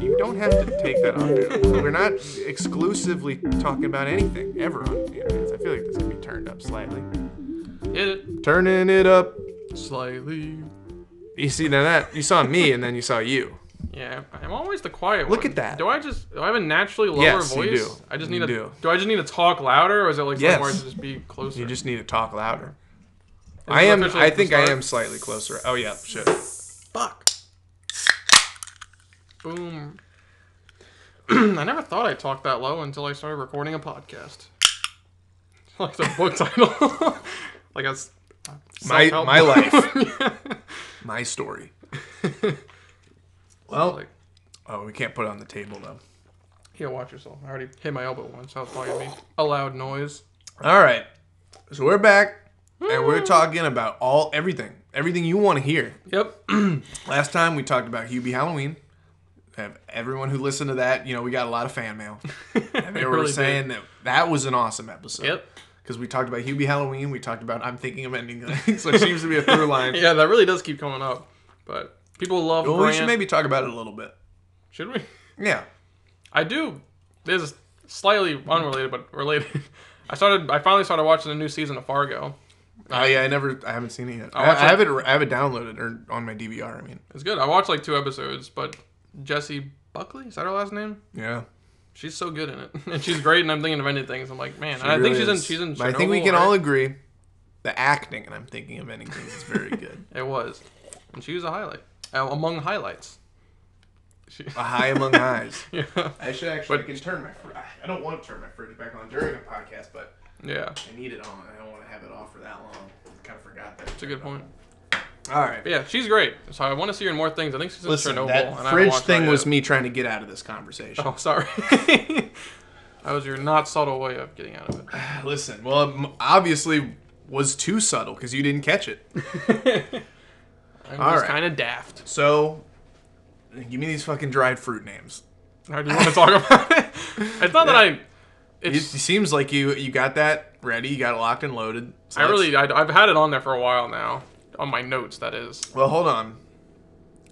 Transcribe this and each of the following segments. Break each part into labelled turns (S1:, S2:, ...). S1: You don't have to take that off. dude. We're not exclusively talking about anything ever on the internet. I feel like this can be turned up slightly.
S2: Hit it
S1: Turning it up.
S2: slightly.
S1: You see now that you saw me and then you saw you.
S2: Yeah, I'm always the quiet one.
S1: Look at that.
S2: Do I just do I have a naturally lower
S1: Yes, you
S2: voice?
S1: do.
S2: I just
S1: You
S2: need to
S1: do.
S2: do. I just need to talk louder, or is it like
S1: Yes.
S2: somewhere to just be closer?
S1: You just need to talk louder.
S2: Is
S1: I
S2: it
S1: am.
S2: officially
S1: I
S2: the
S1: think I
S2: start?
S1: am slightly closer. Oh yeah, shit.
S2: Fuck. Boom. I never thought I talked that low until I started recording a podcast. Like the book title. like that's
S1: My- my life. My story. well,
S2: Like,
S1: oh, we can't put it on the table though.
S2: yeah, watch yourself. I already hit my elbow once. That was probably gonna be a loud noise.
S1: All right, so we're back and
S2: Hmm.
S1: we're talking about all everything, everything you want to hear.
S2: Yep.
S1: Last time we talked about Hubie Halloween. Have everyone who listened to that, you know, we got a lot of fan mail. And they
S2: It
S1: were
S2: really did.
S1: saying that that was an awesome episode.
S2: Yep.
S1: Because we talked about Hubie Halloween, we talked about I'm thinking of ending things. so it seems to be a through line.
S2: Yeah, that really does keep coming up. But people love
S1: Well, we
S2: Grant.
S1: should maybe talk about it a little bit.
S2: Should we?
S1: Yeah.
S2: I do. This is slightly unrelated, but related. I started. I finally started watching the new season of Fargo.
S1: Oh yeah, I never, I haven't seen it yet. I,
S2: watch
S1: I have it, I have it downloaded or on my DVR. I mean,
S2: It's good. I watched like two episodes, but Jesse Buckley is that her last name?
S1: yeah.
S2: She's so good in it, and she's great. And I'm thinking of ending things. I'm like, man. and I
S1: Really
S2: think she's in.
S1: is.
S2: She's in.
S1: But I think we
S2: Chernobyl,
S1: can
S2: right?
S1: all agree, the acting, and I'm thinking of ending things is very good.
S2: It was, and she was a highlight uh, among highlights. She,
S1: a high among highs.
S2: yeah,
S1: I should actually. I can turn my. fr- I don't want to turn my fridge back on during a podcast, but
S2: yeah.
S1: I need it on. I don't want to have it off for that long. I kind of forgot that.
S2: It's a good point.
S1: All right.
S2: But yeah, she's great. So I want to see her in more things. I think she's in
S1: Listen,
S2: Chernobyl. and I
S1: that
S2: haven't
S1: fridge
S2: watched
S1: thing
S2: that
S1: was
S2: yet.
S1: me trying to get out of this conversation.
S2: Oh, sorry. that was your not subtle way of getting out of it.
S1: Listen, well, um, obviously was too subtle because you didn't catch it.
S2: I'm
S1: All
S2: just
S1: right.
S2: kind of daft.
S1: So, give me these fucking dried fruit names.
S2: How do you want to talk about it? It's not that I.
S1: It,
S2: It's,
S1: seems like you you got that ready. You got it locked and loaded. So
S2: I
S1: let's-
S2: really. I, have had it on there for a while now. On my notes, that is.
S1: Well, hold on.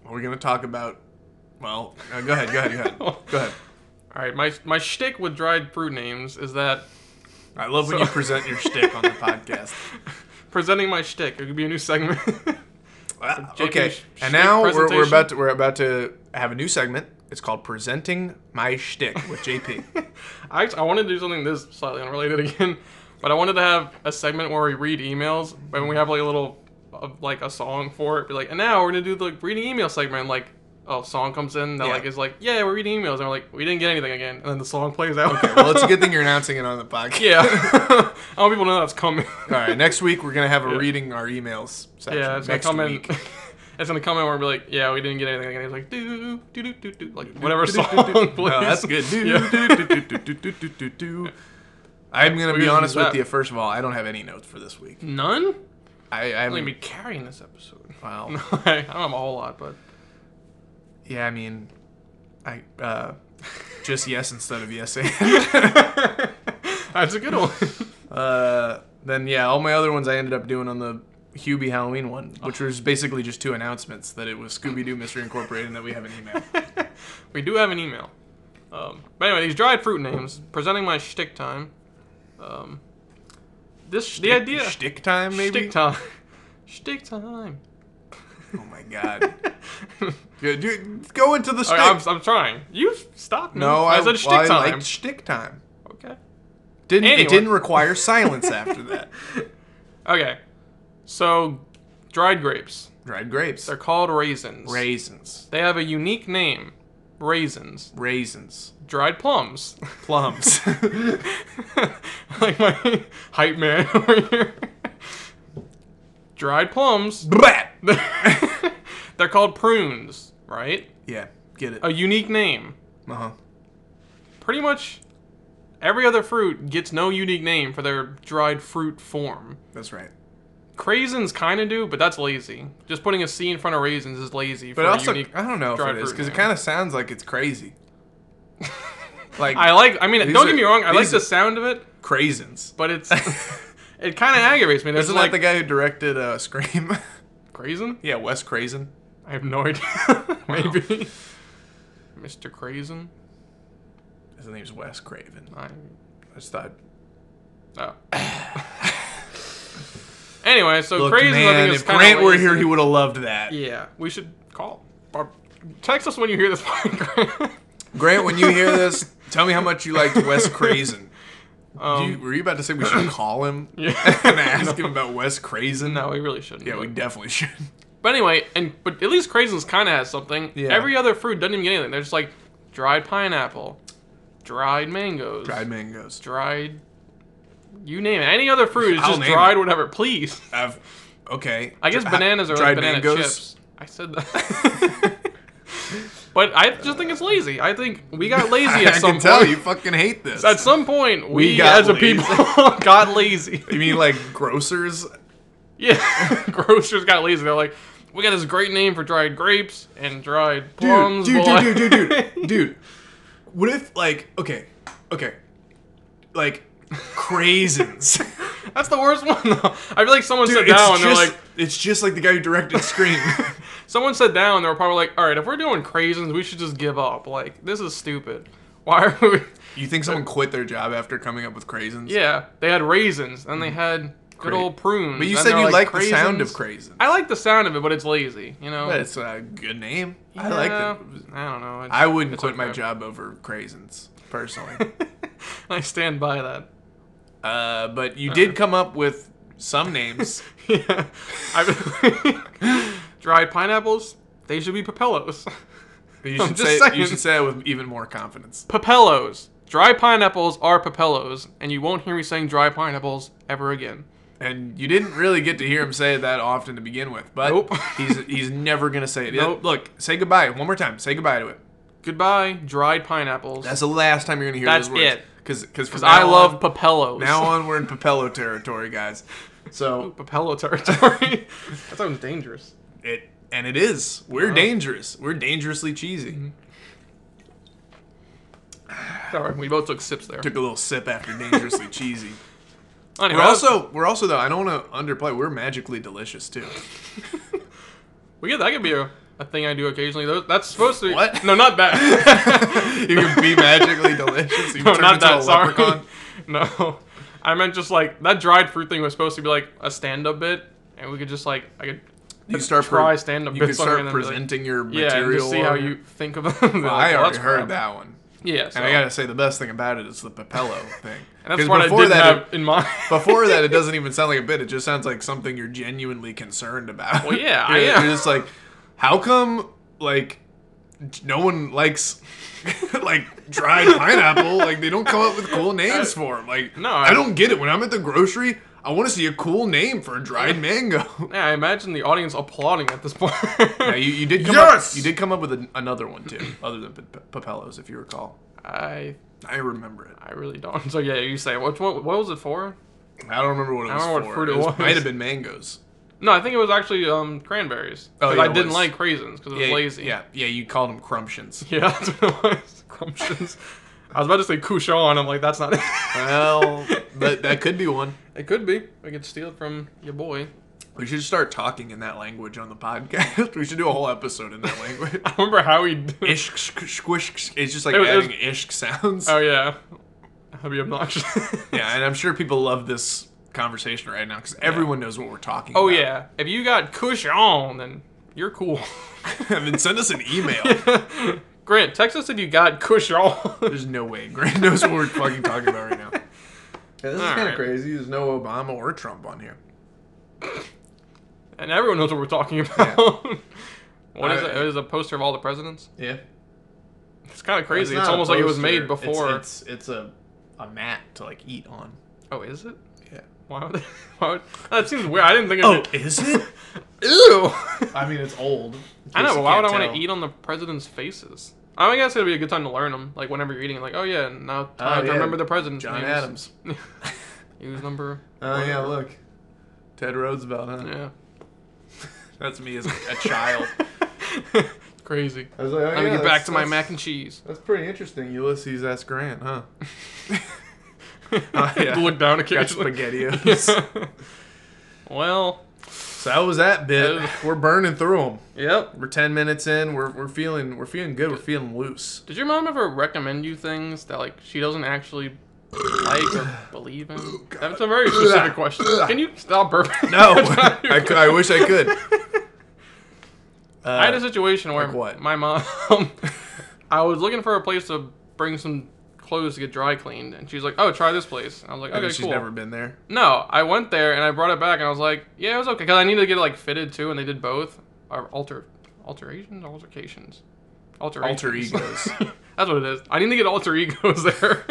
S1: We're gonna talk about. Well, uh, go ahead. Go ahead. Go ahead. Go ahead.
S2: All right, my my shtick with dried fruit names is that
S1: I love when
S2: So-
S1: you present your shtick on the podcast.
S2: presenting my shtick. It could be a new segment.
S1: Wow,
S2: JP
S1: Ah, okay,
S2: sh-
S1: and
S2: shtick
S1: now we're, we're
S2: presentation.
S1: about to we're about to have a new segment. It's called "Presenting My Shtick" with JP.
S2: I actually, I wanted to do something this slightly unrelated again, but I wanted to have a segment where we read emails and we have like a little uh, like a song for it. Be like, and now we're gonna do the reading email segment. And like, a song comes in that
S1: Yeah.
S2: like is like, yeah, we're reading emails. And we're like, we didn't get anything again. And then the song plays out.
S1: Okay, well, it's a good thing you're announcing it on the podcast.
S2: yeah, I want people to know that's coming.
S1: All right, next week we're gonna have a
S2: Yeah.
S1: reading our emails section.
S2: Yeah, it's gonna
S1: next
S2: come
S1: week.
S2: in. it's gonna come in where we're like, yeah, we didn't get anything. And he's like, do do do do do, like whatever
S1: Do, do,
S2: song
S1: do, do, do.
S2: plays.
S1: No, that's good. Do,
S2: Yeah.
S1: do, do, do, do, do, do, do, do. I'm gonna
S2: We
S1: be
S2: can
S1: honest
S2: do
S1: with
S2: that.
S1: you. First of all, I don't have any notes for this week.
S2: None. I'm
S1: I, I
S2: gonna be
S1: haven't.
S2: carrying this episode.
S1: Wow.
S2: No, I, I don't have a whole lot, but
S1: Yeah, I mean, I uh, just yes instead of yes
S2: that's a good one.
S1: Uh, then yeah, all my other ones I ended up doing on the Hubie Halloween one,
S2: Oh.
S1: which was basically just two announcements that it was Scooby Doo Mystery Incorporated and that we have an email.
S2: we do have an email. Um, but anyway, these dried fruit names. Presenting my shtick time. Um, this the idea.
S1: Shtick time, maybe.
S2: Shtick time. Shtick time.
S1: Oh my god.
S2: All
S1: Yeah, dude, go into the shtick.
S2: right, I'm, I'm trying. You stop me.
S1: no, I,
S2: I, said shtick
S1: well, I
S2: time.
S1: liked shtick time.
S2: Okay.
S1: Didn't
S2: Anyway.
S1: it didn't require silence after that?
S2: Okay. So, dried grapes.
S1: Dried grapes,
S2: They're called raisins.
S1: raisins,
S2: They have a unique name. Raisins.
S1: raisins,
S2: Dried plums.
S1: plums.
S2: like my hype man over here. Dried plums.
S1: Brat.
S2: They're called prunes, right?
S1: yeah, get it.
S2: A unique name.
S1: Uh huh.
S2: Pretty much every other fruit gets no unique name for their dried fruit form.
S1: That's right.
S2: Craisins kind of do, but that's lazy. Just putting a C in front of raisins is lazy.
S1: But
S2: for a
S1: also,
S2: unique...
S1: I don't know if
S2: dried
S1: it is
S2: fruit
S1: because it
S2: name.
S1: kind of sounds like it's crazy. Like
S2: I like. I mean,
S1: These
S2: don't
S1: are-
S2: get me wrong. I like
S1: these
S2: the
S1: are-
S2: sound of it,
S1: craisins.
S2: but it's it kind of aggravates me. There's
S1: Isn't
S2: like
S1: that the guy who directed uh, Scream?
S2: Crazen.
S1: yeah, Wes Crazen.
S2: I have no idea. Maybe Mr. Crazen.
S1: His name's Wes Craven.
S2: I
S1: I just thought.
S2: oh. anyway, so
S1: Look,
S2: Crazen. I
S1: man,
S2: think is
S1: if
S2: kinda
S1: Grant were
S2: lazy.
S1: here, he would have loved that.
S2: Yeah, we should call. Or text us when you hear this. Grant.
S1: Grant, when you hear this, tell me how much you liked Wes Crazen. Do you,
S2: Um,
S1: were you about to say we should call him
S2: Yeah.
S1: and ask
S2: No.
S1: him about Wes Crazen?
S2: no, we really shouldn't.
S1: Yeah, we definitely should.
S2: But anyway, and but at least Craisins kind of has something.
S1: Yeah.
S2: Every other fruit doesn't even get anything. They're just like dried pineapple, dried mangoes,
S1: Dried mangoes.
S2: dried- You name it. Any other fruit is
S1: I'll
S2: just
S1: name
S2: dried
S1: it.
S2: whatever. Please.
S1: I've, okay.
S2: I guess
S1: Dri-
S2: bananas are like
S1: dried
S2: banana
S1: mangoes?
S2: chips. I said that. but I just think it's lazy. I think we got lazy at
S1: I
S2: some
S1: can tell
S2: point.
S1: you fucking hate this.
S2: At some point, we,
S1: got
S2: as a
S1: lazy.
S2: people got lazy.
S1: you mean like grocers?
S2: Yeah, grocers got lazy. They're like, we got this great name for dried grapes and dried plums.
S1: dude,
S2: boy."
S1: dude, dude, dude, dude, dude. What if like okay, okay, like craisins?
S2: That's the worst one though. I feel like someone
S1: Dude,
S2: sat
S1: it's
S2: down and they're
S1: just
S2: like,
S1: it's just like the guy who directed Scream.
S2: someone sat down and they were probably like, all right, if we're doing craisins, we should just give up. Like, this is stupid. Why are we?
S1: you think someone quit their job after coming up with craisins?
S2: Yeah, they had raisins and they had good
S1: Cra-
S2: old prunes.
S1: Mm. But you
S2: and
S1: said
S2: they
S1: you
S2: were
S1: like the sound of
S2: "Craisins."
S1: craisins.
S2: I like the sound of it, but it's lazy. You know.
S1: But it's a good name. I like
S2: Yeah,
S1: them.
S2: I don't know. It's,
S1: I wouldn't
S2: it's
S1: quit my
S2: okay.
S1: job over craisins personally.
S2: I stand by that.
S1: uh, but you did come up with some names.
S2: yeah. I, dried pineapples, they should be papellos.
S1: You
S2: I'm
S1: should
S2: just
S1: say
S2: saying.
S1: you should say that with even more confidence.
S2: Papellos. Dry pineapples are papellos, and you won't hear me saying dry pineapples ever again.
S1: And you didn't really get to hear him say it that often to begin with, but
S2: Nope.
S1: he's he's never gonna say it.
S2: Nope.
S1: Look, say goodbye one more time. Say goodbye to it.
S2: Goodbye, dried pineapples.
S1: That's the last time you're gonna hear
S2: That's
S1: those words.
S2: it.
S1: Because because
S2: Because I love papellos.
S1: now on we're in Papello territory, guys. So
S2: papello territory. that sounds dangerous.
S1: it and it is.
S2: Oh.
S1: We're dangerous. We're dangerously cheesy.
S2: Mm-hmm. Sorry, we both took sips there.
S1: Took a little sip after dangerously cheesy.
S2: Anyway,
S1: We're also we're also though I don't want to underplay. We're magically delicious too.
S2: we get that could be a, a thing I do occasionally. Tho- That's supposed to.
S1: What?
S2: No, not that.
S1: you can be magically delicious. You
S2: no,
S1: turn
S2: not
S1: into
S2: that.
S1: a
S2: Sorry.
S1: leprechaun.
S2: No, I meant just like that dried fruit thing was supposed to be like a stand-up bit, and we could just like I could
S1: You start
S2: try stand-up
S1: You
S2: bits
S1: can
S2: on it
S1: start
S2: and then be like-
S1: presenting your
S2: yeah,
S1: material.
S2: and just see how
S1: or-
S2: you think of them.
S1: Well, I already heard that one,
S2: Yeah, so.
S1: and I gotta say the best thing about it is the Papello thing.
S2: and
S1: 'Cause
S2: that's what I didn't
S1: that,
S2: have in mind.
S1: it, before that, it doesn't even sound like a bit. It just sounds like something you're genuinely concerned about.
S2: Well, yeah,
S1: you're,
S2: I am.
S1: You're just like, how come like no one likes like dried pineapple? Like they don't come up with cool names for 'em. Like
S2: No,
S1: I,
S2: I-
S1: don't get it. When I'm at the grocery, I want to see a cool name for a dried mango.
S2: yeah, I imagine the audience applauding at this point.
S1: Now, you, you did come
S2: Yes!
S1: up, you did come up with an, another one too, other than P- Papellos, if you recall.
S2: I
S1: I remember it.
S2: I really don't. So yeah, you say which one? What was it for?
S1: I don't remember what it
S2: I
S1: was
S2: don't remember
S1: for.
S2: what fruit it
S1: it was-
S2: was.
S1: might have been mangoes.
S2: No, I think it was actually um cranberries.
S1: Oh,
S2: 'Cause
S1: yeah,
S2: I
S1: it
S2: didn't
S1: was.
S2: like craisins because it was
S1: yeah,
S2: lazy.
S1: Yeah, yeah, you called them crumptions.
S2: yeah, that's what it was. Crumptions. I was about to say couchon. I'm like, that's not it.
S1: well, that, that could be one.
S2: It could be. We could steal it from your boy.
S1: We should start talking in that language on the podcast. we should do a whole episode in that language.
S2: I remember how he did it.
S1: Ish, sh- squish, sh- it's just like
S2: It was- it was-
S1: adding ish sounds.
S2: Oh, yeah. That'd be obnoxious.
S1: Yeah, and I'm sure people love this conversation right now because everyone knows what we're talking
S2: Oh,
S1: about.
S2: yeah. If you got couchon, then you're cool.
S1: and then send us an email.
S2: Grant, text us if you got couchon.
S1: There's no way Grant knows what we're fucking talking about right now. this is
S2: All
S1: kinda
S2: right.
S1: crazy. There's no Obama or Trump on here.
S2: and everyone knows what we're talking about. What is
S1: I-
S2: it? It was a poster of all the presidents.
S1: Yeah.
S2: It's kind of crazy. It's, almost like it was made before.
S1: It's it's, a a mat to like eat on.
S2: Oh, is it?
S1: Yeah.
S2: Why would, why would that seems weird? I didn't think
S1: Oh,
S2: of it.
S1: is it?
S2: Ew.
S1: I mean, it's old.
S2: I know, but why would I want to eat on the president's faces? I guess it'd be a good time to learn them. Like whenever you're eating, like, oh yeah, now time to
S1: yeah.
S2: remember the president's
S1: John
S2: names.
S1: Adams?
S2: he was number.
S1: Oh yeah, look, Ted Roosevelt, huh?
S2: Yeah.
S1: That's me as a child.
S2: crazy.
S1: I was like, oh,
S2: I'm
S1: yeah,
S2: gonna get
S1: that's-
S2: back to my
S1: that's-
S2: mac and cheese.
S1: That's pretty interesting. Ulysses S. Grant, huh? Oh, yeah.
S2: Look down
S1: Got
S2: occasionally.
S1: SpaghettiOs.
S2: well,
S1: so that was that bit.
S2: Uh.
S1: We're burning through them.
S2: yep.
S1: We're ten minutes in. We're, we're feeling we're feeling good. We're feeling loose.
S2: Did your mom ever recommend you things that like she doesn't actually like or believe in? That's a very specific question. Can you stop burping?
S1: Oh, No,
S2: That's not your
S1: I, cou- I wish I could. Uh,
S2: I had a situation where
S1: Like what?
S2: my mom, I was looking for a place to bring some clothes to get dry cleaned, and she's like, "Oh, try this place." And I was like,
S1: I mean,
S2: "Okay,
S1: she's
S2: cool."
S1: never been there.
S2: No, I went there and I brought it back, and I was like, "Yeah, it was okay," because I needed to get it, like fitted too, and they did both. Or alter, alterations, altercations, alterations.
S1: Alter egos.
S2: That's what it is. I need to get alter egos there,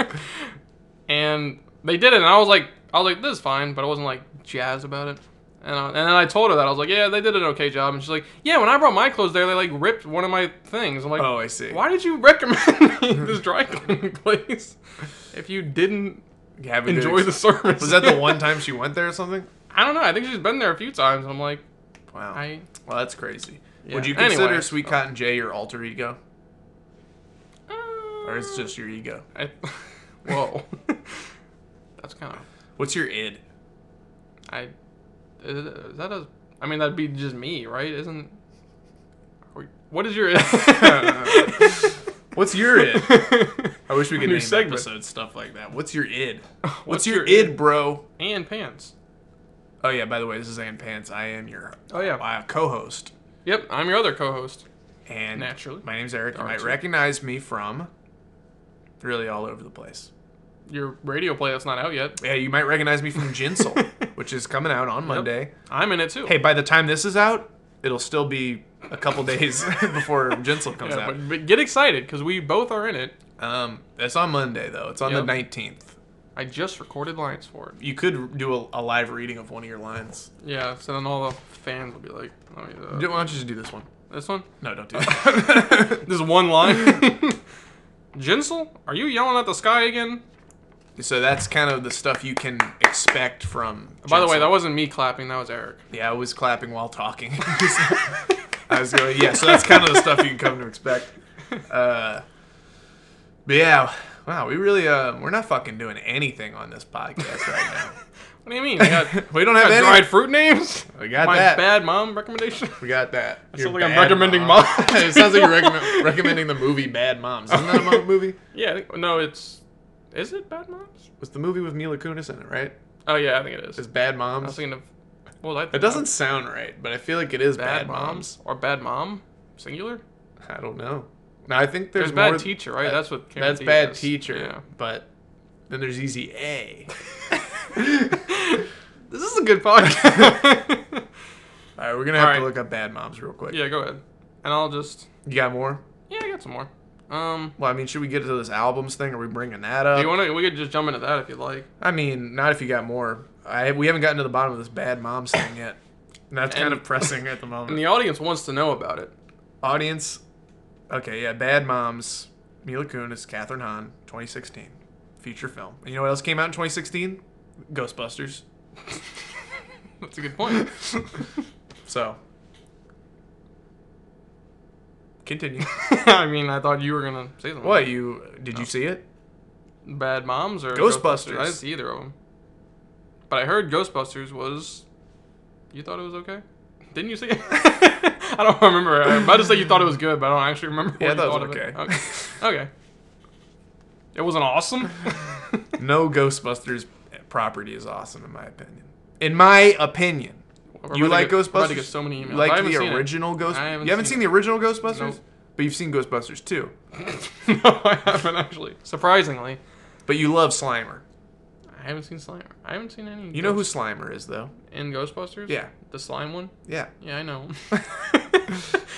S2: and they did it, and I was like, I was like, "This is fine," but I wasn't like jazzed about it. And, I, and then I told her that I was like, "Yeah, they did an okay job," and she's like, "Yeah, when I brought my clothes there, they like ripped one of my things." I'm like,
S1: Oh, I see.
S2: "Why did you recommend me this dry cleaning place if you didn't
S1: Have a good
S2: enjoy the
S1: ex-
S2: service?"
S1: Was that the one time she went there or something?
S2: I don't know. I think she's been there a few times. And I'm like,
S1: Wow.
S2: I
S1: Well, that's crazy.
S2: Yeah.
S1: Would you consider
S2: Anyway.
S1: Sweet Cotton Jay your alter ego,
S2: uh,
S1: or is it just your ego?
S2: I, whoa, that's kind of
S1: What's your id?
S2: I is, is that a I mean that'd be just me, right? Isn't are we- what is your
S1: What's your id? I wish we could
S2: New
S1: name
S2: segment.
S1: episodes stuff like that. What's your id? What's,
S2: What's
S1: your,
S2: your
S1: id,
S2: id?
S1: bro?
S2: and pants?
S1: Oh yeah. By the way, this is Ann Pants. I am your
S2: Oh yeah.
S1: uh, co-host,
S2: Yep, I'm your other co-host.
S1: and
S2: Naturally.
S1: my name's Eric. You
S2: Aren't
S1: might
S2: you?
S1: recognize me from really all over the place.
S2: Your radio play that's not out yet.
S1: Yeah, you might recognize me from Jinsel, which is coming out on Monday.
S2: I'm in it too.
S1: Hey, by the time this is out, it'll still be a couple days before Jinsel comes
S2: yeah,
S1: out.
S2: but, but get excited because we both are in it.
S1: Um, it's on Monday though. It's on
S2: Yep.
S1: the nineteenth.
S2: I just recorded lines for it.
S1: You could do a, a live reading of one of your lines.
S2: Yeah, so then all the fans will be like, oh, yeah.
S1: Do- Why don't you just do this one?
S2: this one.
S1: No, don't do that.
S2: This is one line. Jinsel, are you yelling at the sky again?
S1: so that's kind of the stuff you can expect from.
S2: By the way,
S1: Jinsel.
S2: that wasn't me clapping, that was Eric.
S1: yeah, I was clapping while talking. I was going, yeah. So that's kind of the stuff you can come to expect. Uh, but yeah, wow, we really uh, we're not fucking doing anything on this podcast right now.
S2: What do you mean? I got,
S1: we don't
S2: I
S1: have
S2: got
S1: any.
S2: dried fruit names?
S1: We got
S2: My
S1: that.
S2: bad mom recommendation?
S1: We got that. Your
S2: sounds like I'm
S1: Bad
S2: recommending Mom.
S1: it sounds like you're recommend, recommending the movie Bad Moms. Isn't that a mom movie?
S2: yeah, I think, no, it's. Is it Bad Moms?
S1: It's the movie with Mila Kunis in it, right?
S2: Oh, yeah, I think it is.
S1: It's Bad
S2: I was
S1: Moms.
S2: thinking of. Well, I
S1: It doesn't sound right, but I feel like it is Bad,
S2: Bad, moms?
S1: Moms.
S2: Or Bad Mom? Singular?
S1: I don't know. No, I think
S2: There's,
S1: there's,
S2: Bad
S1: more-
S2: Teacher, right?
S1: that-
S2: that's what Cameron
S1: That's
S2: Diaz
S1: Bad
S2: is.
S1: Teacher.
S2: Yeah.
S1: But then there's Easy A.
S2: this is a good podcast.
S1: All right, we're gonna have
S2: All right.
S1: to look up Bad Moms real quick.
S2: yeah, go ahead. And I'll just.
S1: You got more?
S2: Yeah, I got some more. Um,
S1: Well, I mean, should we get to this albums thing? Are we bringing that up?
S2: do you want to? We could just jump into that if you'd like.
S1: I mean, not if you got more. I we haven't gotten to the bottom of this Bad Moms thing yet. And that's kind
S2: And-
S1: of pressing at the moment.
S2: And the audience wants to know about it.
S1: Audience, okay, yeah, Bad Moms, Mila Kunis, Catherine Hahn, 2016, feature film. And you know what else came out in 2016? Ghostbusters.
S2: That's a good point.
S1: So, continue.
S2: I mean, I thought you were gonna say something.
S1: what you did
S2: Oh.
S1: you see it?
S2: Bad moms or
S1: Ghostbusters.
S2: I didn't see either of them. But I heard Ghostbusters was. You thought it was okay? Didn't you see it? I don't remember. I'm about to say you thought it was good, but I don't actually remember.
S1: Yeah, I
S2: what
S1: thought it
S2: you
S1: was okay.
S2: thought Of it. Okay. okay. It wasn't awesome.
S1: No Ghostbusters property is awesome in my opinion. In my opinion,
S2: We're
S1: you
S2: about
S1: like
S2: to get, we're about
S1: Ghostbusters?
S2: to get so many emails.
S1: You
S2: I
S1: like
S2: haven't
S1: the
S2: seen it.
S1: original Ghost?
S2: I haven't
S1: you haven't
S2: seen
S1: seen, the original Ghostbusters,
S2: Nope.
S1: but you've seen Ghostbusters too.
S2: no, I haven't actually. Surprisingly,
S1: But you love Slimer.
S2: I haven't seen Slimer. I haven't seen any.
S1: You know who
S2: ghosts
S1: Slimer is, though.
S2: in Ghostbusters?
S1: Yeah.
S2: the slime one.
S1: Yeah.
S2: Yeah, I know.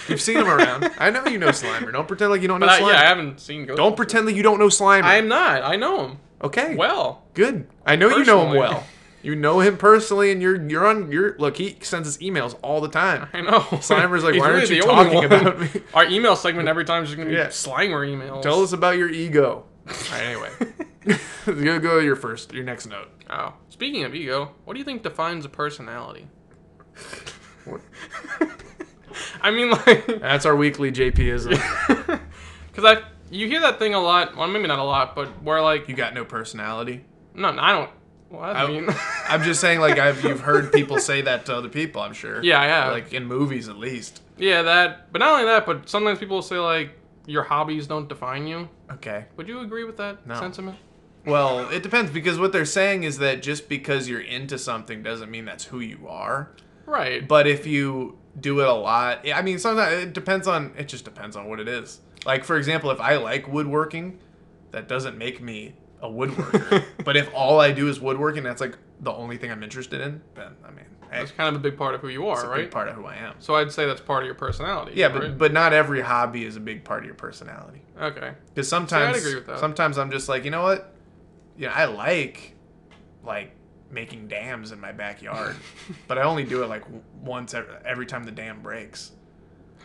S1: You've seen him around. I know you know Slimer. Don't pretend like you don't know
S2: But I,
S1: Slimer.
S2: yeah, I haven't seen Ghostbusters.
S1: don't pretend that you don't know Slimer.
S2: I'm not. I know him
S1: okay.
S2: well.
S1: Good. I know you know him
S2: Personally.
S1: well. You know him personally, and you're you're on your look. He sends us emails all the time.
S2: I know.
S1: Slimer's like,
S2: He's
S1: "Why aren't
S2: really
S1: you
S2: the only
S1: talking
S2: one."
S1: about me?"
S2: Our email segment every time is just gonna be
S1: Yeah.
S2: Slimer emails.
S1: Tell us about your ego. All right, anyway, you go to your first, your next note.
S2: Oh, speaking of ego, what do you think defines a personality?
S1: What?
S2: I mean, like,
S3: That's our weekly JPism.
S2: because I you hear that thing a lot. Well, maybe not a lot, but where like
S1: You got no personality.
S2: no, no, I don't. Well, I
S1: I-
S2: mean,
S1: I'm just saying, like I've you've heard people say that to other people. I'm sure.
S2: Yeah, I have.
S1: Like in movies, at least.
S2: yeah, that. But not only that, but sometimes people say like your hobbies don't define you.
S1: Okay.
S2: Would you agree with that
S1: No.
S2: sentiment?
S1: Well, it depends because what they're saying is that just because you're into something doesn't mean that's who you are.
S2: Right.
S1: But if you do it a lot, I mean, sometimes it depends on. It just depends on what it is. Like for example, if I like woodworking, that doesn't make me a woodworker. but if all I do is woodworking, that's like the only thing I'm interested in. Then I mean, hey,
S2: that's kind of a big part of who you
S1: it's
S2: are,
S1: a
S2: right?
S1: big part of who I am.
S2: So I'd say that's part of your personality.
S1: Yeah, but
S2: right?
S1: but not every hobby is a big part of your personality.
S2: okay.
S1: Because sometimes,
S2: agree with that.
S1: sometimes I'm just like, you know what? Yeah, I like, like making dams in my backyard, but I only do it like w- once every, every time the dam breaks.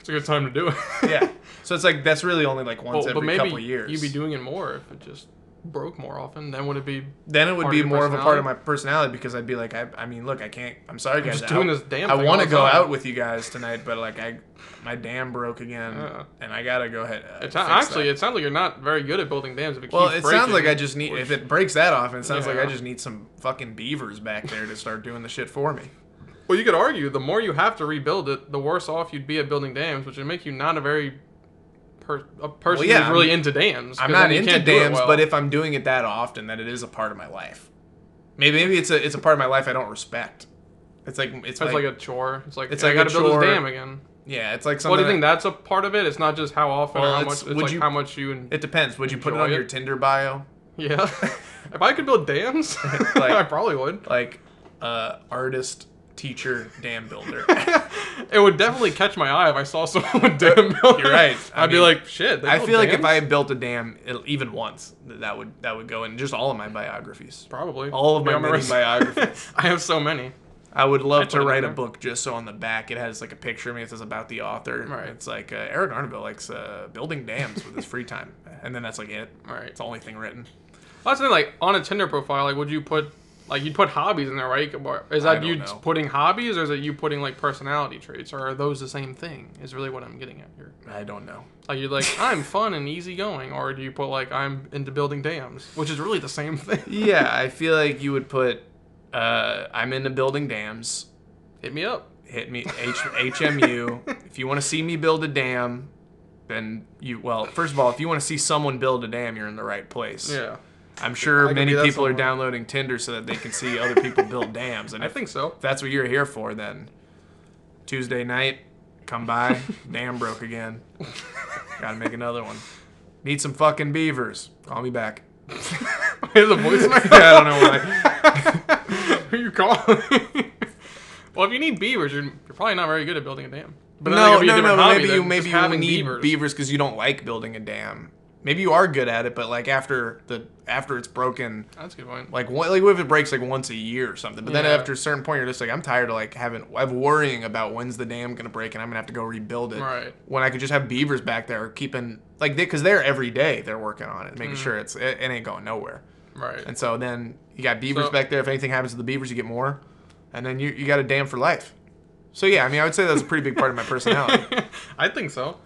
S2: It's a good time to do it.
S1: Yeah, so it's like that's really only like once
S2: Well,
S1: every
S2: but maybe
S1: couple years.
S2: you'd be doing it more if it just broke more often. Then would it be?
S1: then it would
S2: part
S1: be
S2: of your
S1: more of a part of my personality because I'd be like, I, I mean, look, I can't. I'm sorry, guys.
S2: just
S1: I-
S2: doing this damn
S1: I
S2: thing
S1: wanna
S2: all the
S1: go
S2: time.
S1: out with you guys tonight, but like I, my dam broke again,
S2: Yeah.
S1: and I gotta go ahead. Uh,
S2: It,
S1: fix
S2: Uh-uh. actually,
S1: that.
S2: it sounds like you're not very good at building dams. If it
S1: Well,
S2: keeps
S1: it sounds like
S2: breaking,
S1: I just need
S2: which-
S1: if it breaks that off, it sounds like
S2: Yeah.
S1: I just need some fucking beavers back there to start doing the shit for me.
S2: Well, you could argue the more you have to rebuild it, the worse off you'd be at building dams, which would make you not a very per- a person
S1: yeah,
S2: who's really
S1: I'm-
S2: into dams.
S1: I'm
S2: 'cause
S1: not
S2: then you
S1: into
S2: can't do it
S1: dams,
S2: well.
S1: but if I'm doing it that often, that it is a part of my life. Maybe maybe it's a it's a part of my life I don't respect. It's like it's,
S2: it's like,
S1: like,
S2: a chore, it's like
S1: it's
S2: I
S1: like a
S2: gotta build
S1: chore.
S2: this dam again.
S1: yeah, it's like
S2: What
S1: something.
S2: do you think?
S1: that-
S2: That's a part of it. It's not just how often,
S1: Well,
S2: or how much.
S1: it's-
S2: It's
S1: would
S2: like
S1: you-
S2: how much you and
S1: it depends. Would you put it
S2: Enjoy
S1: on your
S2: it?
S1: Tinder bio?
S2: yeah. if I could build dams,
S1: Like-
S2: I probably would.
S1: Like uh, artist, teacher, dam builder.
S2: it would definitely catch my eye if I saw someone with dam building.
S1: You're right. I
S2: I'd be
S1: mean,
S2: like, shit. They
S1: I
S2: build
S1: feel like if
S2: dams?
S1: I built a dam it, even once, th- that would that would go in just all of my biographies.
S2: probably
S1: all of my
S2: Yeah, I'm a
S1: mini
S2: rest-
S1: biographies.
S2: I have so many.
S1: I would love
S2: put it
S1: to
S2: in
S1: write a
S2: there.
S1: book just so on the back it has like a picture of me. It says about the author.
S2: Right.
S1: It's like uh, Aaron Arnabelle likes uh, building dams with his free time, and then that's like it.
S2: All right.
S1: It's the only thing written.
S2: Well, That's the thing, like on a Tinder profile, like would you put like you'd put hobbies in there, right? Or Is
S1: I
S2: that
S1: don't
S2: you
S1: know.
S2: just putting hobbies, or is it you putting like personality traits, or are those the same thing? Is really what I'm getting at here.
S1: I don't know.
S2: Like you're like I'm fun and easygoing, or do you put like I'm into building dams, which is really the same thing.
S1: Yeah, I feel like you would put uh, I'm into building dams.
S2: Hit me up.
S1: Hit me H- HMU. if you want to see me build a dam, then you well first of all, if you want to see someone build a dam, you're in the right place.
S2: Yeah,
S1: I'm
S2: I
S1: sure
S2: could
S1: many
S2: be that
S1: people are
S2: someone.
S1: downloading Tinder so that they can see other people build dams. And
S2: I
S1: if-
S2: think so.
S1: If that's what you're here for, then Tuesday night, come by. Dam broke again. Gotta make another one. Need some fucking beavers. Call me back.
S2: Is a voicemail?
S1: Yeah, I don't know why.
S2: Who you calling? well, if you need beavers, you're, you're probably not very good at building a dam. But I
S1: no,
S2: think it'd be a
S1: no, no.
S2: different hobby
S1: Maybe
S2: than
S1: you
S2: just
S1: maybe you
S2: having
S1: need beavers because you don't like building a dam. Maybe you are good at it, but like after the after it's broken,
S2: That's a good point.
S1: like one, like what if it breaks like once a year or something? But then
S2: Yeah.
S1: after a certain point, you're just like, I'm tired of like having, I'm worrying about when's the dam gonna break and I'm gonna have to go rebuild it.
S2: Right.
S1: When I could just have beavers back there keeping like they, cause they're every day they're working on it, making
S2: Mm-hmm.
S1: sure it's it, it ain't going nowhere.
S2: Right.
S1: And so then you got beavers
S2: So-
S1: back there. If anything happens to the beavers, you get more, and then you you got a dam for life. So yeah, I mean, I would say that's a pretty big part of my personality.
S2: I think so.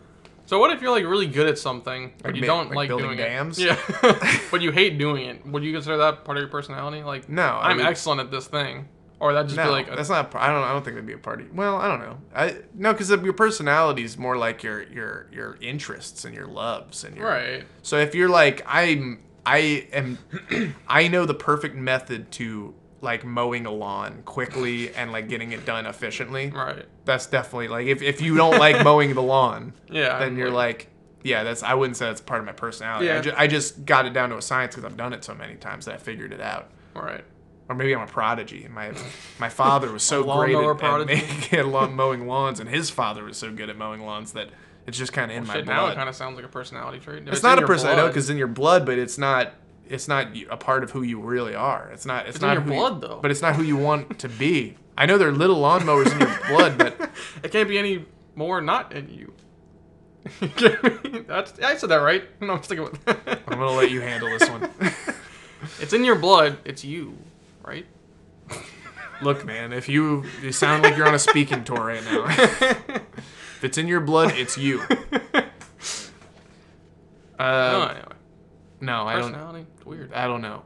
S2: So what if you're like really good at something, but
S1: Like
S2: you
S1: ma-
S2: don't
S1: like
S2: like,
S1: building
S2: doing
S1: dams?
S2: it? Yeah, but you hate doing it. Would you consider that part of your personality? Like,
S1: No, I
S2: I'm
S1: would-
S2: excellent at this thing, or that just
S1: No,
S2: be like, a-
S1: that's not. a par- I don't. I don't think that'd be a party. Well, I don't know. I no, because your personality is more like your your your interests and your loves and your
S2: right?
S1: So if you're like I'm I am I know the perfect method to like mowing a lawn quickly and like getting it done efficiently.
S2: Right.
S1: That's definitely like if, if you don't like mowing the lawn,
S2: Yeah.
S1: then
S2: I'm
S1: you're like yeah, that's I wouldn't say that's part of my personality. I,
S2: Yeah.
S1: ju- I just got it down to a science because I've done it so many times that I figured it out.
S2: right.
S1: Or maybe I'm a prodigy. My my father was so great at,
S2: lawnmower
S1: at
S2: prodigy?
S1: making, at lawn, mowing lawns, and his father was so good at mowing lawns that it's just kind of in my
S2: Shit,
S1: blood
S2: now it kind of sounds like a personality trait. If
S1: it's, not
S2: in
S1: a
S2: your
S1: person I know
S2: blood-
S1: because in your blood, but it's not it's not y- a part of who you really are. It's not it's,
S2: It's in
S1: not
S2: your
S1: who you-
S2: blood, though.
S1: but it's not who you want to be. I know there are little lawnmowers in your blood, but
S2: it can't be any more not in you. You get me? That's I said that right. No, I'm sticking with that.
S1: I'm gonna let you handle this one.
S2: It's in your blood. It's you, right?
S1: Look, man, if you you sound like you're on a speaking tour right now. If it's in your blood, it's you.
S2: Um, no,
S1: Uh,
S2: anyway.
S1: no, I don't.
S2: Personality? It's weird.
S1: I don't know.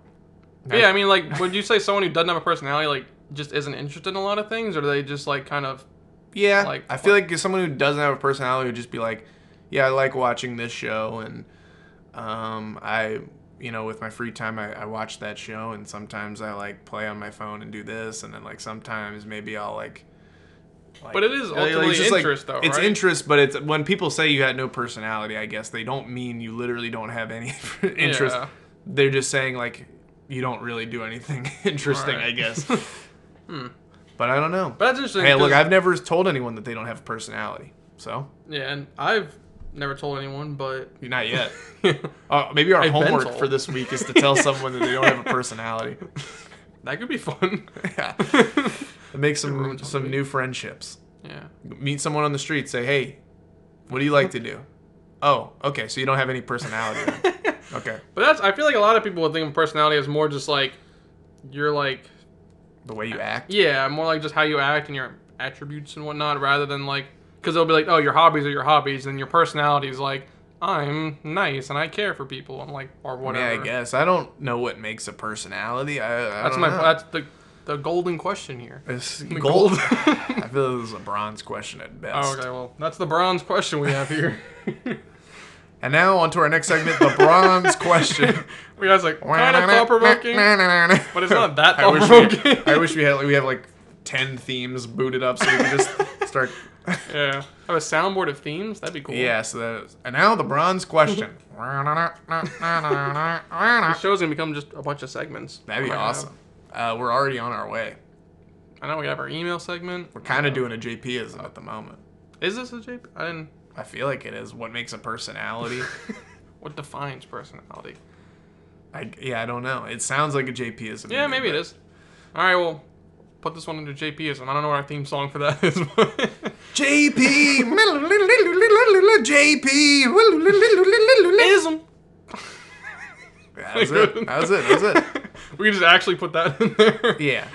S2: But yeah, I mean, like, would you say someone who doesn't have a personality, like, just isn't interested in a lot of things, or do they just, like, kind of.
S1: Yeah,
S2: Like,
S1: I feel like if someone who doesn't have a personality would just be like, "Yeah, I like watching this show, and um, I, you know, with my free time, I, I watch that show, and sometimes I like play on my phone and do this, and then like sometimes maybe I'll like." like-
S2: But it is
S1: like,
S2: ultimately
S1: it's just, like,
S2: interest, though,
S1: It's
S2: right?
S1: interest, but it's when people say you had no personality. I guess they don't mean you literally don't have any interest.
S2: Yeah.
S1: They're just saying like you don't really do anything interesting.
S2: Right.
S1: I guess. But I don't know.
S2: But that's interesting.
S1: Hey, look,
S2: 'cause-
S1: I've never told anyone that they don't have a personality. So,
S2: Yeah, and I've never told anyone, but.
S1: not yet. Uh, maybe our
S2: I've been
S1: homework
S2: told.
S1: for this week is to tell someone that they don't have a personality.
S2: that could be fun.
S1: Yeah. Make some
S2: Everyone's
S1: some
S2: hungry.
S1: new friendships.
S2: yeah.
S1: Meet someone on the street. Say, hey, what do you like to do? Oh, okay. So you don't have any personality. then. Okay.
S2: But that's. I feel like a lot of people would think of personality as more just like. You're like.
S1: The way you act.
S2: Yeah, more like just how you act and your attributes and whatnot, rather than like because they'll be like, oh, your hobbies are your hobbies, and your personality is like, I'm nice and I care for people. I'm like, or whatever.
S1: Yeah, I guess I don't know what makes a personality. I, I
S2: That's
S1: don't
S2: my.
S1: know.
S2: That's the the golden question here.
S1: It's
S2: the
S1: gold.
S2: gold.
S1: I feel this is a bronze question at best.
S2: Oh, okay, well, that's the bronze question we have here.
S1: And now on to our next segment, the bronze question.
S2: we guys like kind of thought provoking.
S1: but
S2: it's not that
S1: I wish,
S2: thought-provoking.
S1: we, I wish we had like, we have like ten themes booted up so we can just start.
S2: yeah, have a soundboard of themes. That'd be cool.
S1: Yeah, so that, and now the bronze question.
S2: The
S1: That'd
S2: show's gonna become just a bunch of segments.
S1: be
S2: We're not gonna
S1: awesome. Uh, we're already on our way.
S2: have- I know we have our email segment.
S1: We're kind of doing a JPism at the moment.
S2: Is this a JP? I didn't.
S1: I feel like it is what makes a personality.
S2: What defines personality?
S1: I, yeah, I don't know. It sounds like a JPism. to
S2: Yeah,
S1: me,
S2: maybe it
S1: but-
S2: is. All right, well, put this one into JPism. I don't know what our theme song for that is. but-
S1: JP, JP.
S2: Ism.
S1: That was it. That was it. That was it.
S2: we can just actually put that in there.
S1: Yeah.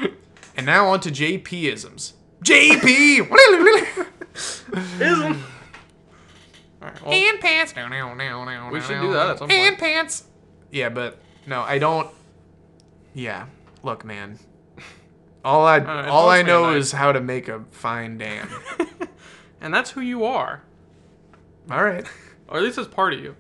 S1: And now on to JPisms. JP!
S2: Ism. All right, well,
S1: and pants.
S2: we should do that at some
S1: And
S2: point.
S1: pants. Yeah, but no, I don't. Yeah. Look, man. All I
S2: right,
S1: all
S2: don't
S1: I
S2: say
S1: know
S2: that.
S1: is how to make a fine dam.
S2: And that's who you are,
S1: All right.
S2: or at least it's part of you.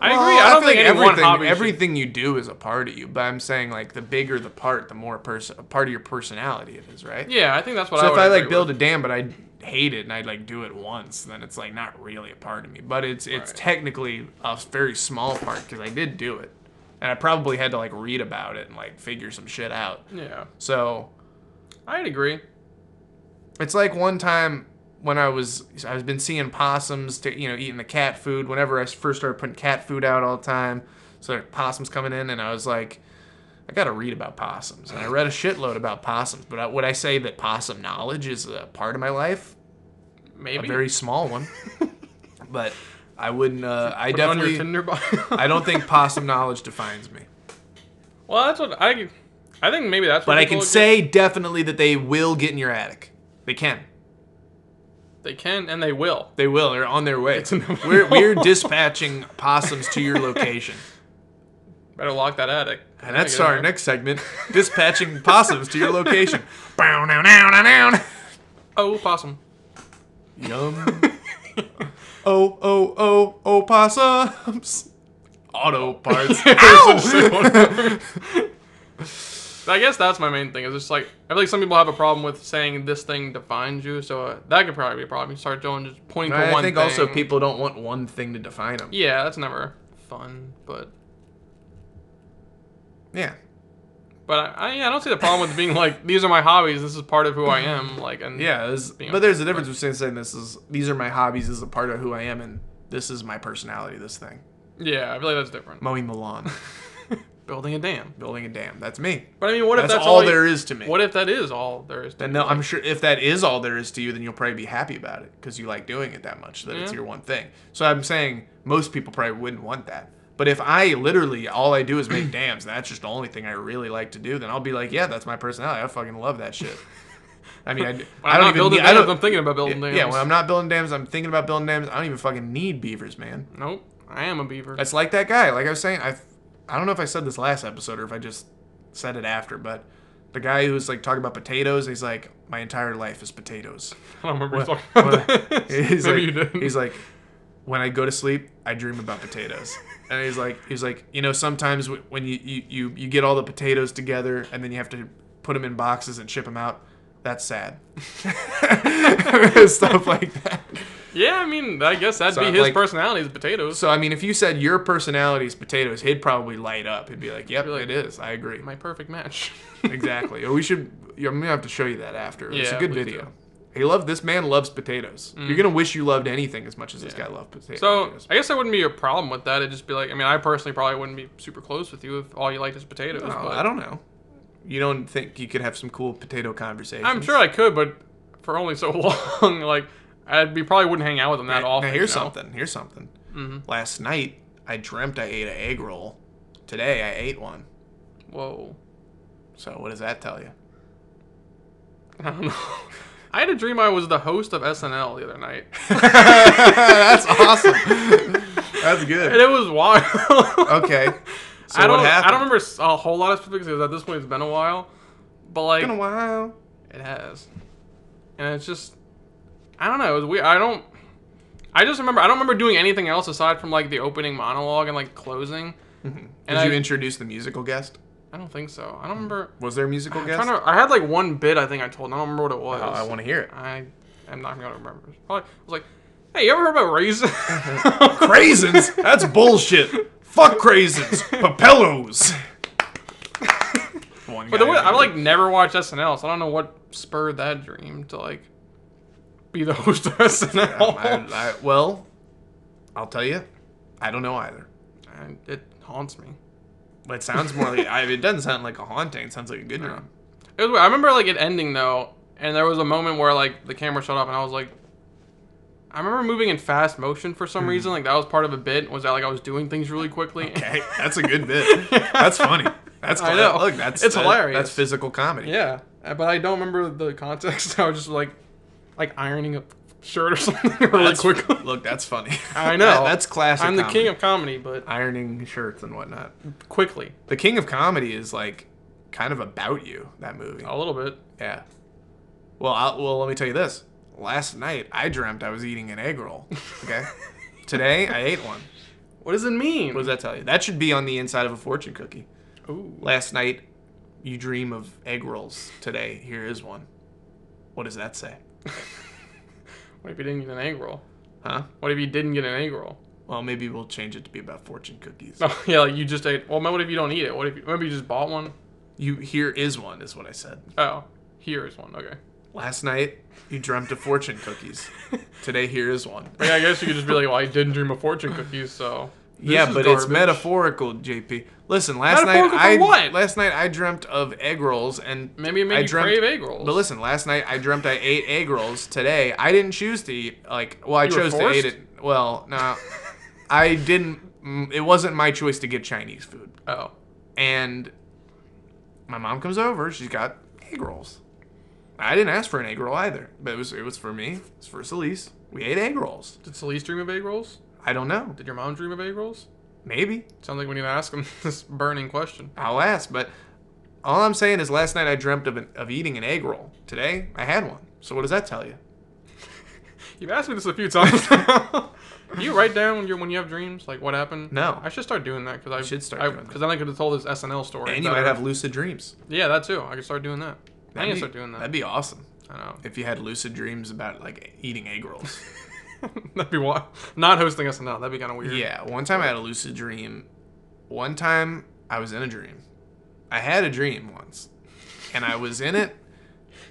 S2: I
S1: Well,
S2: agree. I don't
S1: feel
S2: think
S1: like
S2: any one
S1: everything,
S2: hobby. should-
S1: everything you do is a part of you, but I'm saying like the bigger the part, the more person a part of your personality it is, right?
S2: yeah, I think that's what I
S1: So if
S2: would
S1: I like
S2: agree
S1: build
S2: with.
S1: a dam, but I hate it and I like do it once, then it's like not really a part of me. But it's it's
S2: Right.
S1: technically a very small part because I did do it, and I probably had to like read about it and like figure some shit out.
S2: Yeah,
S1: So
S2: I'd agree.
S1: it's like one time when I was I was been seeing possums to you know eating the cat food whenever I first started putting cat food out all the time. So there were possums coming in, and I was like. I gotta read about possums, and I read a shitload about possums. But I, would I say that possum knowledge is a part of my life?
S2: Maybe.
S1: a very small one. but I wouldn't. Uh, I
S2: Put it on your
S1: definitely.
S2: Tinder bio.
S1: I don't think possum knowledge defines me,
S2: Well, that's what I. I think maybe that's. what
S1: but I
S2: people
S1: can
S2: would-
S1: say definitely that they will get in your attic. They can.
S2: they can and they will.
S1: They will. They're on their way.
S2: inevitable.
S1: We're, we're dispatching possums to your location,
S2: Better lock that attic.
S1: and that's
S2: Get in
S1: our
S2: there.
S1: next segment: dispatching possums to your location. Bow, now, now, now, now.
S2: Oh, possum.
S1: Yum. oh, oh, oh, oh, possums. Auto parts. Ow!
S2: I guess that's my main thing. Is just like I feel like some people have a problem with saying this thing defines you, so uh, that could probably be a problem. You start doing just pointing to
S1: I
S2: one
S1: think
S2: thing.
S1: also people don't want one thing to define them.
S2: Yeah, that's never fun, but
S1: Yeah.
S2: but I, I, yeah, I don't see the problem with being like these are my hobbies. This is part of who I am. Like and
S1: Yeah, there's-
S2: Being
S1: but there's a difference between saying this is these are my hobbies, this is a part of who I am, and this is my personality. This thing,
S2: yeah, I feel like that's different.
S1: mowing the lawn,
S2: Building a dam.
S1: building a dam. That's me.
S2: But I mean, what if
S1: That's
S2: that's
S1: all
S2: you-
S1: there is to me.
S2: What if that is all there is? To
S1: And
S2: me?
S1: no, I'm sure if that is all there is to you, then you'll probably be happy about it because you like doing it that much that it's
S2: Yeah.
S1: your one thing. So I'm saying most people probably wouldn't want that. But if I literally all I do is make dams, and that's just the only thing I really like to do, then I'll be like, yeah, that's my personality. I fucking love that shit. I mean, I, d-
S2: When
S1: I
S2: I'm
S1: don't
S2: not
S1: even.
S2: building
S1: need- I
S2: dams,
S1: don't,
S2: I'm thinking about building dams.
S1: Yeah, when I'm not building dams, I'm thinking about building dams. I don't even fucking need beavers, man.
S2: Nope, I am a beaver.
S1: It's like that guy. Like I was saying, I I don't know if I said this last episode or if I just said it after, but the guy who was like talking about potatoes, he's like, my entire life is potatoes.
S2: I don't remember
S1: Well,
S2: what, talking about
S1: well,
S2: this.
S1: He's
S2: Maybe
S1: like,
S2: you did.
S1: He's like, when I go to sleep, I dream about potatoes. And he's like, he's like, you know, sometimes wh- when you you, you you get all the potatoes together and then you have to put them in boxes and ship them out. That's sad. Stuff like that.
S2: yeah, I mean, I guess that'd
S1: So,
S2: be his
S1: like-
S2: personality is potatoes.
S1: So I mean, if you said your personality is potatoes, he'd probably light up. He'd be like, "Yep,
S2: Really?
S1: it is. I agree."
S2: My perfect match.
S1: exactly. We should. I'm gonna have to show you that after. It's
S2: Yeah,
S1: a good
S2: please
S1: video.
S2: do. Mm.
S1: He loved this man loves potatoes. You're gonna wish you loved anything as much as this
S2: Yeah.
S1: guy loved pota-
S2: So
S1: potatoes.
S2: I guess there wouldn't be a problem with that. It'd just be like, I mean, I personally probably wouldn't be super close with you if all you liked is potatoes.
S1: No,
S2: but
S1: I don't know. You don't think you could have some cool potato conversations?
S2: I'm sure I could, but for only so long. Like, I'd be probably wouldn't hang out with them that
S1: Now,
S2: often.
S1: Now here's
S2: you know? Mm-hmm.
S1: something. Here's something. Last night I dreamt I ate an egg roll. Today I ate one.
S2: Whoa.
S1: So what does that tell you?
S2: I don't know. I had a dream I was the host of SNL the other night,
S1: That's awesome. That's
S2: and
S1: good.
S2: it was wild.
S1: Okay. So
S2: I don't.
S1: what happened?
S2: I don't remember s- a whole lot of specifics because at this point it's been a while, but like
S1: It's been a while.
S2: It has. And it's just I don't know, it was weird. I don't I just remember I don't remember doing anything else aside from like the opening monologue and like closing.
S1: Did
S2: Mm-hmm. And I,
S1: you introduce the musical guest?
S2: I don't think so. I don't remember
S1: Was there a musical
S2: I'm
S1: guest?
S2: trying to, I had like one bit I think I told and I don't remember what it was.
S1: Oh, I want to hear it.
S2: I am not gonna remember. It's Probably I was like, Hey, you ever heard about raisins?
S1: Craisins? That's bullshit. Fuck craisins. Papellos. One
S2: But the way, I like never watched SNL, so I don't know what spurred that dream to like be the host of SNL.
S1: Um, I, I, well, I'll tell you, I don't know either.
S2: And it haunts me.
S1: But it sounds more like I, it doesn't sound like a haunting. It sounds like a good dream.
S2: It was weird. I remember like it ending though, and there was a moment where like the camera shut off, and I was like, I remember moving in fast motion for
S1: Hmm.
S2: some reason. Like that was part of a bit. Was that like I was doing things really quickly?
S1: Okay, that's a good bit. That's funny. That's
S2: I
S1: cla-
S2: know.
S1: Look, that's
S2: It's
S1: that-
S2: hilarious.
S1: That's physical comedy.
S2: yeah, uh, but I don't remember the context. I was just like, like ironing a shirt or something really
S1: That's-
S2: quickly.
S1: Look, that's funny.
S2: I know.
S1: That- that's classic.
S2: I'm the
S1: comedy.
S2: king of comedy, but
S1: ironing shirts and whatnot.
S2: quickly
S1: The King of Comedy is like kind of about you. That movie.
S2: a little bit.
S1: Yeah. Well, I, well, let me tell you this. Last night I dreamt I was eating an egg roll. Okay. Today I ate one.
S2: What does it mean?
S1: What does that tell you? That should be on the inside of a fortune cookie.
S2: Ooh,
S1: Last night you dream of egg rolls. Today here is one. What does that say?
S2: what if you didn't get an egg roll?
S1: Huh?
S2: What if you didn't get an egg roll?
S1: Well, maybe we'll change it to be about fortune cookies.
S2: Oh yeah, like you just ate. Well, what if you don't eat it? What if you, maybe you just bought one?
S1: You here is one is what I said.
S2: Oh, here is one. Okay.
S1: Last night you dreamt of fortune cookies. Today here is one.
S2: But yeah, I guess you could just be like, well, I didn't dream of fortune cookies, so. this
S1: yeah,
S2: is
S1: but it's
S2: garbage.
S1: metaphorical, JP. Listen, last night
S2: Metaphorical for
S1: I
S2: what?
S1: last night I dreamt of egg rolls and
S2: Maybe it made
S1: I
S2: you
S1: dreamt-
S2: crave egg rolls.
S1: But listen, last night I dreamt I ate egg rolls. Today I didn't choose to eat like well I
S2: You were
S1: chose to eat
S2: forced?
S1: it. Well, no. I didn't mm, it wasn't my choice to get Chinese food.
S2: oh,
S1: And my mom comes over, she's got egg rolls. I didn't ask for an egg roll either, but it was it was for me. It's for Celise. We ate egg rolls.
S2: did Celeste dream of egg rolls?
S1: I don't know.
S2: Did your mom dream of egg rolls?
S1: Maybe.
S2: Sounds like we need to ask him this burning question.
S1: I'll ask, but all I'm saying is last night I dreamt of, an, of eating an egg roll. Today I had one. So what does that tell you?
S2: You've asked me this a few times now. Do you write down when, you're, when you have dreams, like what happened?
S1: No.
S2: I should start doing that because I
S1: should start doing that.
S2: because then I could have told this SNL story.
S1: And you
S2: better.
S1: might have lucid dreams.
S2: yeah, that too. I could start doing that. I
S1: That'd
S2: need to
S1: be-
S2: start doing that.
S1: That'd be awesome
S2: I know.
S1: if you had lucid dreams about like eating egg rolls.
S2: that'd be what? Not hosting SNL. That'd be kind of weird.
S1: yeah, one time I had a lucid dream. One time I was in a dream. I had a dream once, and I was in it,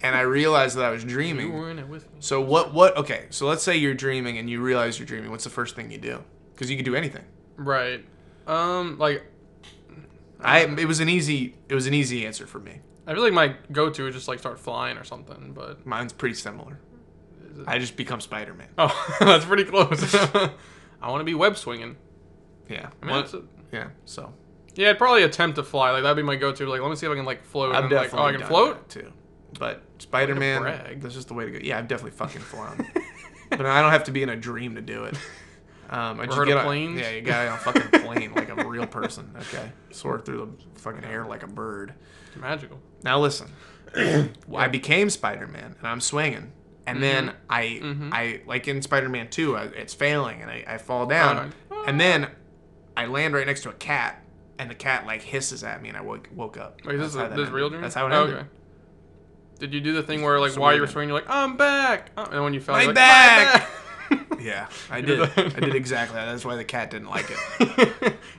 S1: and I realized that I was
S2: You
S1: dreaming.
S2: were in it with me.
S1: So what? What? Okay, so let's say you're dreaming and you realize you're dreaming. What's the first thing you do? Because you could do anything.
S2: Right. Um, like
S1: I it was an easy it was an easy answer for me.
S2: I feel like my go-to is just like start flying or something, but
S1: Mine's pretty similar.
S2: is it-
S1: I just become Spider Man.
S2: oh, that's pretty close. I want to be web swinging.
S1: Yeah.
S2: I mean,
S1: What-
S2: that's a-
S1: yeah. So
S2: yeah, I'd probably attempt to fly. Like that'd be my go-to. Like, let me see if I can like float. and then, like, oh, I can
S1: done
S2: float.
S1: that, too. But Spider Man,
S2: brag.
S1: that's just the way to go. Yeah, I'm definitely fucking flown. but I don't have to be in a dream to do it. Um, I just
S2: heard
S1: get
S2: of
S1: on,
S2: planes?
S1: Yeah, you got on a fucking plane like a real person. Okay, soar through the fucking air like a bird.
S2: It's magical.
S1: Now listen, I became Spider Man and I'm swinging, and
S2: Mm-hmm.
S1: then I I like in Spider Man Two, I, it's failing and I, I fall down,
S2: Alright.
S1: and then I land right next to a cat, and the cat like hisses at me, and I woke woke up.
S2: Like, is this,
S1: That's how that
S2: this
S1: ended.
S2: real dream?
S1: That's how it
S2: Oh,
S1: ended.
S2: Did you do the thing where, like,
S1: it's a
S2: while
S1: weird
S2: you were
S1: end.
S2: swinging, you're like, I'm back! Uh, and when you fell,
S1: My
S2: you're like,
S1: back!
S2: "I'm back!"
S1: Yeah, I
S2: did
S1: did.
S2: that.
S1: I did exactly that. That's why the cat didn't like it.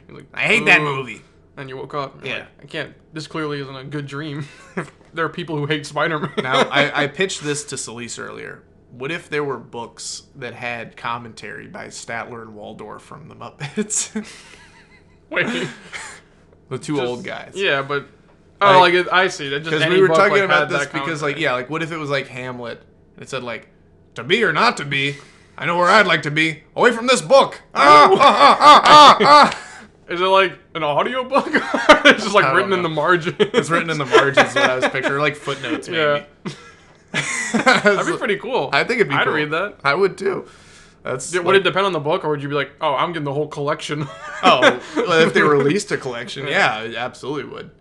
S2: You're like,
S1: I hate that
S2: "Ooh."
S1: movie.
S2: And you woke up. and you're
S1: Yeah.
S2: like, I can't. This clearly isn't a good dream. there are people who hate Spider Man.
S1: Now I, I pitched this to Solis earlier. What if there were books that had commentary by Statler and Waldorf from the Muppets?
S2: Wait.
S1: the two old guys.
S2: Yeah, but. Oh,
S1: Like-
S2: like, it, I see. That just
S1: because
S2: any
S1: we were
S2: book,
S1: talking
S2: like,
S1: about
S2: had
S1: this
S2: that
S1: because like
S2: commentary.
S1: yeah like what if it was like hamlet and it said like to be or not to be i know where i'd like to be away from this book ah, ah, ah, ah, ah, ah.
S2: Is it like an audio book? it's just like
S1: don't
S2: written in
S1: know.
S2: the margin.
S1: it's written in the margins what i was picturing like footnotes maybe
S2: Yeah.
S1: that'd
S2: That'd be pretty cool.
S1: i think it'd be
S2: I'd
S1: cool.
S2: read that.
S1: i would too that's
S2: Did- would it depend on the book, or would you be like, "Oh, I'm getting the whole collection"?
S1: oh well, if they released a collection yeah it absolutely would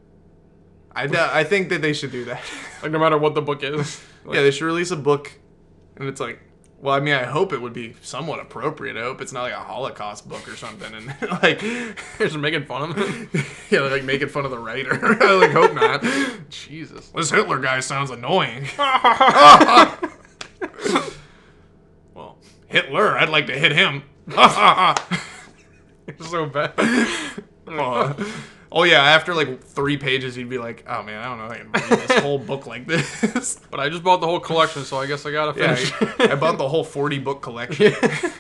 S1: I, d- I think that they should do that
S2: like no matter what the book is. Like,
S1: yeah, they should release a book, and it's like, well, I mean, I hope it would be somewhat appropriate. I hope it's not like a Holocaust book or something, and like,
S2: they're just making fun of it.
S1: yeah, like making fun of the writer. I like hope not.
S2: Jesus.
S1: This Hitler guy sounds annoying.
S2: Well,
S1: Hitler, I'd like to hit him. oh
S2: it's so bad.
S1: yeah, after like three pages, you'd be like, oh man, I don't know, if I can read this whole book like this.
S2: But I just bought the whole collection, so I guess I gotta
S1: Yeah,
S2: finish.
S1: I, I bought the whole 40 book collection.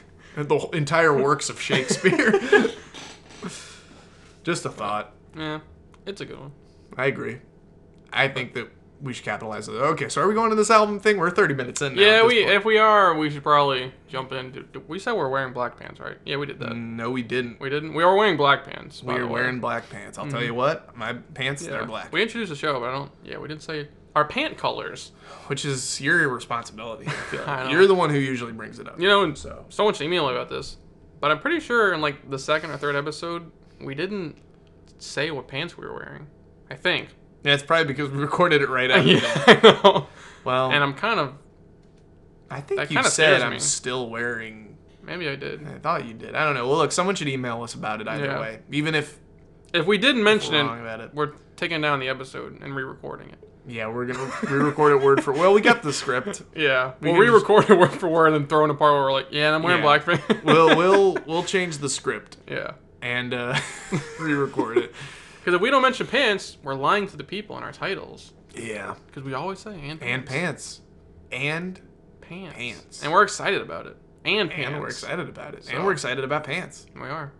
S1: the whole- entire works of Shakespeare. Just a thought.
S2: yeah, it's a good one.
S1: I agree. I think that we should capitalize on it. Okay, so are we going to this album thing? We're 30 minutes in now.
S2: yeah,
S1: at this
S2: we
S1: point.
S2: if we are, we should probably jump in. Did- did- We said we're wearing black pants, right? Yeah, we did that.
S1: No, we didn't.
S2: We didn't. Mm. We are wearing black pants. by
S1: We
S2: the
S1: are
S2: way.
S1: wearing black pants. I'll tell you what, my pants,
S2: Yeah.
S1: they're black.
S2: We introduced the show, but I don't. Yeah, we didn't say our pant colors.
S1: Which is your responsibility. I feel like.
S2: I know.
S1: You're the one who usually brings it up.
S2: You know, and
S1: So.
S2: so much email about this, but I'm pretty sure in like the second or third episode, we didn't say what pants we were wearing. I think.
S1: Yeah, it's probably because we recorded it right after
S2: yeah.
S1: that.
S2: I know.
S1: Well,
S2: And I'm kind of
S1: I
S2: that
S1: think you
S2: kinda scares
S1: said I'm
S2: me.
S1: still wearing
S2: maybe I did.
S1: I thought you did. I don't know. Well, look, someone should email us about it either
S2: Yeah.
S1: way. Even if,
S2: If we didn't mention
S1: Wrong about
S2: it,
S1: it.
S2: we're taking down the episode and re-recording it.
S1: yeah, we're gonna re-record it word for. Well, we got the script.
S2: Yeah, we
S1: We can
S2: will
S1: just-
S2: re-record it word for word and throw in a part where we're like, yeah, and I'm wearing
S1: Yeah.
S2: black pants.
S1: We'll we'll we'll change the script
S2: yeah.
S1: and uh, re-record it.
S2: Because if we don't mention pants, we're lying to the people in our titles.
S1: Yeah,
S2: Because we always say and
S1: and pants, and
S2: pants.
S1: Pants.
S2: And we're excited about it. And pants.
S1: and we're excited about it.
S2: So-
S1: And we're excited about pants.
S2: We are.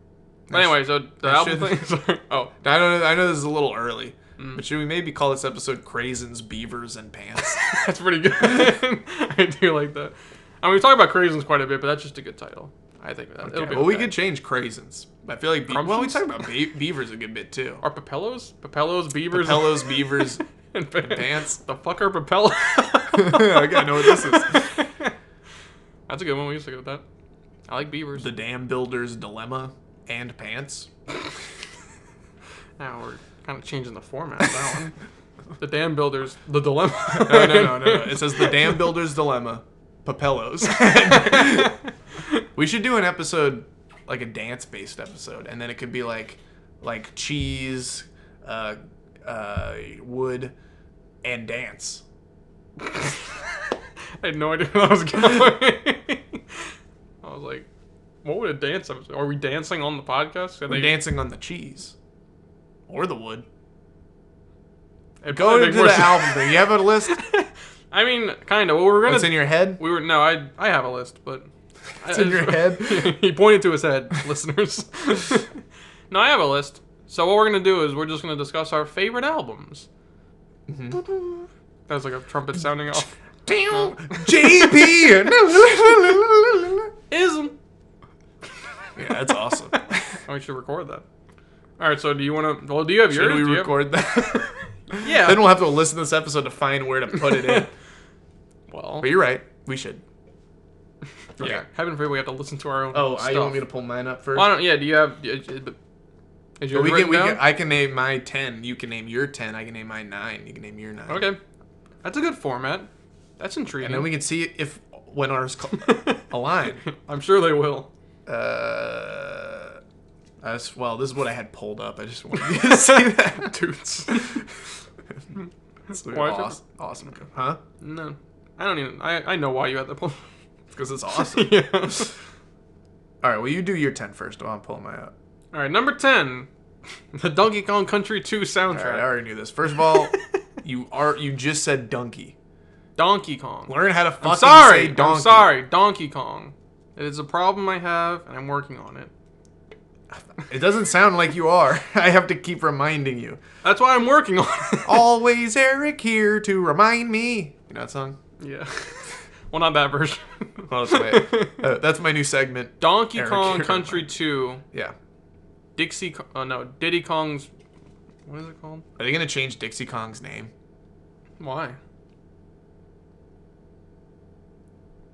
S2: But
S1: That's-
S2: anyway, so the
S1: that
S2: album
S1: should-
S2: thing. sorry. Oh,
S1: Now, I know I know this is a little early, but should we maybe call this episode "Craisins, Beavers, and Pants"?
S2: that's pretty good. I do like that. I mean, we talk about craisins quite a bit, but that's just a good title. I think that it'll
S1: Okay,
S2: be.
S1: well, we
S2: okay.
S1: could change craisins. But I feel like be- well, we
S2: Crumpsins?
S1: talk about be- beavers a good bit too.
S2: Are papellos, papellos, beavers,
S1: Hellos, beavers,
S2: and pants.
S1: pants.
S2: The fuck are papellos?
S1: I gotta know what this
S2: is. That's a good one. We used to go with that. I like beavers.
S1: The Dam Builder's Dilemma, and Pants.
S2: now we're kind of changing the format of that one. The dam builders, the dilemma.
S1: No, no, no, no. no. It says The Dam Builder's Dilemma, Papellos. we should do an episode, like a dance based episode, and then it could be like, like cheese, uh, uh, wood, and dance.
S2: I had no idea where that was going. I was like, what would a dance episode? Are we dancing on the podcast? I
S1: We're
S2: think
S1: dancing on the cheese, or the wood.
S2: it'd
S1: Go
S2: probably
S1: to
S2: make more
S1: the
S2: sense.
S1: album thing. You have a list
S2: I mean, kind of. Well, we're gonna.
S1: that's in your head.
S2: we were no, I I have a list, but
S1: It's in your head.
S2: he pointed to his head, listeners. no, I have a list. So what we're gonna do is we're just gonna discuss our favorite albums. That was like a trumpet sounding off.
S1: JP.
S2: Ism.
S1: yeah, that's awesome.
S2: Oh, we should record that. All right. So do you want to? Well, do you have yours?
S1: Should we
S2: Do you have-
S1: record that?
S2: Yeah.
S1: Then we'll have to listen to this episode to find where to put it in.
S2: well,
S1: but you're right. We should.
S2: yeah.
S1: yeah.
S2: Heaven forbid we have to listen to our own.
S1: Oh,
S2: stuff.
S1: I want me to pull mine up first.
S2: Why don't? Yeah. Do you have? Is, is
S1: But
S2: your
S1: we can, we
S2: down?
S1: can, I can name my 10. You can name your 10. I can name my 9. You can name your 9.
S2: Okay. That's a good format. That's intriguing.
S1: And then we can see if when ours co- align.
S2: I'm sure they will.
S1: Uh, I just, well, this is what I had pulled up. I just wanted you to see that.
S2: Dudes.
S1: It's
S2: Why is it-
S1: awesome. awesome. Huh?
S2: No. I don't even. I, I know why you had the point.
S1: Because it's awesome.
S2: yeah.
S1: All right, well, you do your 10 first while I'm pulling my up.
S2: All right, number 10. The Donkey Kong Country 2
S1: All right, I
S2: soundtrack.
S1: already knew this. First of all, you are you just said donkey.
S2: Donkey Kong.
S1: Learn how to fucking
S2: I'm sorry.
S1: say donkey.
S2: I'm sorry. Donkey Kong. It is a problem I have, and I'm working on it.
S1: It doesn't sound like you are. I have to keep reminding you.
S2: That's why I'm working on it.
S1: Oh. Always Eric here to remind me. You know that song?
S2: yeah. Well, not that version.
S1: Well, that's my, uh, that's my new segment.
S2: Donkey
S1: Eric,
S2: Kong
S1: you're
S2: Country 2.
S1: Yeah.
S2: Dixie. Co- Oh, no. Diddy Kong's. What is it called?
S1: Are they gonna change Dixie Kong's name?
S2: Why?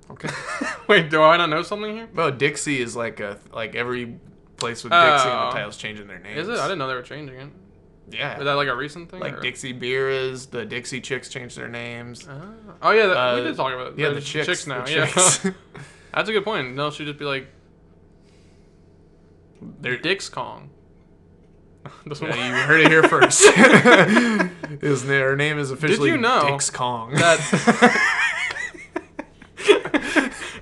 S1: Okay.
S2: Wait, do I not know something here?
S1: well, Dixie is like a like every place with Dixie on
S2: Oh.
S1: the title's changing their name.
S2: Is it? I didn't know they were changing it. Is
S1: Yeah.
S2: that like a recent thing?
S1: Like
S2: or-
S1: Dixie Beeras, the Dixie Chicks changed their names.
S2: Ah. Oh yeah, that, we
S1: Uh,
S2: did talk about it.
S1: yeah, the
S2: There's
S1: chicks,
S2: now.
S1: the
S2: yeah,
S1: chicks.
S2: that's a good point. No, she'd just be like
S1: They're-
S2: Dick's Kong. Doesn't
S1: Yeah,
S2: work.
S1: you heard it here first. His, na- her name is officially
S2: know
S1: Dix Kong.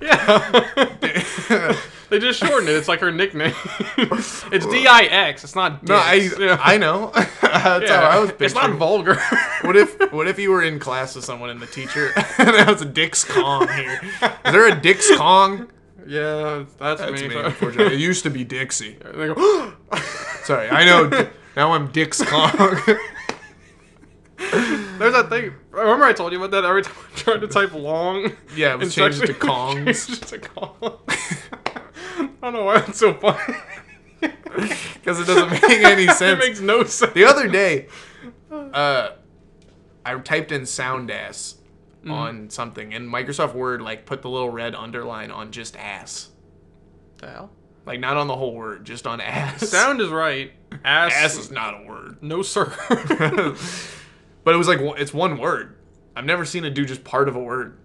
S2: yeah, they just shortened it. It's like her nickname. it's D I X. It's not. Dix.
S1: no, I
S2: yeah.
S1: I know. That's
S2: Yeah.
S1: how I was
S2: It's not
S1: picturing.
S2: vulgar.
S1: what if what if you were in class with someone and the teacher and there was a Dix Kong here? Is there a Dix Kong?
S2: yeah, that's,
S1: That's
S2: me.
S1: me, unfortunately. It used to be Dixie.
S2: They go,
S1: Sorry, I know. Now I'm Dix Kong.
S2: There's that thing. Remember I told you about that? Every time I tried to type long.
S1: Yeah, it was
S2: in
S1: changed to
S2: section-
S1: Kongs.
S2: Changed to Kong. I don't know why it's so funny.
S1: Because it doesn't make any
S2: it
S1: sense.
S2: makes no sense.
S1: the other day, uh, I typed in sound ass on something, and Microsoft Word like put the little red underline on just ass,
S2: the hell?
S1: like not on the whole word, just on ass.
S2: Sound is right. Ass.
S1: ass is not a word,
S2: No sir.
S1: but it was like one- it's one word. I've never seen a dude just part of a word.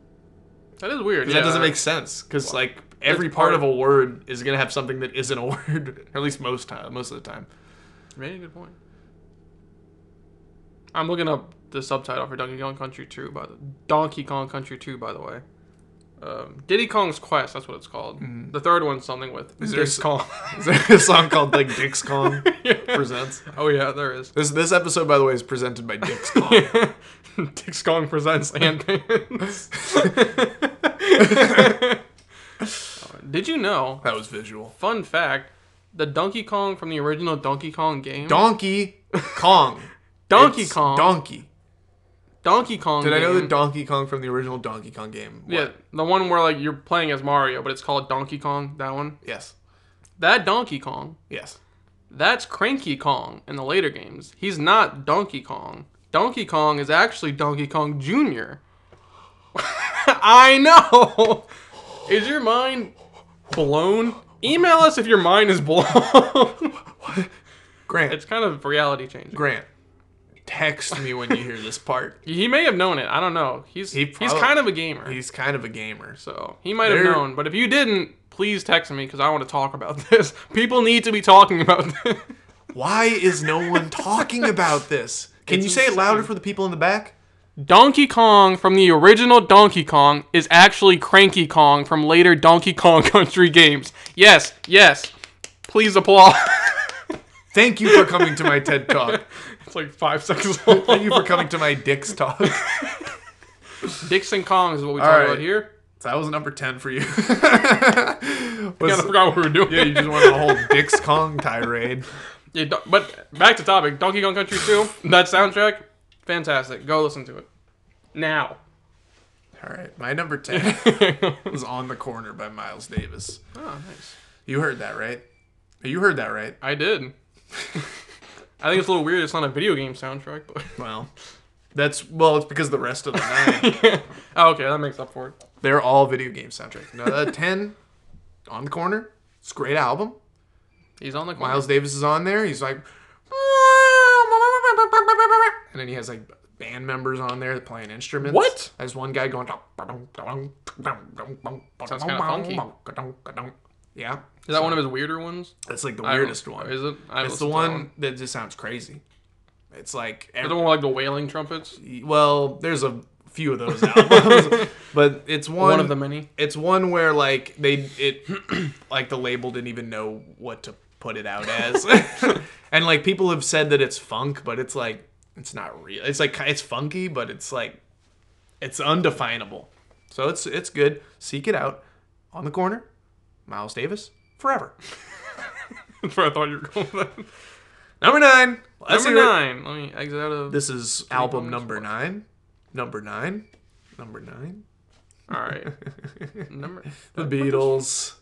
S2: that is weird.
S1: 'Cause
S2: Yeah.
S1: That doesn't make sense because like every
S2: it's part-
S1: part of a word is gonna have something that isn't a word, or at least most time, most of the time.
S2: You made a good point. I'm looking up the subtitle for Donkey Kong Country 2 by the Donkey Kong Country 2 by the way. Um, Diddy Kong's Quest, that's what it's called. The third one's something with
S1: Mm-hmm. Is there
S2: Diddy
S1: s-
S2: Kong.
S1: Is there a song called like Dick's Kong presents?
S2: Oh yeah, there is.
S1: This this episode, by the way, is presented by Dick's Kong.
S2: Dick's Kong presents hand pans. Uh, Did you know?
S1: That was visual.
S2: Fun fact: the Donkey Kong from the original Donkey Kong game,
S1: Donkey Kong.
S2: Donkey
S1: It's
S2: Kong,
S1: Donkey.
S2: Donkey Kong.
S1: Did I know
S2: game-
S1: the Donkey Kong from the original Donkey Kong game? What?
S2: Yeah, the one where like you're playing as Mario, but it's called Donkey Kong. That one.
S1: Yes.
S2: That Donkey Kong.
S1: Yes.
S2: That's Cranky Kong in the later games. He's not Donkey Kong. Donkey Kong is actually Donkey Kong Jr. I know. Is your mind blown? Email us if your mind is blown.
S1: Grant.
S2: it's kind of reality changing.
S1: Grant. Text me when you hear this part.
S2: He may have known it. I don't know. He's
S1: He
S2: he's
S1: probably-
S2: kind of a gamer,
S1: He's kind of a gamer. So
S2: so he might have
S1: There-
S2: known. But if you didn't, please text me because I want to talk about this. People need to be talking about this.
S1: why is no one talking about this? Can
S2: It's
S1: you say it louder for the people in the back?
S2: Donkey Kong from the original Donkey Kong is actually Cranky Kong from later Donkey Kong Country games. Yes, yes. Please applaud.
S1: Thank you for coming to my TED Talk.
S2: it's like five seconds long.
S1: Thank you for coming to my Dick's Talk. So
S2: Dixon Kong is what we
S1: All
S2: talk
S1: right.
S2: about here.
S1: that was number 10 for you.
S2: Kind of forgot what we were doing.
S1: yeah, you just wanted a whole Dick's Kong tirade.
S2: Yeah, Don- but back to topic. Donkey Kong Country 2, that soundtrack, fantastic. Go listen to it. Now.
S1: All right, my number 10 was On the Corner by Miles Davis.
S2: Oh, nice.
S1: You heard that, right? You heard that, right?
S2: I did. I think it's a little weird. It's not a video game soundtrack, but
S1: Well, that's well, it's because the rest of the nine
S2: oh, okay, that makes up for it.
S1: they're all video game soundtrack. No, uh, ten on the corner. It's a great album.
S2: He's on the corner.
S1: Miles Davis is on there. He's like, and then he has like band members on there that playing instruments.
S2: What?
S1: There's one guy going.
S2: Sounds kinda funky.
S1: Yeah,
S2: Is that one of his weirder ones?
S1: that's like the
S2: I don't-
S1: weirdest one.
S2: Is it? I
S1: It's the
S2: listened to that
S1: one that just sounds crazy. It's like
S2: The
S1: every,
S2: one with like the wailing trumpets.
S1: well, there's a few of those albums, but it's one,
S2: One of the many.
S1: It's one where like they it like the label didn't even know what to put it out as, and like people have said that it's funk, but it's like it's not real. It's like it's funky, but it's like it's undefinable. So it's it's good. Seek it out on the corner, Miles Davis forever.
S2: That's where I thought you were going. With that.
S1: Number nine. Let's
S2: Number
S1: hear it.
S2: nine. Let me exit out of.
S1: This is album
S2: bonus
S1: number nine. Number nine. Number nine.
S2: All right. Number.
S1: The Beatles.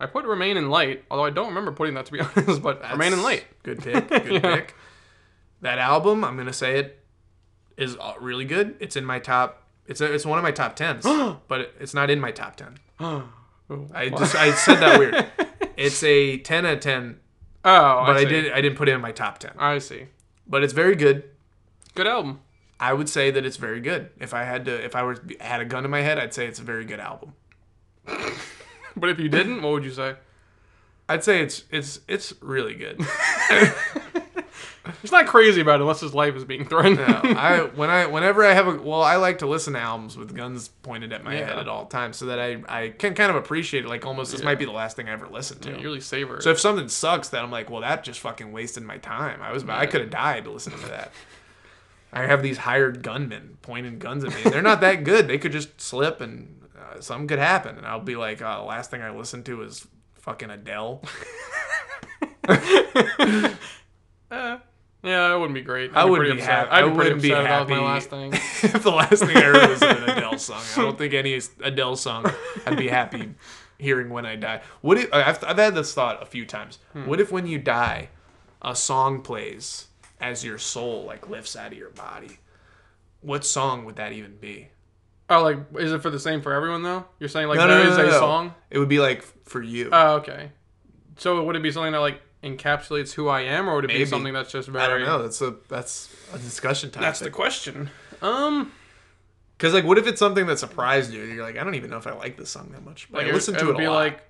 S2: I put "Remain in Light," although I don't remember putting that to be honest. But "Remain in
S1: That's-
S2: Light."
S1: Good pick. Good
S2: Yeah.
S1: pick. That album, I'm gonna say it is uh, really good. It's in my top. It's it's one of my top tens, but it- it's not in my top ten.
S2: oh,
S1: I just I said that weird. It's a ten out of ten,
S2: but
S1: but
S2: Oh, I,
S1: I,
S2: see.
S1: did I didn't put it in my top ten.
S2: I see.
S1: But it's very good.
S2: Good album.
S1: I would say that it's very good. If I had to, if I were to be- had a gun to my head, I'd say it's a very good album.
S2: But if you didn't, what would you say?
S1: I'd say it's it's it's really good.
S2: He's not crazy about it unless his life is being threatened.
S1: No, I when I whenever I have a well, I like to listen to albums with guns pointed at my
S2: Yeah.
S1: head at all times, so that I I can kind of appreciate it. Like almost this might be the last thing I ever listened to.
S2: you really savor it.
S1: so if something sucks, that I'm like, well, that just fucking wasted my time. I was I could have died listening to that. I have these hired gunmen pointing guns at me. They're not that good. They could just slip and uh, something could happen, and I'll be like, uh, last thing I listened to is fucking Adele.
S2: Eh, yeah, it wouldn't be great.
S1: I
S2: I'd
S1: wouldn't
S2: pretty
S1: be
S2: upset.
S1: happy.
S2: I'd
S1: I
S2: be pretty
S1: wouldn't be
S2: upset
S1: happy.
S2: That was my last thing.
S1: if the last thing I heard was an Adele song, I don't think any Adele song I'd be happy hearing when I die. What if I've, I've had this thought a few times?
S2: Hmm.
S1: What if when you die, a song plays as your soul like lifts out of your body? What song would that even be?
S2: Oh, like, is it for the same for everyone though? You're saying like there is a song?
S1: It would be like for you.
S2: Oh, okay. So would it be something that like encapsulates who I am, or would it
S1: Maybe.
S2: be something that's just very?
S1: I don't know. That's a that's a discussion topic.
S2: That's the question. Um,
S1: Because like, what if it's something that surprised you? You're like, I don't even know if I like this song that much. But
S2: like
S1: I
S2: it,
S1: listen
S2: it
S1: to it,
S2: would
S1: a
S2: be
S1: lot.
S2: like,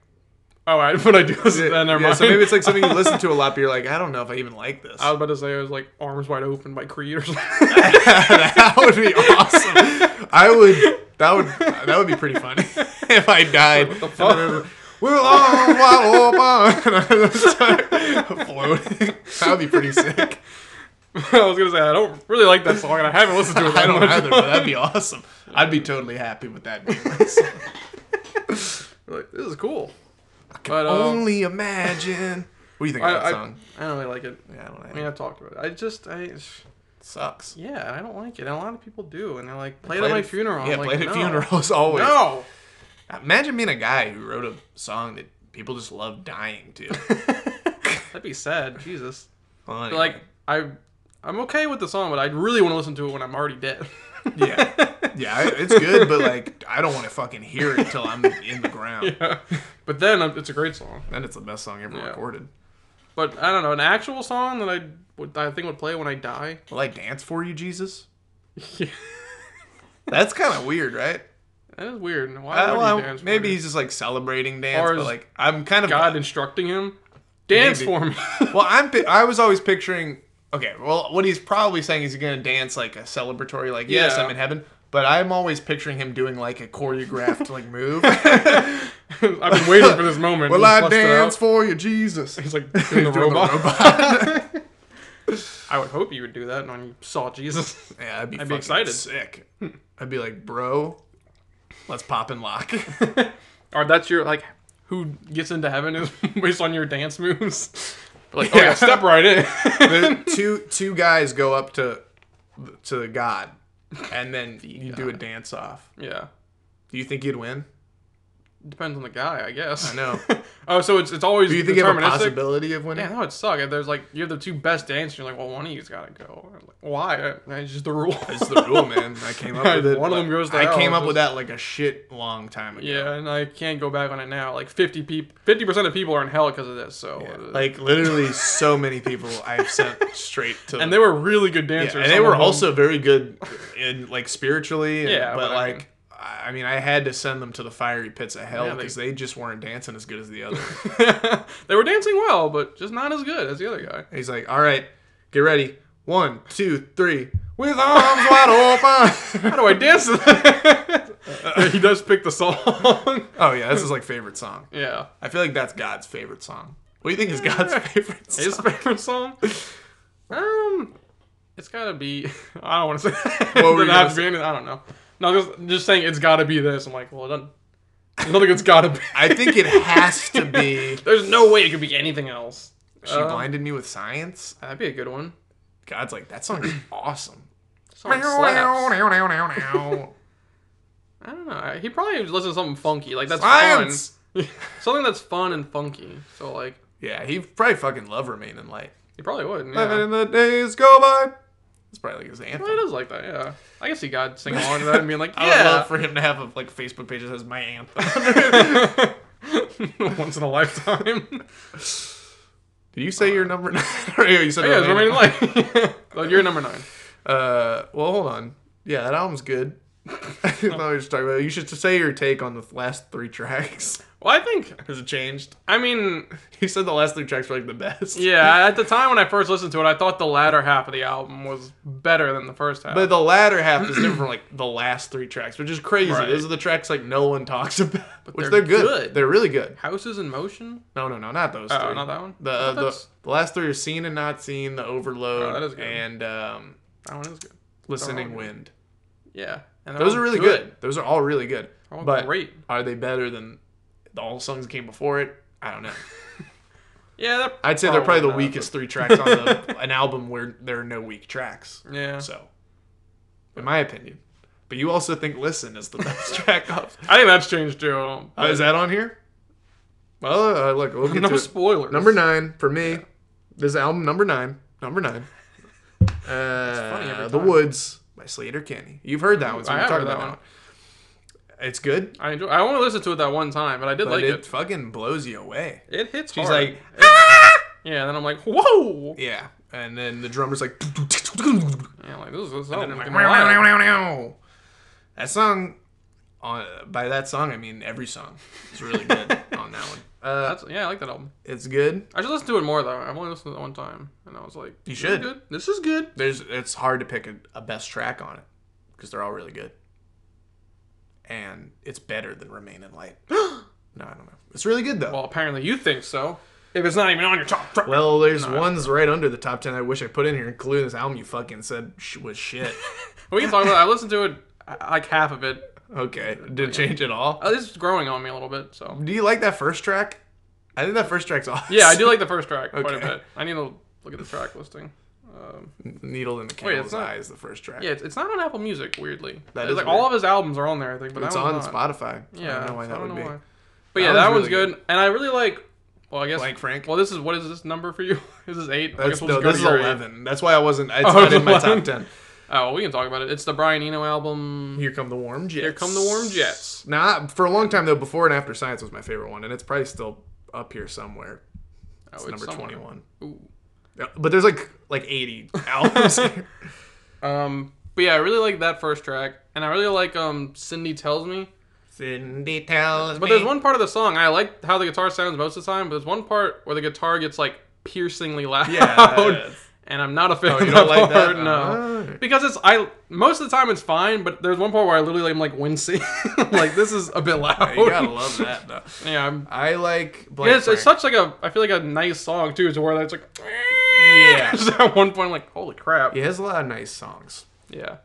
S2: oh, I, what I do is
S1: Yeah,
S2: then never
S1: yeah,
S2: mind.
S1: So maybe it's like something you listen to a lot, but you're like, I don't know if I even like this.
S2: I was about to say it was like arms wide open by Creed or something.
S1: that would be awesome. I would. That would. That would be pretty funny if I died. We're all wild open. And I start floating. That would be pretty sick.
S2: I was gonna say I don't really like that song, and I haven't listened to it that
S1: I don't
S2: much.
S1: either, but that'd be awesome. I'd be totally happy with that. Being my song.
S2: Like, this is cool.
S1: Can
S2: But, um,
S1: only imagine. What do you think
S2: I,
S1: of that
S2: I,
S1: song?
S2: I don't really like it.
S1: Yeah, I don't know.
S2: I mean, I've talked about it. I just, I,
S1: It sucks.
S2: yeah, I don't like it. And a lot of people do, and they're like, play, it at my funeral.
S1: Yeah,
S2: I'm like,
S1: played
S2: no.
S1: at funerals always.
S2: No.
S1: Imagine being a guy who wrote a song that people just love dying to.
S2: That'd be sad. Jesus.
S1: Well,
S2: But,
S1: anyway.
S2: like, I, I'm okay with the song, but I really want to listen to it when I'm already dead.
S1: yeah, yeah, I- it's good, but like, I don't want to fucking hear it until I'm in the ground.
S2: but then um, it's a great song.
S1: Then it's the best song ever
S2: Yeah.
S1: recorded.
S2: But I don't know an actual song that I would, I think would play when I die.
S1: Will I dance for you, Jesus?
S2: Yeah.
S1: That's kind of weird, right?
S2: That is weird. Why
S1: Uh,
S2: would
S1: well,
S2: you dance? for
S1: maybe
S2: me?
S1: he's just like celebrating dance,
S2: Or
S1: but
S2: is
S1: like, I'm kind of
S2: God instructing him. Dance
S1: Maybe.
S2: for me.
S1: well, I'm pi- I was always picturing. Okay, well, what he's probably saying is he's gonna dance like a celebratory, like yes,
S2: Yeah.
S1: I'm in heaven. But I'm always picturing him doing like a choreographed like move.
S2: I've been waiting for this moment.
S1: Will
S2: Just
S1: I
S2: bust it out.
S1: dance for you, Jesus?
S2: He's like doing the
S1: Doing the
S2: robot.
S1: robot.
S2: I would hope you would do that when you saw Jesus.
S1: Yeah, I'd be,
S2: I'd be
S1: fucking
S2: excited. Hmm.
S1: Sick. I'd be like, bro, let's pop and lock.
S2: or that's your like who gets into heaven is based on your dance moves. Like, oh
S1: Yeah.
S2: yeah, step right in.
S1: The two two guys go up to to the god, and then you do a dance off.
S2: yeah.
S1: Do you think you'd win?
S2: Depends on the guy, I guess.
S1: I know.
S2: oh, so it's it's always
S1: Do you think you have a
S2: deterministic?
S1: possibility of winning?
S2: Yeah, that would suck. If there's like you have the two best dancers, you're like, well, one of you's gotta go. I'm Like, Why? It's just the rule.
S1: It's the rule, man. I came up with it.
S2: One of them
S1: like-
S2: goes to
S1: I
S2: hell,
S1: came up
S2: just-
S1: with that like a shit long time ago.
S2: Yeah, and I can't go back on it now. Like fifty people, fifty percent of people are in hell because of this. So,
S1: Yeah.
S2: uh,
S1: Like literally, so many people I've sent straight to.
S2: and they were really good
S1: Yeah,
S2: dancers.
S1: and they
S2: some of
S1: were
S2: them.
S1: also very good in like spiritually. and-
S2: Yeah,
S1: but
S2: but I mean-
S1: like. I mean, I had to send them to the fiery pits of hell
S2: Yeah, they-
S1: because they just weren't dancing as good as the other.
S2: they were dancing well, but just not as good as the other guy.
S1: And He's like, all right, get ready. One, two, three. With arms wide
S2: How
S1: open.
S2: do I dance to that? Yeah, he does pick the song.
S1: oh, yeah, this is like favorite song.
S2: yeah.
S1: I feel like that's God's favorite song. What do you think is God's favorite song?
S2: His favorite song? Um, it's gotta be. I don't want to say.
S1: What were
S2: Doesn't
S1: you
S2: have to
S1: gonna
S2: be any- I don't know. No, just, just saying it's gotta be this. I'm like, well, it doesn't. I don't think it's gotta be.
S1: I think it has to be.
S2: There's no way it could be anything else.
S1: She
S2: Uh,
S1: blinded me with science.
S2: That'd be a good one.
S1: God's like, that song is awesome.
S2: Song Oh, slaps.
S1: Science.
S2: I don't know. He probably was listening to something funky. Like that's fun. something that's fun and funky. So like,
S1: Yeah, he probably fucking love Remain in Light.
S2: he probably would.
S1: Letting
S2: Yeah.
S1: the days go by. It's probably like his anthem.
S2: Well, he does like that. Yeah. I guess he got sing along to that and being like, yeah.
S1: I would love for him to have a like Facebook page that says my anthem.
S2: Once in a lifetime.
S1: Did you say your number? nine? Or, yeah, you said
S2: yeah, it's
S1: Remain in
S2: remaining like. so you're number nine.
S1: Uh, well, hold on. Yeah, that album's good. I thought we were just talking about. it. You should say your take on the last three tracks.
S2: Well, I think.
S1: Has it changed?
S2: I mean,
S1: You said the last three tracks were like the best.
S2: yeah. At the time when I first listened to it, I thought the latter half of the album was better than the first half.
S1: But the latter half is different from like the last three tracks, which is crazy.
S2: Right.
S1: Those are the tracks like no one talks about, which they're,
S2: they're
S1: good.
S2: good.
S1: They're really good.
S2: Houses in Motion.
S1: No, no, no, not those.
S2: Oh,
S1: three.
S2: not that one?
S1: The,
S2: I
S1: uh,
S2: thought
S1: the
S2: that's-
S1: the last three are seen and not seen. The overload.
S2: Oh, that is good.
S1: And um,
S2: That one is good.
S1: listening
S2: good.
S1: wind.
S2: Yeah. And they're
S1: Those
S2: all
S1: are really good. Those are all really good.
S2: They're all
S1: but
S2: great.
S1: are they better than the all songs that came before it? I don't know.
S2: Yeah. They're
S1: I'd say they're probably the
S2: not,
S1: weakest three tracks on the, an album where there are no weak tracks.
S2: but- Yeah.
S1: So, in my opinion. But you also think "Listen" is the best track off.
S2: I think that's changed too.
S1: Uh, is that on here? Well, uh, look, we'll get
S2: no
S1: to it.
S2: spoilers.
S1: Number nine for me. This album, number nine. Number nine.
S2: funny
S1: Uh,
S2: every
S1: the
S2: time.
S1: Woods by Slater Kenny. You've heard that one. So
S2: I
S1: we
S2: have
S1: talked
S2: heard
S1: about
S2: that
S1: that
S2: one.
S1: one. It's good,
S2: I enjoy. I only listened to it that one time, but I did
S1: but
S2: like
S1: it,
S2: it.
S1: fucking blows you away.
S2: It, hits.
S1: She's
S2: hard.
S1: like,
S2: "Ah!" yeah. And then I'm like, whoa.
S1: yeah, and then the drummer's like,
S2: Yeah, like this is this
S1: And
S2: album.
S1: I'm like,
S2: fucking
S1: "Wow,
S2: wild."
S1: wow, wow, wow." That song, uh, by that song I mean every song, is really good on that one. Uh,
S2: That's yeah, I like that album.
S1: it's good.
S2: I should listen to it more though. I've only listened to it one time, and I was like,
S1: You
S2: "This is
S1: should.
S2: Good. This is good.
S1: There's it's hard to pick a, a best track on it because they're all really good, and it's better than Remain in Light. no, I don't know. It's really good though.
S2: Well, apparently you think so. If it's not even on your top, track.
S1: Well, there's ones right under the top ten I wish I put in here, including this album you fucking said sh- was shit.
S2: we can talk about. It. I listened to it I- like half of it.
S1: okay, didn't change at all.
S2: Uh, It's growing on me a little bit. So
S1: Do you like that first track? I think that first track's awesome.
S2: yeah, I do like the first track quite a
S1: Okay.
S2: bit. I need to look at the track listing. Um,
S1: Needle in the Camel's
S2: it's not-
S1: Eye is the first track.
S2: yeah, it's, it's not on Apple Music. Weirdly,
S1: That
S2: It's
S1: is
S2: like
S1: weird.
S2: all of his albums are on there. I think, but
S1: It's
S2: that
S1: on
S2: one's not.
S1: Spotify.
S2: Yeah,
S1: I don't know why
S2: so
S1: that would be.
S2: why. But
S1: That
S2: yeah, that,
S1: one's
S2: one's
S1: really
S2: good. and I really like. Well, I guess
S1: Blank Frank.
S2: Well, this is what is this number for you? is this eight? I
S1: That's,
S2: guess we'll
S1: no,
S2: just go
S1: this
S2: to
S1: is
S2: your eight.
S1: eleven. That's why I wasn't. It's
S2: Oh,
S1: not
S2: it's
S1: in my top
S2: 11.
S1: ten.
S2: Oh, well, we can talk about it. It's the Brian Eno album.
S1: Here come the warm jets.
S2: Here come the warm jets.
S1: Nah, for a long time though, before and after science was my favorite one, and it's probably still up here somewhere.
S2: Oh,
S1: It's number
S2: somewhere.
S1: twenty one.
S2: Ooh.
S1: But there's like like eighty albums. here.
S2: Um, but yeah, I really like that first track, and I really like um Cindy tells me.
S1: Cindy tells
S2: But there's one part of the song I like how the guitar sounds most of the time. But there's one part where the guitar gets like piercingly loud.
S1: Yeah. Oh,
S2: and I'm not a fan.
S1: you
S2: of
S1: don't
S2: that
S1: like that?
S2: part, No,
S1: Alright.
S2: because it's I most of the time it's fine, but there's one part where I literally am like wincing, like this is a bit loud.
S1: You gotta love that though.
S2: Yeah, I'm,
S1: oh, I like. Blank
S2: yeah, it's, it's
S1: Frank.
S2: such like a I feel like a nice song too, to where it's like
S1: Yeah.
S2: Just at one point I'm like holy crap.
S1: He has a lot of nice songs.
S2: Yeah.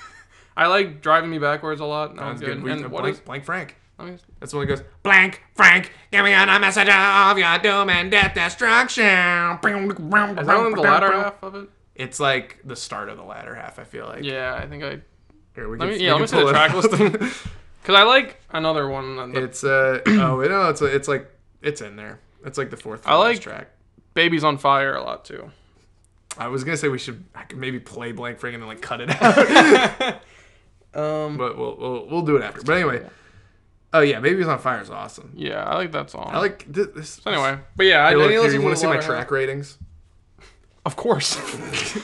S2: I like driving me backwards a lot. That
S1: Sounds
S2: was
S1: good.
S2: Oh, good.
S1: We- uh,
S2: And what
S1: blank,
S2: is?
S1: blank Frank?
S2: Let me,
S1: That's the one that goes, blank, Frank, give me a message of your doom and death destruction.
S2: is that one the latter half of it?
S1: It's like the start of the latter half, I feel like.
S2: Yeah, I think I.
S1: Here, we
S2: Let
S1: can,
S2: me,
S1: we
S2: yeah, let
S1: can
S2: me see the
S1: pull it
S2: track
S1: up.
S2: listing. Cause I like another one. The
S1: It's uh oh you know it's it's like it's in there. It's like the fourth.
S2: I like-
S1: track.
S2: Baby's on fire a lot too.
S1: I was gonna say we should I could maybe play blank friggin' and like cut it out,
S2: Um,
S1: but we'll, we'll we'll do it after. But anyway, oh yeah, Baby's on Fire is awesome.
S2: yeah, I like that song.
S1: I like thi- this.
S2: So anyway, but yeah, I
S1: hey, look,
S2: didn't
S1: here,
S2: listen
S1: you want
S2: the
S1: to see my
S2: Waterhouse.
S1: track ratings?
S2: Of course.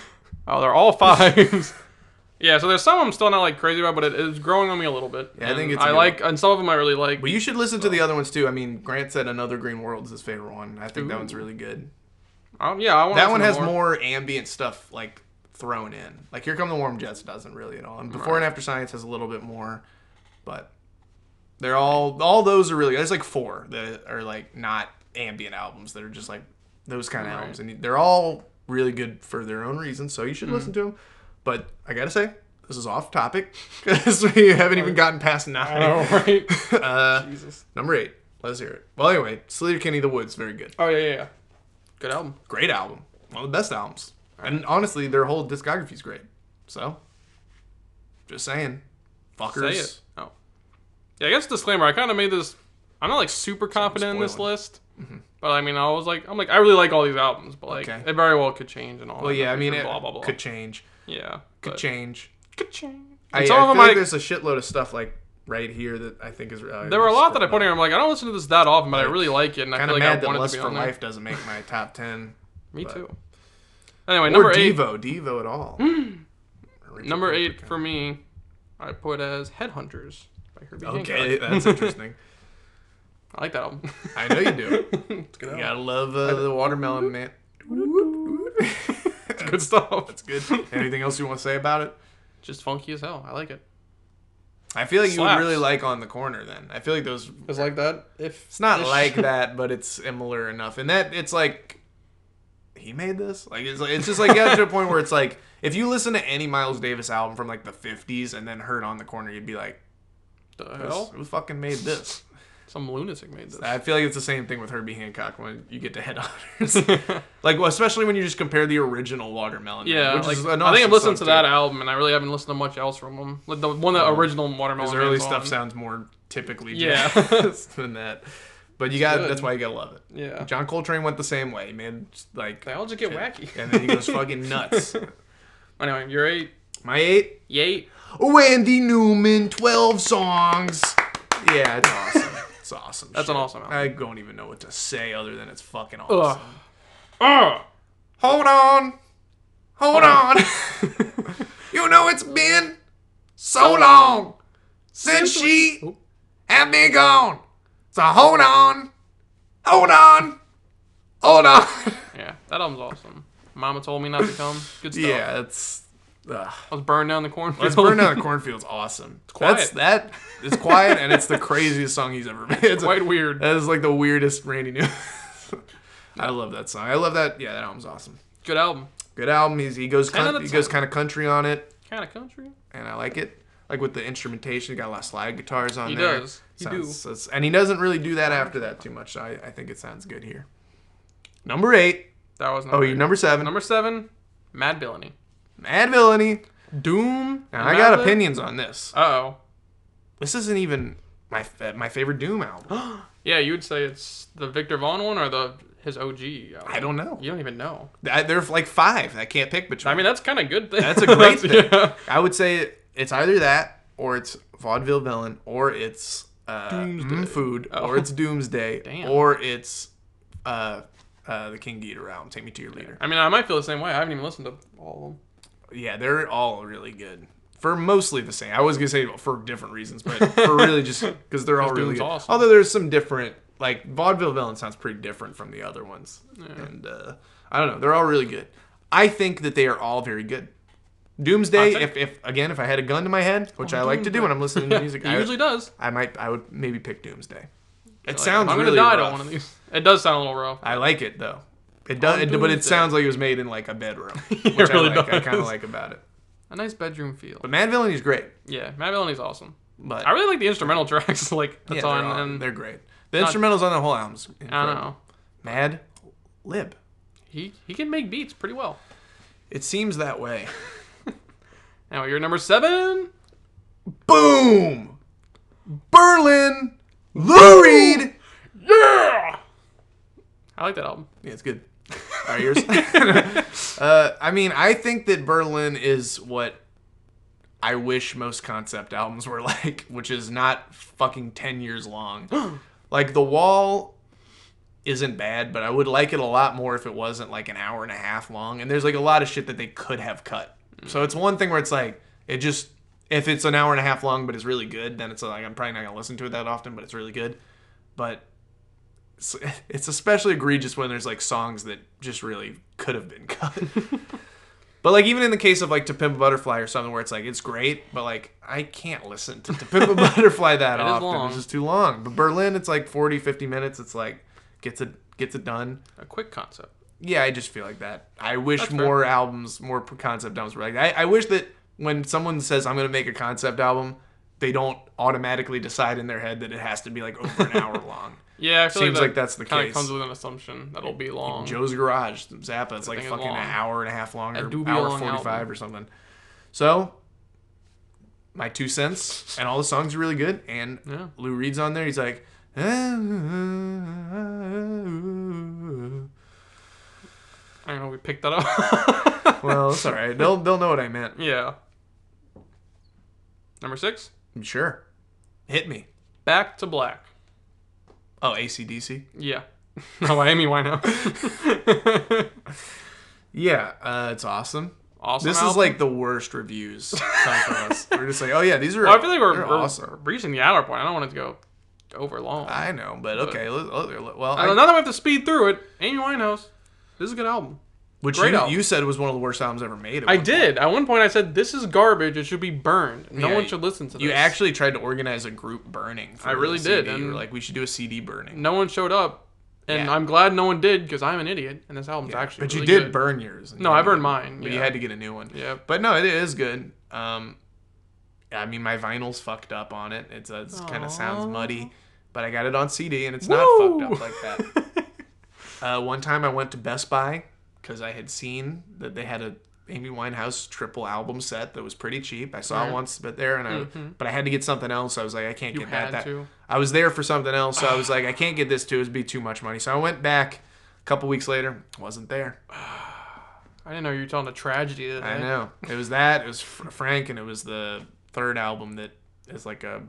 S2: oh, they're all fives. yeah, so there's some I'm still not like crazy about, but it is growing on me a little bit.
S1: Yeah, I
S2: And
S1: think it's
S2: I
S1: new.
S2: like, and some of them I really like.
S1: But you should listen to the other ones too. I mean, Grant said Another Green World's his favorite one. I think that one's really good.
S2: Um, yeah, I want
S1: That one has more ambient stuff like thrown in. Like Here Come the Warm Jets doesn't really at all. And Before and After Science has a little bit more, but they're all all those are really. There's like four that are like not ambient albums that are just like those kind of
S2: Right.
S1: albums, and they're all really good for their own reasons. So you should
S2: Mm-hmm.
S1: listen to them. But I gotta say. This is off topic because we haven't even gotten past
S2: I
S1: nine.
S2: know, right?
S1: Uh,
S2: Jesus.
S1: number eight. Let's hear it. Well, anyway, Sleater Kenny the Woods, very good
S2: Oh yeah, yeah, yeah. Good album.
S1: great album, one of the best albums, and honestly, their whole discography is great. So, just saying, fuckers.
S2: Say it. Oh. Yeah, I guess disclaimer. I kind of made this. I'm not like super confident in this
S1: spoiling.
S2: list, but I mean, I was like, I'm like, I really like all these albums, but like,
S1: Mm-hmm. Okay.
S2: it very well could change and all.
S1: Well,
S2: that
S1: yeah, I
S2: in the
S1: mean,
S2: future,
S1: it
S2: blah blah blah.
S1: could change,
S2: yeah,
S1: could
S2: but-
S1: change.
S2: Could change.
S1: I,
S2: And
S1: I
S2: some of
S1: feel
S2: them
S1: like
S2: I
S1: there's a shitload of stuff like right here that I think is. Uh,
S2: There were a lot that I put in. I'm like, I don't listen to this that often, but I really like it, and I
S1: Kind
S2: feel
S1: of
S2: like
S1: mad
S2: I
S1: that
S2: wanted
S1: Lust
S2: to be
S1: for
S2: on there.
S1: Life doesn't make my top ten.
S2: Me
S1: but-
S2: too. Anyway,
S1: Or
S2: number eight. Mm.
S1: Devo, Devo at all. Richard
S2: Number
S1: Cooper
S2: eight
S1: kind
S2: for me, I put as Headhunters by Herbie
S1: of-
S2: Hancock.
S1: Okay, that's interesting.
S2: I like that album.
S1: I know you do.
S2: it's good
S1: You
S2: album.
S1: gotta love uh, the watermelon man.
S2: Good stuff.
S1: That's good. Anything else you want to say about it?
S2: Just funky as hell. I like it.
S1: I feel like
S2: Slaps.
S1: you would really like on the corner. Then I feel like those.
S2: It's like that. If
S1: It's not like that, but it's similar enough. And that it's like he made this. Like it's like it's just like got to a point where it's like if you listen to any Miles Davis album from like the '50s and then heard on the corner, you'd be like,
S2: the
S1: "This-
S2: hell?
S1: "Who fucking made this?"
S2: Some lunatic made this.
S1: I feel like it's the same thing with Herbie Hancock when you get to headhunters. like well, especially when you just compare the original Watermelon. Man,
S2: yeah,
S1: which
S2: like,
S1: is an
S2: I think
S1: awesome
S2: I've listened to
S1: song,
S2: that
S1: too.
S2: album, and I really haven't listened to much else from him. Like the one that original Watermelon.
S1: His early
S2: Man's
S1: stuff
S2: on.
S1: sounds more typically
S2: Yeah.
S1: jazz than that. But you got
S2: good.
S1: that's why you gotta love it.
S2: Yeah,
S1: John Coltrane went the same way, man. Just, Like,
S2: they all just get wacky.
S1: and then he goes fucking nuts.
S2: Anyway, you're eight.
S1: My eight,
S2: Yay.
S1: Randy Newman, twelve songs. Yeah, it's awesome. It's awesome.
S2: That's an
S1: shit.
S2: awesome album.
S1: I don't even know what to say other than it's fucking
S2: Ugh.
S1: awesome. Hold on, hold on. you know it's been so long since Oh. she
S2: Oop.
S1: had me gone. So hold on, hold on, hold on.
S2: Yeah, that album's awesome. Mama told me not to come. Good stuff.
S1: Yeah, it's. ugh.
S2: Let's burn down the cornfield.
S1: Let's burn down the cornfield's awesome. It's
S2: quiet.
S1: That's, that is quiet, and it's the craziest song he's ever made. It's
S2: Quite weird.
S1: That is like the weirdest Randy Newman. I love that song. I love that. Yeah, that album's awesome.
S2: Good album.
S1: Good album. He's, he goes
S2: out
S1: cunt,
S2: of
S1: he goes
S2: 10.
S1: kind of country on it,
S2: Kind of country.
S1: and I like it. Like with the instrumentation, he got a lot of slide guitars on
S2: He
S1: there.
S2: does. He do.
S1: sounds, it's- and he doesn't really do that after that too much. So I, I think it sounds good here. Number eight.
S2: That was number.
S1: Oh,
S2: eight.
S1: you're number seven.
S2: number seven. Mad Villainy.
S1: Mad Villainy.
S2: Doom.
S1: Now, I got opinions on this.
S2: Uh oh.
S1: This isn't even my fa- my favorite Doom album.
S2: Yeah, you would say it's the Victor Vaughn one or the his OG. Album.
S1: I don't know.
S2: You don't even know.
S1: I, there are like five. I can't pick between.
S2: I mean, that's kind of good thing.
S1: That's a great thing.
S2: yeah.
S1: I would say it's either that, or it's Vaudeville Villain, or it's uh, Mm Food, or it's Doomsday,
S2: Oh. Damn.
S1: or it's uh, uh, the King Ghidorah album. Take me to your leader.
S2: I mean, I might feel the same way. I haven't even listened to all of them.
S1: Yeah, they're all really good. For mostly the same. I was gonna say for different reasons, but for really just because they're all really
S2: Doom's
S1: good.
S2: awesome.
S1: Although there's some different, like Vaudeville Villain sounds pretty different from the other ones, and uh, I don't know. They're all really good. I think that they are all very good. Doomsday,
S2: I'll
S1: if, if again, if I had a gun to my head, which I like to do when I'm listening to music,
S2: He
S1: I,
S2: Oh, usually does.
S1: I might, I would maybe pick Doomsday. It
S2: Like,
S1: sounds
S2: if I'm
S1: really
S2: gonna die
S1: rough.
S2: to one of these. It does sound a little rough.
S1: I like it though. It does,
S2: On
S1: it, but
S2: Doomsday.
S1: it sounds like it was made in like a bedroom, which
S2: It
S1: I
S2: really
S1: like. I
S2: does.
S1: kind of like about it.
S2: A nice bedroom feel.
S1: But Mad Villain is great.
S2: yeah, Mad Villainy's awesome.
S1: But
S2: I really like the instrumental tracks. Like that's
S1: yeah,
S2: on.
S1: they're, all-
S2: and
S1: they're great. The instrumentals on the whole album's
S2: I
S1: incredible.
S2: don't know.
S1: Mad Lib.
S2: He he can make beats pretty well.
S1: It seems that way.
S2: Now you're number seven.
S1: Boom. Berlin, Lou Reed.
S2: Yeah. I like that album.
S1: Yeah, it's good. All right, yours. uh, I mean, I think that Berlin is what I wish most concept albums were like, which is not fucking 10 years long. like, The Wall isn't bad, but I would like it a lot more if it wasn't like an hour and a half long. And there's like a lot of shit that they could have cut. So it's one thing where it's like, it just, if it's an hour and a half long, but it's really good, then it's like, I'm probably not going to listen to it that often, but it's really good. But it's, it's especially egregious when there's like songs that just really could have been cut. but like even in the case of like To Pimp a Butterfly or something where it's like it's great, but like I can't listen to To Pimp a Butterfly that
S2: It is
S1: often.
S2: long.
S1: It's just too long. But Berlin, it's like 40, 50 minutes. It's like gets it gets it done.
S2: A quick concept.
S1: Yeah, I just feel like that. I wish
S2: That's fair.
S1: more albums, more p- concept albums were like that. I, I wish that when someone says I'm gonna make a concept album, they don't automatically decide in their head that it has to be like over an hour long.
S2: Yeah, I feel
S1: Seems
S2: like,
S1: like that's the
S2: kind
S1: case.
S2: of comes with an assumption that'll be long.
S1: Joe's Garage, Zappa. It's like
S2: thing is
S1: fucking
S2: long.
S1: an hour and a half long or
S2: That do be a
S1: hour
S2: long
S1: forty five
S2: album.
S1: or something. So my two cents, and all the songs are really good. And
S2: Yeah.
S1: Lou Reed's on there. He's like, well,
S2: I don't know. We picked that up.
S1: it's all right. They'll they'll know what I meant.
S2: yeah. Number six.
S1: Sure, hit me.
S2: Back to Black.
S1: Oh, ACDC.
S2: Yeah. No, Amy Winehouse.
S1: Yeah, uh, it's awesome.
S2: awesome.
S1: This is
S2: album.
S1: like the worst reviews come from us. We're just like, oh yeah, these are.
S2: Well, I feel like we're,
S1: they're
S2: we're
S1: awesome.
S2: reaching the hour point. I don't want it to go over long.
S1: I know, but okay. let- let- Well,
S2: Uh,
S1: I-
S2: now that we have to speed through it, Amy Winehouse. This is a good album.
S1: Which
S2: Great
S1: you,
S2: album.
S1: you said was one of the worst albums ever made. at
S2: I
S1: one
S2: did. At one point, I said this is garbage. It should be burned. No
S1: Yeah,
S2: one should listen to
S1: point.
S2: this.
S1: You actually tried to organize a group burning. For
S2: I really
S1: the CD.
S2: did,
S1: you were
S2: and-
S1: like, we should do a CD burning.
S2: no one showed up, and
S1: Yeah.
S2: I'm glad no one did because I'm an idiot, and this album's actually.
S1: but you
S2: really
S1: did
S2: good.
S1: burn yours. and
S2: No,
S1: you
S2: I
S1: had to
S2: burned
S1: get-
S2: mine,
S1: But you
S2: yeah.
S1: had to get a new one.
S2: Yeah.
S1: But no, it is good. Um, I mean, my vinyl's fucked up on it. It's, uh, it's kind
S2: Aw.
S1: of sounds muddy, but I got it on CD and it's not
S2: Woo!
S1: fucked up like that. Uh, one time I went to Best Buy because I had seen that they had a Amy Winehouse triple album set that was pretty cheap. I saw it
S2: Right.
S1: once, but there and I, but I had to get something else. I was like, I can't
S2: Mm-hmm. You
S1: get that.
S2: had
S1: that.
S2: to.
S1: I was there for something else, so I was like, I can't get this too. It'd be too much money. So I went back a couple weeks later. Wasn't there.
S2: I didn't know you were telling a tragedy. Today.
S1: I know it was that. It was Fr- Frank, and it was the third album that is like a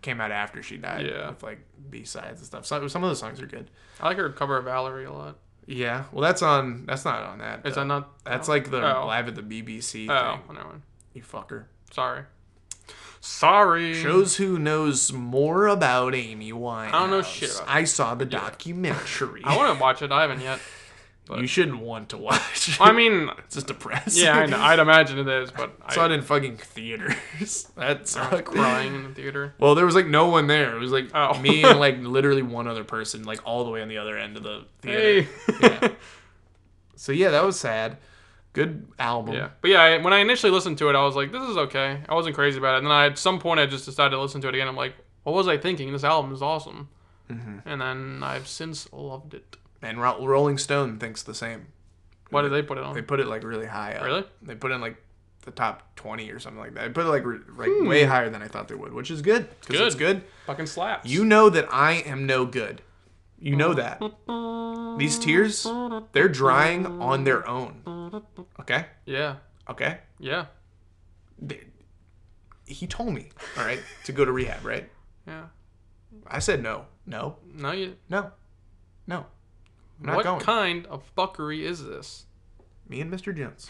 S1: came out after she died.
S2: Yeah.
S1: with like B sides and stuff. So some of the songs are good.
S2: I like her cover of Valerie a lot.
S1: Yeah, well, that's on. That's not on that.
S2: Is
S1: though.
S2: that not?
S1: That's like the
S2: Oh.
S1: live at the BBC
S2: Oh,
S1: thing.
S2: never mind.
S1: You fucker.
S2: Sorry. Sorry.
S1: Shows who knows more about Amy Winehouse.
S2: I don't know shit about
S1: I saw the documentary.
S2: I want to watch it. I haven't yet.
S1: you shouldn't want to watch.
S2: I mean,
S1: it's just depressing.
S2: yeah, I know. I'd imagine it is, but
S1: I saw
S2: I
S1: it in fucking theaters. That
S2: was
S1: sucked.
S2: crying in the theater.
S1: Well, there was like no one there. It was like
S2: Oh.
S1: me and like literally one other person, like all the way on the other end of the theater.
S2: Hey.
S1: So yeah, that was sad. Good album.
S2: Yeah, but yeah, I, when I initially listened to it, I was like, "This is okay." I wasn't crazy about it. And then I, at some point, I just decided to listen to it again. I'm like, "What was I thinking? This album is awesome." And then I've since loved it.
S1: And Ro- Rolling Stone thinks the same.
S2: Why did they put it on?
S1: They put it like really high up.
S2: Really?
S1: They put it in like the top 20 or something like that. They put it like re- like
S2: Hmm.
S1: way higher than I thought they would, which is good. 'cause It's good.
S2: Fucking slaps.
S1: You know that I am no good. You know that. These tears, they're drying on their own. Okay?
S2: Yeah.
S1: Okay?
S2: Yeah.
S1: They- He told me, all right, to go to rehab, right?
S2: Yeah.
S1: I said no. No.
S2: No, you.
S1: No. No. I'm not
S2: what
S1: going.
S2: kind of fuckery is this?
S1: me and Mr. Jones.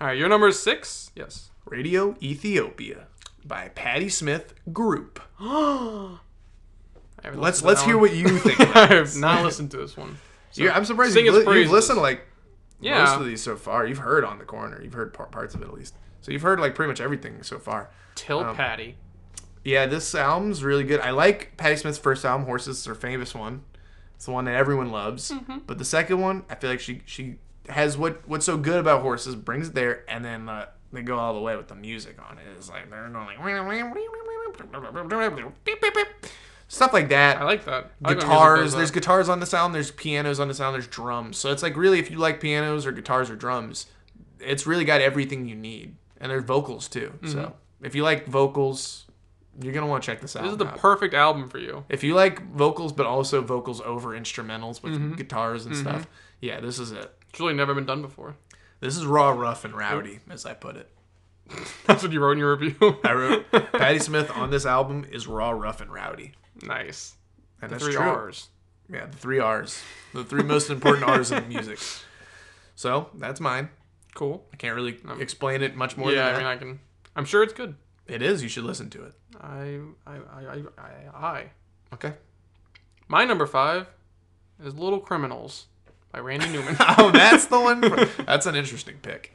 S2: All right, your number six. Yes.
S1: Radio Ethiopia by Patti Smith Group.
S2: I haven't
S1: Let's
S2: listened to
S1: let's
S2: that
S1: hear what
S2: one.
S1: you think.
S2: I
S1: about
S2: have
S1: this.
S2: not listened to this one. So,
S1: Yeah, I'm surprised
S2: sing
S1: you've,
S2: its
S1: li- you've
S2: praises.
S1: listened to like
S2: Yeah.
S1: most of these so far. You've heard on the corner. You've heard par- parts of it at least. So you've heard like pretty much everything so far.
S2: Till
S1: um,
S2: Patty.
S1: Yeah, this album's really good. I like Patti Smith's first album, Horses, is her famous one. It's the one that everyone loves. But the second one, I feel like she she has what what's so good about Horses, brings it there, and then uh, they go all the way with the music on it. It's like they're going like stuff like that
S2: I like that. I like when music does
S1: guitars.
S2: that.
S1: There's guitars on the sound. There's pianos on the sound. There's drums. So it's like really, if you like pianos or guitars or drums,
S2: Mm-hmm.
S1: it's really got everything you need. And there's vocals too. So if you like vocals, You're gonna want to check this out.
S2: This is the perfect album for you.
S1: if you like vocals, but also vocals over instrumentals with
S2: Mm-hmm.
S1: guitars and stuff, yeah, this is it.
S2: It's really never been done before.
S1: This is raw, rough, and rowdy, as I put it.
S2: That's what you wrote in your review.
S1: I wrote Patti Smith on this album is raw, rough, and rowdy,
S2: nice.
S1: and
S2: The
S1: that's
S2: three
S1: true.
S2: R's.
S1: Yeah, the three R's, the three most important R's in music. So that's mine.
S2: Cool.
S1: I can't really explain it much more
S2: Um,
S1: than
S2: yeah, I
S1: that.
S2: mean, I can. I'm sure it's good.
S1: it is. You should listen to it.
S2: I, I, I, I, I. I.
S1: Okay.
S2: My number five is "Little Criminals" by Randy Newman.
S1: Oh, that's the one. for- that's an interesting pick.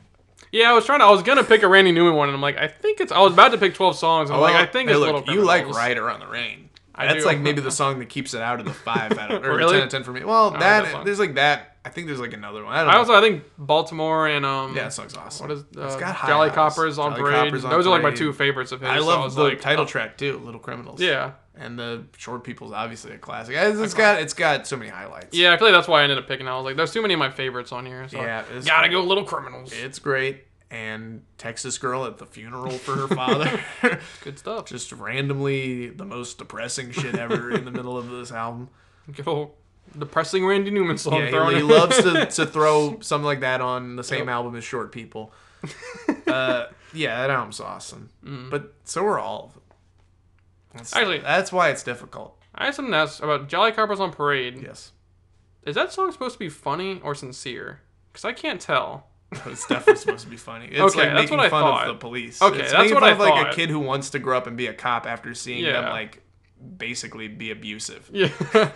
S2: yeah, I was trying to. I was gonna pick a Randy Newman one, and I'm like, I think it's. I was about to pick 12 songs. and I'm like,
S1: Well,
S2: I think
S1: Oh, hey,
S2: it's
S1: look,
S2: "Little
S1: you like
S2: Criminals."
S1: Rider on the Rain.
S2: I
S1: that's
S2: do.
S1: like maybe the song that keeps it out of the five out of or
S2: Really?
S1: ten out of ten for me. Well,
S2: like
S1: that,
S2: that song.
S1: there's like that. I think there's like another one. I don't
S2: I
S1: know.
S2: also I think Baltimore and um.
S1: yeah, that song's awesome.
S2: What is
S1: It's
S2: uh,
S1: got high
S2: Jolly
S1: highs.
S2: Coppers on
S1: Jolly
S2: Parade?
S1: Coppers on
S2: Those are like my
S1: Parade.
S2: two favorites of his.
S1: I
S2: so
S1: love
S2: was
S1: the
S2: like,
S1: title
S2: uh,
S1: track too, "Little Criminals."
S2: Yeah,
S1: and the Short People's obviously a classic. It's- it's got it's got so many highlights.
S2: yeah. I feel like that's why I ended up picking. I was like, there's too many of my favorites on here. So
S1: Yeah,
S2: yeah,
S1: it's-
S2: gotta go, Little Criminals.
S1: it's great. And Texas girl at the funeral for her father,
S2: Good stuff.
S1: just randomly the most depressing shit ever in the middle of this album.
S2: Good old depressing Randy Newman song
S1: Yeah, he-
S2: thrown
S1: he,
S2: in.
S1: loves to, to throw something like that on the same album as Short People. uh, yeah, that album's awesome. But so are all of them. That's,
S2: Mm-hmm. Actually-
S1: that's why it's difficult.
S2: I have something to ask about Jolly Coppers on Parade.
S1: Yes,
S2: Is that song supposed to be funny or sincere? Because I can't tell.
S1: it's definitely supposed to be funny. It's
S2: Okay,
S1: like
S2: that's
S1: making
S2: what I
S1: fun
S2: thought.
S1: of the police.
S2: Okay,
S1: it's
S2: that's
S1: making
S2: what
S1: fun
S2: I
S1: of like
S2: thought.
S1: a kid who wants to grow up and be a cop after seeing them
S2: Yeah.
S1: like basically be abusive.
S2: Yeah,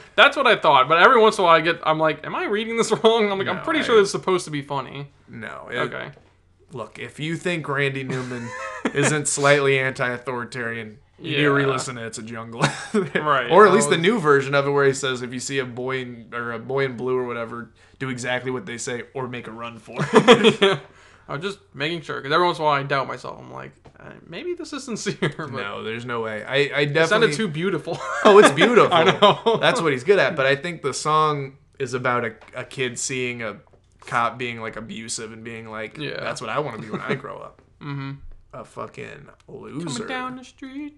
S2: that's what I thought. But every once in a while, I get, I'm like, am I reading this wrong? I'm like,
S1: No,
S2: I'm pretty
S1: I- Uh,
S2: sure this is supposed to be funny.
S1: No, it-
S2: Okay.
S1: look, if you think Randy Newman isn't slightly anti-authoritarian, you need to
S2: Yeah.
S1: re-listen to "It's a Jungle,"
S2: Right.
S1: Or at least the
S2: Oh.
S1: new version of it, where he says, "If you see a boy in, or a boy in blue or whatever, do exactly what they say, or make a run for it."
S2: I'm just making sure because every once in a while I doubt myself. I'm like, uh, maybe this is sincere. But
S1: no, there's no way. I, I
S2: it
S1: definitely.
S2: sounded too beautiful.
S1: oh, it's beautiful.
S2: I know.
S1: That's what he's good at. But I think the song is about a, a kid seeing a cop being like abusive and being like,
S2: Yeah.
S1: that's what I want to be when I grow up."
S2: mm-hmm.
S1: A fucking loser.
S2: Coming down the street.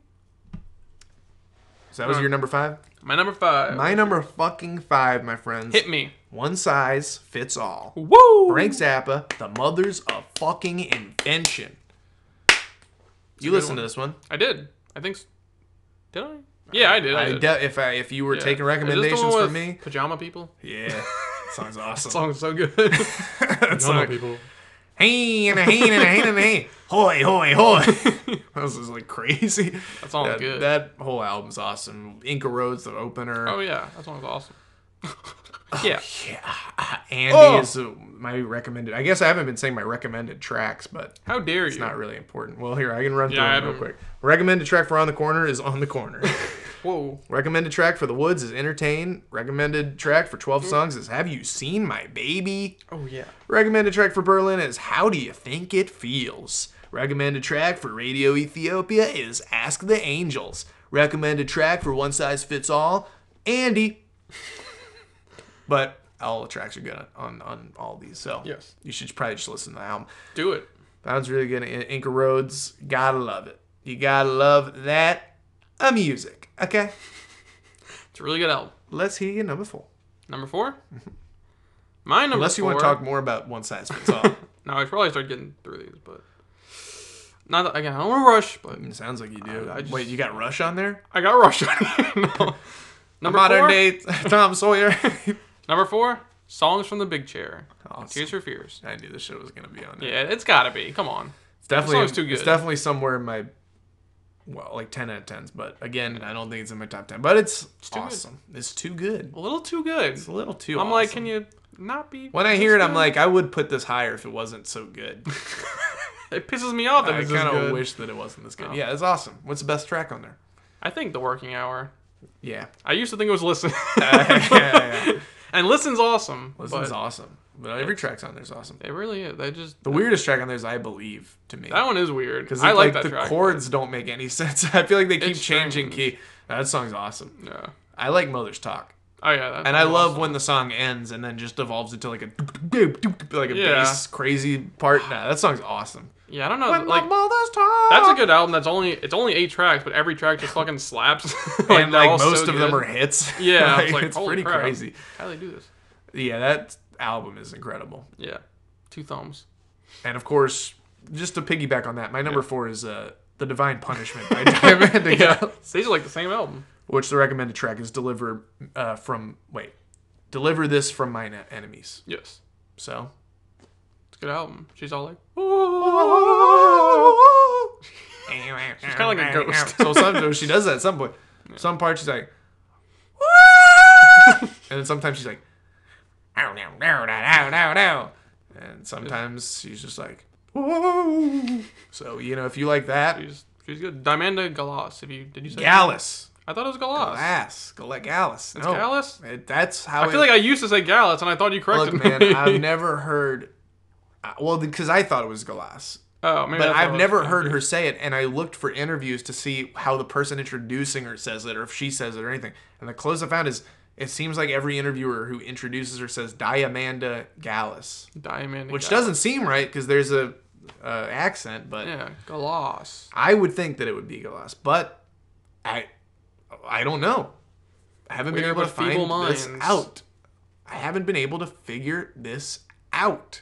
S1: So that was your number five.
S2: My number five.
S1: My number fucking five, my friends.
S2: Hit me.
S1: One size fits all.
S2: Woo!
S1: Frank Zappa, the mother's a fucking invention. You
S2: good
S1: listen
S2: one.
S1: to this one.
S2: I did. I think. s Did I? Yeah, I did. I,
S1: I
S2: did.
S1: de- if I, if you were
S2: Yeah.
S1: taking
S2: Is this the
S1: recommendations
S2: one
S1: from
S2: with
S1: me,
S2: Pajama people.
S1: yeah, that song's awesome.
S2: Song's so good.
S1: That song-
S2: people.
S1: Hey and a hey and a hey and a hey, hoy hoy hoy. That was just like crazy.
S2: That song's
S1: that,
S2: good.
S1: That whole album's awesome. Inca Roads, the opener.
S2: oh yeah, that song's awesome. yeah.
S1: Oh, Yeah, Andy
S2: Oh.
S1: is uh, my recommended. I guess I haven't been saying my recommended tracks, but
S2: How dare you?
S1: It's not really important. Well, here I can run
S2: I
S1: through them real
S2: haven't-
S1: quick. Recommended track for On the Corner is On the Corner.
S2: Whoa.
S1: Recommended track for The Woods is Entertain. Recommended track for
S2: Hmm.
S1: Twelve Songs is Have You Seen My Baby.
S2: Oh yeah.
S1: Recommended track for Berlin is How Do You Think It Feels. Recommended track for Radio Ethiopia is Ask the Angels. Recommended track for One Size Fits All, Andy. but all the tracks are good on, on, on all these, so
S2: Yes.
S1: you should probably just listen to the album.
S2: Do it.
S1: That was really good. In- Inca Roads, gotta love it. You gotta love that uh, music. Okay,
S2: It's a really good album.
S1: let's hear your number four.
S2: Number four. My number.
S1: Mm-hmm. Unless you
S2: four,
S1: want to talk more about One Size Fits All.
S2: No, I should probably start getting through these, but not that, again. I don't want to rush, but
S1: it sounds like you do.
S2: I- I just-
S1: Wait, you got Rush on there?
S2: I got rushed. no. Number
S1: Modern
S2: four.
S1: day Tom Sawyer.
S2: Number four. Songs from the Big Chair.
S1: Awesome.
S2: Tears for Fears.
S1: Oh, I knew this shit was gonna be on there.
S2: Yeah, it's gotta be. Come on.
S1: it's definitely
S2: song's too
S1: it's
S2: good.
S1: definitely somewhere in my well, like ten out of tens. But again, I don't think it's in my top ten. But it's,
S2: too good.
S1: awesome. It's too good.
S2: A little too good.
S1: It's a little too.
S2: I'm like,
S1: awesome.
S2: can you not be?
S1: When I hear it,
S2: this
S1: I'm
S2: good?
S1: like, I would put this higher if it wasn't so good.
S2: it pisses me off that
S1: I
S2: it's kind
S1: kind of
S2: good.
S1: wish that it wasn't this good.
S2: Oh.
S1: Yeah, it's awesome. What's the best track on there?
S2: I think the working hour.
S1: Yeah,
S2: I used to think it was listen,
S1: yeah, yeah, yeah.
S2: and listen's awesome.
S1: listen's
S2: but
S1: awesome. But every track's on there's awesome.
S2: It really is. They just
S1: The weirdest track on there is "I Believe" to me.
S2: that one is weird.
S1: Because
S2: I like, that
S1: the
S2: track.
S1: chords don't make any sense. I feel like they keep
S2: It's
S1: changing
S2: strange.
S1: key. That song's awesome.
S2: Yeah.
S1: I like Mother's Talk,
S2: Oh yeah. That
S1: and I
S2: song's
S1: love
S2: awesome.
S1: when the song ends and then just evolves into like a like a
S2: Yeah.
S1: bass crazy part. Nah, that song's awesome.
S2: Yeah, I don't know.
S1: When my
S2: like
S1: mother's talk.
S2: That's a good album. That's only it's only eight tracks, but every track just fucking slaps.
S1: and
S2: they're
S1: like
S2: all so
S1: most of them
S2: good.
S1: are hits.
S2: Yeah, I
S1: Like,
S2: was like,
S1: it's
S2: "Holy
S1: pretty
S2: crap."
S1: crazy.
S2: How do they do this?
S1: Yeah, that album is incredible.
S2: Yeah, two thumbs.
S1: And of course, just to piggyback on that, my number four is uh, "The Divine Punishment" by Diamond Again,
S2: These are like the same album.
S1: which the recommended track is "Deliver uh, from Wait, Deliver This from Mine Enemies."
S2: Yes,
S1: So,
S2: it's a good album. She's all like,
S1: she's
S2: kinda like a ghost.
S1: so sometimes she does that at some point. Some part she's like, and then sometimes she's like, no, no, no, no, no, no, and sometimes she's just like, so you know if you like that,
S2: she's she's good. Diamanda Galas. If you did you say?
S1: Gallus.
S2: I thought it was Galas.
S1: Ass, Gale- Gallus. No.
S2: Galas.
S1: It- that's how
S2: I feel like I used to say Galas, and I thought you corrected
S1: look,
S2: me.
S1: man. I've never heard. uh, Well, because I thought it was Galas,
S2: oh, maybe
S1: but
S2: that's what
S1: I've
S2: it was.
S1: never heard her say it, and I looked for interviews to see how the person introducing her says it, or if she says it, or anything. And the closest I found is it seems like every interviewer who introduces her says Diamanda Gallus,
S2: Diamanda.
S1: which
S2: Galas.
S1: doesn't seem right because there's a uh, accent, but
S2: Yeah, Galas.
S1: I would think that it would be Galas, but I I don't know. I haven't been
S2: Weird,
S1: able to
S2: but feeble
S1: find this
S2: minds.
S1: out. I haven't been able to figure this out.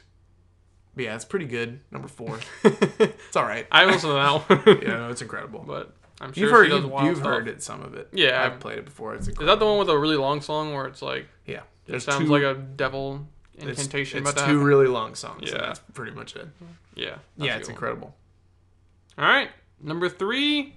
S1: But yeah, it's pretty good. Number four. it's all right.
S2: I listened to that one,
S1: You know, it's incredible.
S2: but I'm sure
S1: you've
S2: she
S1: heard
S2: does
S1: you've,
S2: wild
S1: you've
S2: stuff.
S1: heard it some of it.
S2: Yeah.
S1: I've played it before. It's
S2: Is
S1: incredible.
S2: that the one with a really long song where it's like
S1: Yeah,
S2: it sounds like a devil
S1: it's,
S2: incantation
S1: it's
S2: about to
S1: two
S2: happen?
S1: really long songs. Yeah,
S2: Yeah.
S1: that's pretty much it.
S2: yeah,
S1: yeah,
S2: a
S1: it's
S2: good one.
S1: incredible.
S2: All right, number three,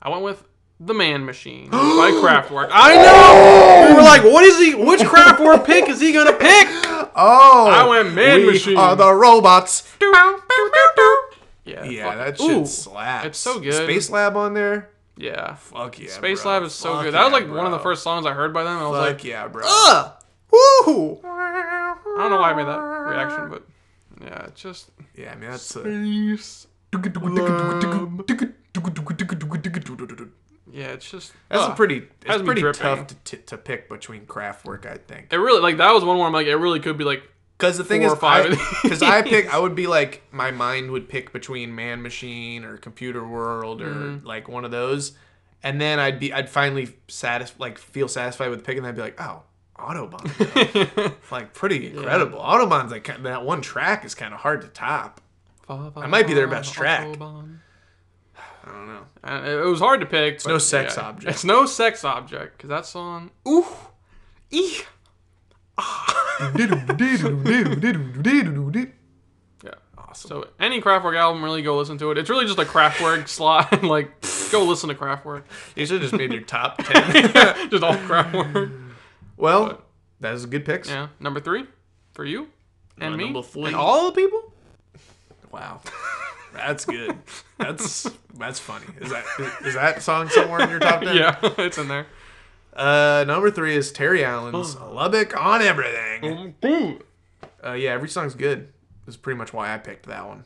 S2: I went with the Man Machine by Kraftwerk. I know. We were like, what is he? Which Kraftwerk pick is he gonna pick?
S1: Oh,
S2: I went Man
S1: we
S2: Machine.
S1: Are the robots?
S2: Yeah,
S1: Yeah,
S2: fuck-
S1: that shit
S2: Ooh,
S1: slaps.
S2: it's so good.
S1: Space Lab on there.
S2: yeah.
S1: Fuck yeah.
S2: Space
S1: bro.
S2: Lab is so
S1: Fuck
S2: good. That was
S1: yeah,
S2: like one of the
S1: bro.
S2: first songs I heard by them. And I was
S1: Fuck
S2: like,
S1: yeah, bro.
S2: ugh.
S1: Woo!
S2: I don't know why I made that reaction, but yeah, it's just
S1: Yeah, I mean that's. A...
S2: Space.
S1: That's
S2: Yeah, it's just
S1: a
S2: ugh.
S1: pretty.
S2: Has
S1: It's
S2: me
S1: pretty
S2: dripping.
S1: tough to, t- to pick between Kraftwerk, I think.
S2: It really like that was one where I'm like, it really could be like
S1: Because the thing
S2: Four
S1: is,
S2: or five of
S1: because I, pick, I would be like, my mind would pick between Man Machine or Computer World or
S2: Mm-hmm.
S1: like one of those, and then I'd be, I'd finally satisf- like feel satisfied with picking. I'd be like, oh, Autobahn, though. like pretty incredible. Autobahn's like ki- that one track is kind of hard to top.
S2: That
S1: might be their best track. I don't know.
S2: And it it was hard to pick. It's
S1: no sex object.
S2: It's no sex object because that song. Ooh, eeh.
S1: awesome.
S2: Yeah. So any Kraftwerk album, really go listen to it. It's really just a Kraftwerk slot. Like, go listen to Kraftwerk.
S1: You should have just made your top ten.
S2: just all Kraftwerk.
S1: well, that was good picks.
S2: Yeah. Number three, for you and
S1: My
S2: me
S1: number three.
S2: and all the people.
S1: Wow, that's good. That's that's funny. Is that is, is that song somewhere in your top ten?
S2: Yeah, it's in there.
S1: Uh, number three is Terry Allen's Lubbock on Everything.
S2: Anyway,
S1: Uh, yeah, every song's good. That's pretty much why I picked that one.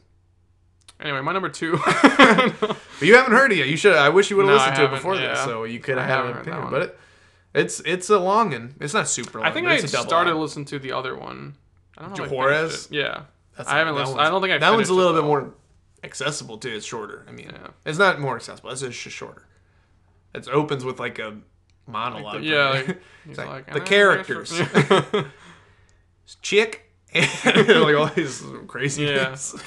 S2: my number two.
S1: But you haven't heard it yet. You should. I wish you would have
S2: No, I
S1: listened to it
S2: haven't,
S1: before this,
S2: yeah.
S1: so you could have
S2: I
S1: had an
S2: haven't heard that
S1: opinion.
S2: one.
S1: But it, it's it's a long and it's not super long.
S2: I think
S1: but
S2: I
S1: it's a double
S2: started
S1: album.
S2: listening to the other one. I don't know. how I
S1: Juarez?
S2: finished it. Yeah.
S1: That's
S2: I haven't
S1: that
S2: listened.
S1: one's-
S2: I don't think I.
S1: that one's
S2: finished
S1: a
S2: it,
S1: little bit
S2: though.
S1: more accessible too. It's shorter. I mean,
S2: Yeah.
S1: it's not more accessible. It's just shorter. It opens with like a monologue.
S2: Yeah.
S1: right?
S2: Like,
S1: It's
S2: he's
S1: like,
S2: like,
S1: the
S2: "Ah,
S1: characters, chick, and like all these crazy
S2: Yeah.
S1: things.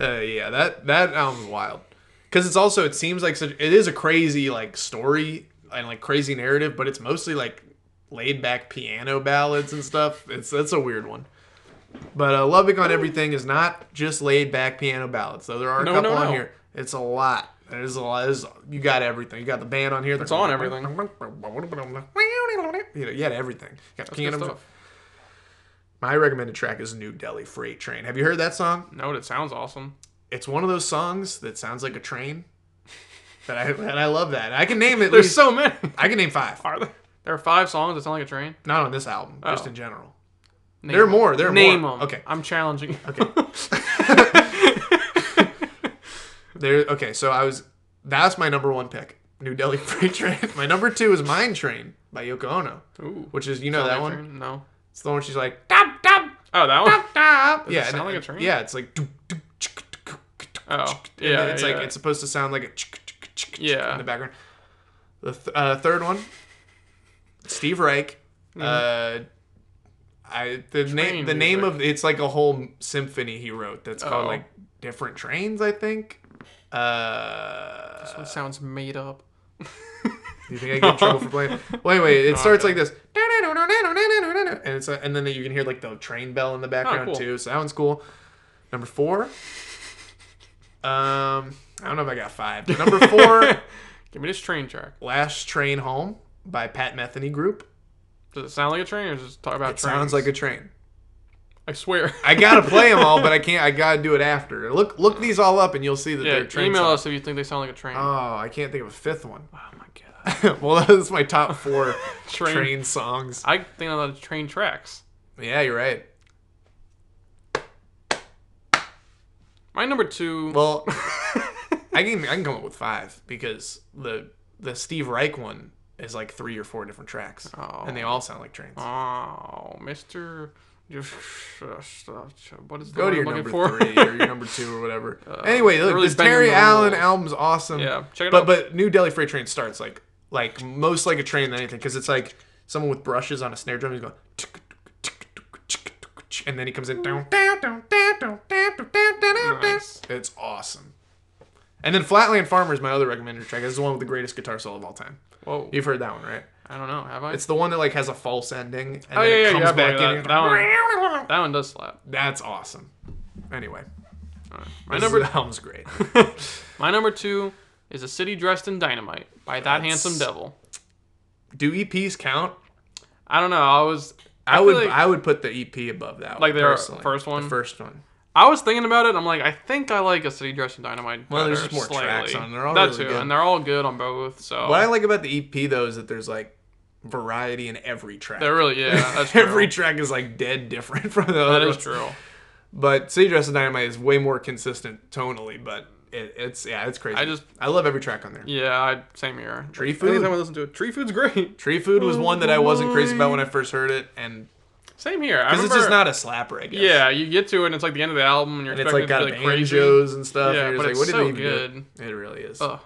S1: Uh, yeah, that that album's wild because it's also it seems like such it is a crazy like story and like crazy narrative, but it's mostly like laid back piano ballads and stuff. It's that's a weird one. But uh, Lubbock on Everything is not just laid back piano ballads, though there are a
S2: No,
S1: couple
S2: no,
S1: on
S2: no.
S1: here. It's a lot. There's a lot. There's, you got everything. You got the band on here. It's
S2: on everything.
S1: You, know, you had everything. You got the
S2: good
S1: piano.
S2: stuff.
S1: My recommended track is New Delhi Freight Train. Have you heard that song?
S2: No, it sounds awesome.
S1: It's one of those songs that sounds like a train. That I and I love that. I can name it.
S2: There's so many.
S1: I can name five.
S2: Are there? There are five songs that sound like a train.
S1: Not on this album, just
S2: Oh.
S1: in general.
S2: Name
S1: there are
S2: them.
S1: more. There are
S2: Name
S1: more.
S2: them.
S1: Okay.
S2: I'm challenging.
S1: Okay. there. Okay. So I was. That's my number one pick. New Delhi Freight Train. My number two is Mine Train by Yoko Ono,
S2: Ooh.
S1: which is you know
S2: Sound
S1: that
S2: like
S1: one.
S2: a train? No.
S1: It's the one she's like. Dum, dum,
S2: Oh, that one.
S1: dum. Yeah.
S2: sound
S1: and-
S2: like a train?
S1: Yeah. It's like. doo, doo, chick, doo, doo, doo, doo,
S2: Oh,
S1: and
S2: yeah.
S1: it's
S2: yeah.
S1: like it's supposed to sound like a chick, chick, chick, chick
S2: Yeah.
S1: in the background. The th- uh, third one, Steve Reich. Uh, I the name
S2: Mm-hmm. Train
S1: the name
S2: music.
S1: of it's like a whole symphony he wrote that's called
S2: Oh.
S1: like different trains. I think. Uh,
S2: This one sounds made up.
S1: you think I get in trouble for playing? Well, anyway, it starts
S2: I
S1: like this, and it's a, and then you can hear like the train bell in the background
S2: cool.
S1: too. Sounds cool. Number four. Um, I don't know if I got five. But number four,
S2: Give me this train track.
S1: "Last Train Home" by Pat Metheny Group.
S2: Does it sound like a train or just talk about
S1: It
S2: trains?
S1: sounds like a train.
S2: I swear.
S1: I gotta play them all, but I can't. I gotta do it after. Look, look these all up, and you'll see that
S2: yeah,
S1: they're train.
S2: email
S1: songs.
S2: us if you think they sound like a train.
S1: Oh, I can't think of a fifth one.
S2: oh my god.
S1: well, that's my top four
S2: Train.
S1: train songs.
S2: I think I love train tracks.
S1: Yeah, you're right.
S2: My number two.
S1: Well, I can I can come up with five because the the Steve Reich one is like three or four different tracks,
S2: Oh.
S1: and they all sound like trains.
S2: oh, Mr. What is the
S1: Go
S2: word
S1: to your
S2: I'm looking
S1: number
S2: for? Uh,
S1: three or your number two or whatever. anyway, look,
S2: really
S1: this
S2: bending
S1: Terry
S2: the
S1: Allen
S2: rules.
S1: album's awesome.
S2: Yeah, check it
S1: but
S2: out.
S1: but New Delhi Freight Train starts like like most like a train than anything because it's like someone with brushes on a snare drum. He's going. tick, tick, tick, tick, tick, tick, And then he comes in. down, down, down, down, down, down, down, down, down, down.
S2: Nice.
S1: It's awesome. And then Flatland Farmer is my other recommended track. This is the one with the greatest guitar solo of all time.
S2: Whoa.
S1: You've heard that one, right?
S2: I don't know. Have I?
S1: It's the one that like has a false ending and
S2: Oh,
S1: then
S2: yeah, yeah,
S1: it
S2: yeah,
S1: comes
S2: I
S1: back
S2: believe
S1: in. and-
S2: that. That one. that one does slap.
S1: That's awesome. Anyway,
S2: All right. My
S1: this
S2: number
S1: is- album's great.
S2: my number two is a city dressed in dynamite by that
S1: That's-
S2: handsome devil.
S1: Do EPs count?
S2: I don't know. I was
S1: I,
S2: feel
S1: would
S2: like-
S1: I would put the EP above that. one,
S2: Like their
S1: personally.
S2: first one?
S1: The first one.
S2: I was thinking about it. I'm like, I think I like a city dressed in dynamite.
S1: Well, there's
S2: better,
S1: just more tracks
S2: slightly.
S1: on it. They're all
S2: that
S1: really
S2: too,
S1: good.
S2: and they're all good on both. So
S1: What I like about the EP though is that there's like variety in every track.
S2: they're really yeah. That's true.
S1: every track is like dead different from the
S2: that
S1: other.
S2: is
S1: one.
S2: true.
S1: But City Dress and Dynamite is way more consistent tonally, but it, it's yeah, it's crazy.
S2: I just-
S1: I love every track on there.
S2: Yeah, I same here.
S1: Tree
S2: Like, Anytime
S1: food.
S2: I listen to it, tree food's great.
S1: Tree Food was one that I wasn't crazy about when I first heard it, and
S2: Same here. I
S1: because
S2: remember,
S1: it's just not a slapper, I guess.
S2: Yeah, you get to it, and it's like the end of the album, and you're
S1: and it's like
S2: expecting
S1: got
S2: it to be like crazy.
S1: banjos and stuff.
S2: Yeah,
S1: and you're
S2: but
S1: just
S2: it's
S1: like, what
S2: so
S1: did they even do?
S2: good. Oh,
S1: It really is.
S2: Ugh.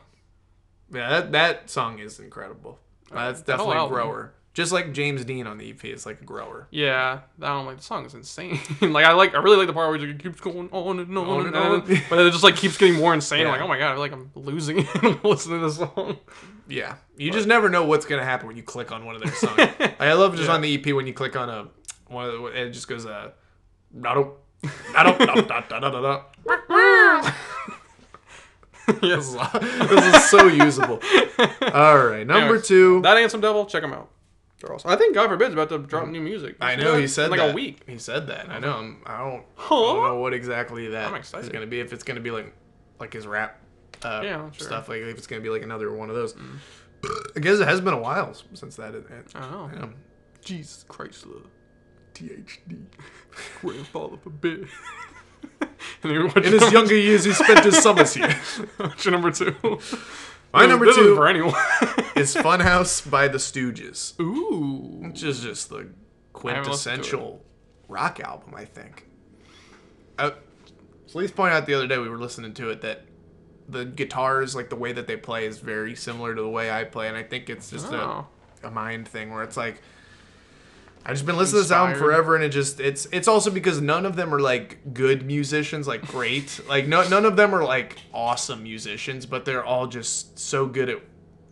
S1: Yeah, that, that song is incredible. That's definitely a
S2: album.
S1: grower. Just like James Dean on the EP is like a grower.
S2: Yeah, I don't like the song is insane. like I like, I really like the part where it's like, it keeps going on and on, and, on, but then it just like keeps getting more insane.
S1: Yeah.
S2: Like oh my god, I feel like I'm losing it listening to this song.
S1: Yeah. You just never know what's going to happen when you click on one of their songs. Like, I love just on the EP when you click on a one of the, it just goes uh da-dum, da-dum, da-dum, da-dum, da-dum, da-dum.
S2: yes.
S1: this is so usable. All right, number
S2: Anyways,
S1: 2.
S2: That Handsome Devil, check him out. They're awesome. I think God forbid's about to drop new music.
S1: I know he
S2: In
S1: said
S2: like
S1: that.
S2: a week.
S1: He said that. I know. I'm, I don't. I
S2: Huh?
S1: don't know what exactly that
S2: I'm
S1: is
S2: excited.
S1: going to be. If it's going to be like, like his rap, uh,
S2: Yeah, sure. Mm.
S1: stuff. Like if it's going to be like another one of those. I guess it has been a while since that. It, it,
S2: I don't know.
S1: yeah.
S2: Jesus Chrysler,
S1: THD.
S2: grandfather forbid. and then watch
S1: In his
S2: number,
S1: younger years, he spent his summers here.
S2: watch number two.
S1: My
S2: This-
S1: number
S2: this
S1: two
S2: is for anyone.
S1: is Funhouse by the Stooges,
S2: Ooh.
S1: which is just the
S2: haven't listened to it.
S1: quintessential rock album. I think. Uh, Sleeth pointed out the other day we were listening to it that the guitars, like the way that they play, is very similar to the way I play, and I think it's just
S2: Oh.
S1: a, a mind thing where it's like I've just been listening to this album
S2: Inspired.
S1: forever, and it just it's it's also because none of them are like good musicians, like great, like no none of them are like awesome musicians, but they're all just so good at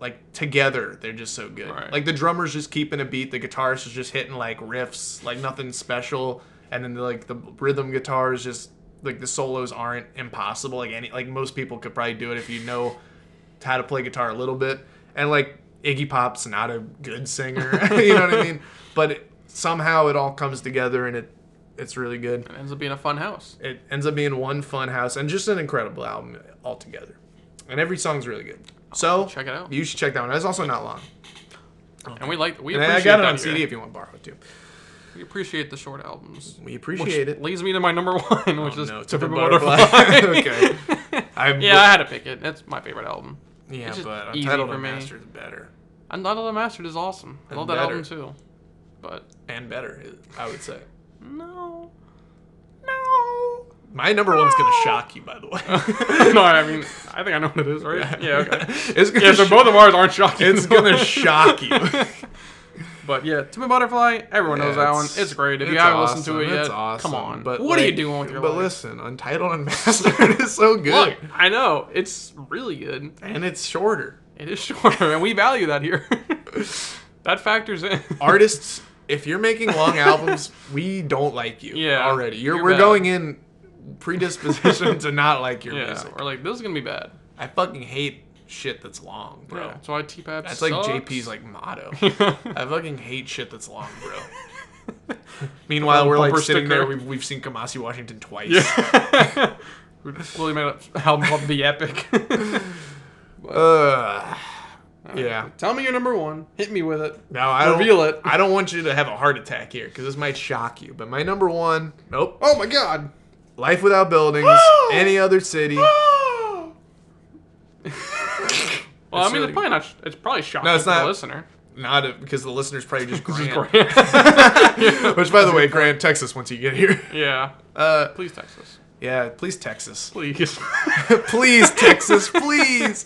S1: like together they're just so good.
S2: Right.
S1: Like the drummer's just keeping a beat, the guitarist is just hitting like riffs, like nothing special, and then like the rhythm guitar is just like the solos aren't impossible. Like any like most people could probably do it if you know how to play guitar a little bit. And like Iggy Pop's not a good singer, you know what I mean? But it, somehow it all comes together and it it's really good.
S2: It ends up being a fun house.
S1: It ends up being one fun house and just an incredible album altogether. And every song's really good. So
S2: check it out.
S1: You should check that one. It's also not long.
S2: And we like we
S1: And
S2: appreciate
S1: I got it
S2: that
S1: on
S2: here.
S1: CD if you want to borrow it too.
S2: We appreciate the short albums.
S1: We
S2: Which
S1: appreciate it.
S2: leads me to my number one, which
S1: Oh,
S2: is
S1: no,
S2: To
S1: Pimp a
S2: Pimp a
S1: Butterfly. Okay. I'm,
S2: yeah, I had to pick it. That's my favorite album.
S1: yeah,
S2: it's just
S1: but
S2: easy
S1: Untitled
S2: for
S1: and
S2: me.
S1: Master's better.
S2: And Not All the Mastered is awesome. I
S1: And
S2: love that
S1: better.
S2: album too. But
S1: And better, I would say.
S2: no, no.
S1: My number one's gonna shock you, by the way.
S2: no, I mean, I think I know what it is, right? Yeah, okay.
S1: It's gonna
S2: Yeah, so
S1: sh-
S2: both of ours aren't shocking.
S1: it's gonna shock you.
S2: But yeah, Timmy Butterfly, everyone knows that one.
S1: It's-
S2: It's great. If you
S1: it's
S2: haven't
S1: awesome,
S2: listened to it yet,
S1: it's awesome.
S2: come on.
S1: But
S2: what are you
S1: like-
S2: doing with your
S1: But
S2: life?
S1: listen, Untitled Unmastered is so good,
S2: Look, I know it's really good.
S1: and it's shorter.
S2: It is shorter, and we value that here. that factors in.
S1: Artists, if you're making long albums, we don't like you
S2: Yeah,
S1: already. You're,
S2: you're
S1: we're
S2: bad.
S1: going in predisposition to not like your
S2: yeah,
S1: music.
S2: we're like this is gonna be bad,
S1: I fucking hate shit that's long, bro.
S2: bro. That's why T Pap.
S1: That's like JP's like motto. I fucking hate shit that's long, bro. Meanwhile,
S2: Little
S1: we're like
S2: bumper
S1: sitting
S2: sticker.
S1: there. We've, we've seen Kamasi Washington twice.
S2: yeah. Who really made an album called The Epic.
S1: Ugh. yeah.
S2: Tell me your number one. Hit me with it.
S1: No, I don't,
S2: Reveal it.
S1: I don't want you to have a heart attack here because this might shock you. But my number one, nope.
S2: Oh my God.
S1: Life Without Buildings, any other city.
S2: Ah! well, I
S1: It's
S2: mean,
S1: really-
S2: it's probably not. It's probably shocking
S1: No, it's
S2: to the
S1: not-
S2: listener.
S1: Not a, because the listener's probably just
S2: This is
S1: Grant.
S2: great.
S1: Which, by the way, Grant, Texas, once you get here.
S2: yeah.
S1: Uh,
S2: Please text us.
S1: yeah, please, Texas.
S2: Please.
S1: please, Texas, please.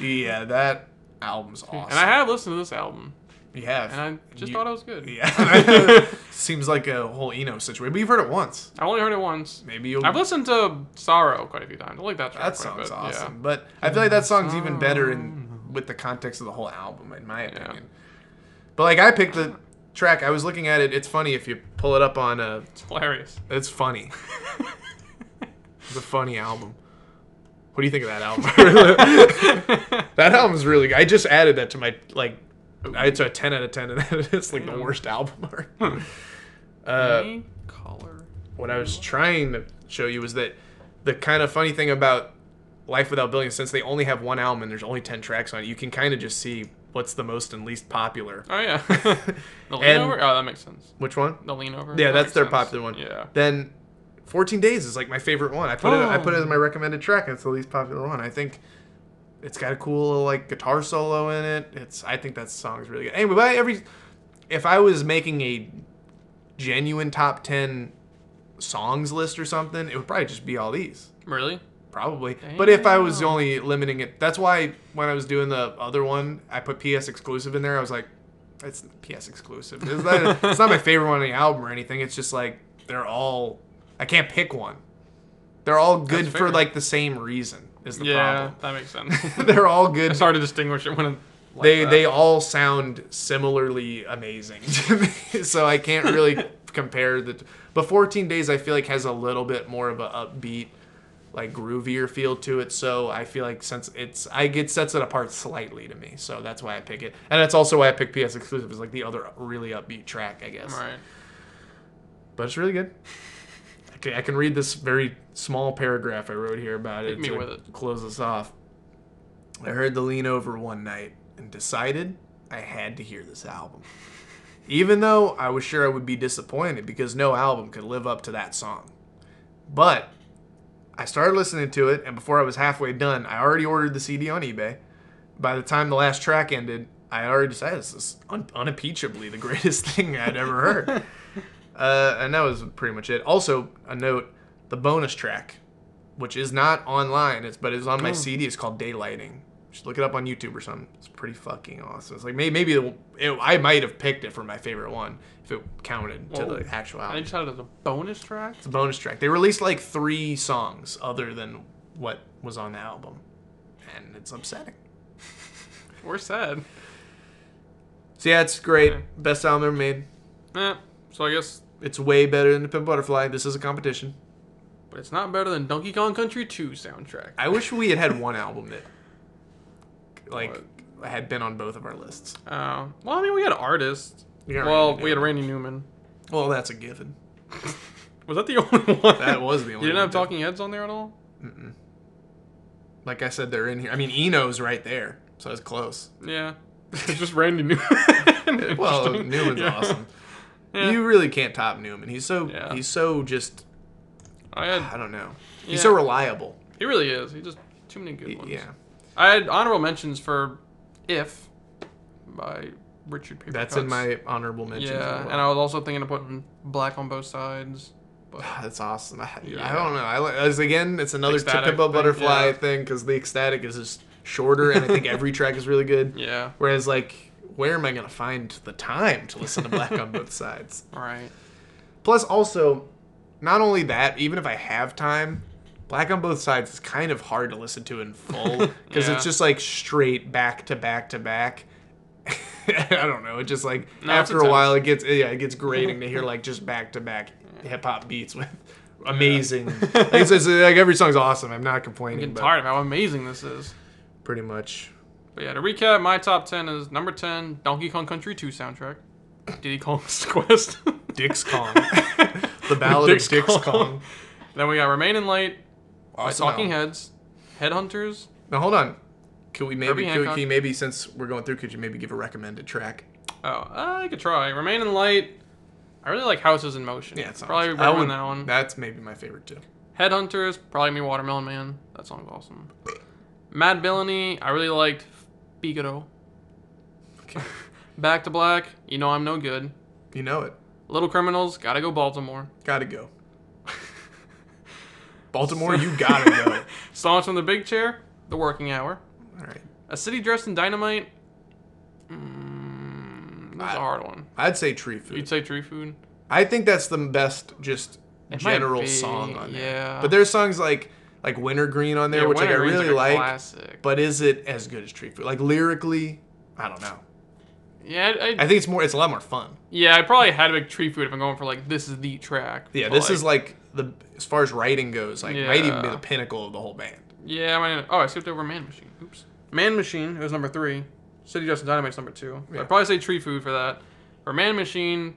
S1: Yeah, that album's awesome.
S2: And I have listened to this album,
S1: You have.
S2: and I just
S1: You-
S2: thought it was good.
S1: Yeah. Seems like a whole Eno situation. But you've heard it once.
S2: I only heard it once.
S1: Maybe you'll.
S2: I've listened to Sorrow quite a few times. I like that track.
S1: That
S2: quite a
S1: song's
S2: bit,
S1: awesome, but I feel like that song's even better in with the context of the whole album, in my opinion. But like, I picked the track. I was looking at it. It's funny if you pull it up on uh, a.
S2: Yeah. It's hilarious.
S1: It's funny. it's a funny album. What do you think of that album? that album's really. good. I just added that to my like. It's a ten out of ten, and it's like the worst album
S2: Hmm.
S1: art. Uh,
S2: Any color.
S1: what I was trying to show you was that the kind of funny thing about Life Without Buildings, since they only have one album and there's only 10 tracks on it, you can kind of just see what's the most and least popular.
S2: Oh yeah. the lean
S1: And-
S2: over. Oh, that makes sense.
S1: Which one?
S2: The lean over.
S1: Yeah,
S2: That
S1: that's
S2: makes
S1: their
S2: sense.
S1: popular one.
S2: Yeah.
S1: Then 14 Days is like my favorite one. I put it I put it
S2: Oh.
S1: as my recommended track and it's the least popular one. I think it's got a cool little, like guitar solo in it. It's I think that song is really good. Anyway, but every if I was making a genuine top 10 songs list or something, it would probably just be all these.
S2: Really?
S1: Probably. But if I was
S2: Damn.
S1: only limiting it, that's why when I was doing the other one, I put PS exclusive in there. I was like, it's PS exclusive. It's not, it's not my favorite one on the album or anything. It's just like, they're all, I can't pick one. They're all good
S2: That's
S1: for
S2: fair.
S1: like the same reason, is the
S2: yeah, that makes sense.
S1: problem. they're all good.
S2: it's hard to distinguish it when. It, like
S1: they,
S2: that.
S1: they all sound similarly amazing to me. So I can't really compare the. But 14 Days, I feel like, has a little bit more of a upbeat like groovier feel to it. So I feel like since it's I it sets it apart slightly to me. So that's why I pick it, and that's also why I pick PS exclusive is like the other really upbeat track, I guess.
S2: All right.
S1: But it's really good. Okay, I can read this very small paragraph I wrote here about it
S2: me
S1: to
S2: with it.
S1: close this off. I heard the lean over one night and decided I had to hear this album. Even though I was sure I would be disappointed because no album could live up to that song. But I started listening to it, and before I was halfway done, I already ordered the CD on eBay. By the time the last track ended, I had already decided this is un- unimpeachably the greatest thing I'd ever heard. Uh, and that was pretty much it. Also, a note: the bonus track, which is not online, it's but it's on my CD. It's called Daylighting. You should look it up on YouTube or something. It's pretty fucking awesome. It's like maybe, maybe the, it, I might have picked it for my favorite one if it counted to
S2: Whoa.
S1: the actual
S2: I
S1: album.
S2: just had it as a bonus track.
S1: It's a bonus track. They released like three songs other than what was on the album, and it's upsetting.
S2: We're sad.
S1: So yeah, it's great.
S2: Okay.
S1: Best album ever made.
S2: Eh, so I guess,
S1: It's way better than the Pimp Butterfly. This is a competition.
S2: but it's not better than Donkey Kong Country 2 soundtrack.
S1: I wish we had had one album that, like,
S2: What?
S1: had been on both of our lists.
S2: Uh, well, I mean, we had artists.
S1: We got
S2: well,
S1: Randy
S2: we had
S1: Newman.
S2: Randy Newman.
S1: Well, that's a given.
S2: Was that the only one?
S1: That was the only.
S2: You didn't
S1: one
S2: have Talking Heads on there at all?
S1: that- Like I said, they're in here. I mean, Eno's right there, so it's close.
S2: Yeah. It's just Randy Newman.
S1: Well,
S2: Interesting.
S1: Newman's
S2: Yeah.
S1: awesome.
S2: Yeah.
S1: You really can't top Newman. He's so
S2: Yeah.
S1: he's so just
S2: I had,
S1: I don't know. He's
S2: Yeah.
S1: so reliable.
S2: he really is. He just too many good ones.
S1: Yeah,
S2: I had honorable mentions for If by Richard Paper
S1: that's in my honorable mentions.
S2: Yeah,
S1: as well.
S2: and I was also thinking of putting Black on Both Sides. But
S1: That's awesome. I, I
S2: Yeah.
S1: don't know. I, li- as again, it's another
S2: Ecstatic
S1: Chippewa
S2: thing,
S1: Butterfly
S2: yeah.
S1: thing because the ecstatic is just shorter, and I think every track is really good.
S2: yeah,
S1: Whereas, like, where am I gonna find the time to listen to Black on both sides?
S2: all right.
S1: Plus, also, not only that, even if I have time, Black on Both Sides is kind of hard to listen to in full because
S2: Yeah.
S1: it's just like straight back to back to back. I don't know. It just like
S2: No, it's
S1: after a while,
S2: intense.
S1: it gets yeah, it gets grating to hear like just back to back hip hop beats with amazing. like, it's, it's, like every song's awesome. I'm not
S2: I'm
S1: complaining,
S2: getting
S1: but
S2: tired of how amazing this is.
S1: pretty much.
S2: But yeah, to recap, my top ten is number ten, Donkey Kong Country 2 soundtrack, Diddy Kong's Quest.
S1: Dix Kong, the ballad
S2: Dix
S1: of Dix Kong.
S2: Kong. then we got Remain in Light, by
S1: Also
S2: Talking
S1: known-
S2: Heads, Headhunters.
S1: Now hold on. Could we maybe?
S2: Herbie
S1: Could,
S2: Hancock.
S1: could you maybe since we're going through, could you maybe give a recommended track?
S2: Oh, uh, I could try Remain in Light. I really like Houses in Motion.
S1: Yeah, it's not
S2: probably
S1: much- I
S2: recommend
S1: would-
S2: that one.
S1: That's maybe my favorite too.
S2: Headhunters, probably me Watermelon Man. That song's awesome. Mad Villainy, I really liked Figaro.
S1: Okay.
S2: Back to Black, you know I'm no good.
S1: You know it.
S2: Little Criminals, gotta go Baltimore.
S1: Gotta go. Baltimore, you gotta go.
S2: Songs from the Big Chair, The Working Hour.
S1: All right.
S2: A City Dressed in Dynamite. Mm, that's a
S1: I-
S2: hard one.
S1: I'd say Tree
S2: You'd
S1: Food.
S2: say Tree Food.
S1: I think that's the best just
S2: It might
S1: general
S2: be,
S1: song on there.
S2: yeah.
S1: But there's songs like like Wintergreen on there,
S2: Yeah,
S1: which like, I
S2: Wintergreen's
S1: really
S2: a
S1: like.
S2: Classic.
S1: But is it as good as Tree Food? Like lyrically, I don't know.
S2: yeah, I,
S1: I think it's more. It's a lot more fun.
S2: yeah, I probably had a big Tree Food if I'm going for like this is the track.
S1: Yeah.
S2: But,
S1: This is like the as far as writing goes, like might even be
S2: Yeah.
S1: the pinnacle of the whole band.
S2: Yeah, I might, oh, I skipped over Man Machine. Oops. Man Machine it was number three. City Justin Dynamite's number two.
S1: Yeah.
S2: I'd probably say Tree Food for that. For Man Machine,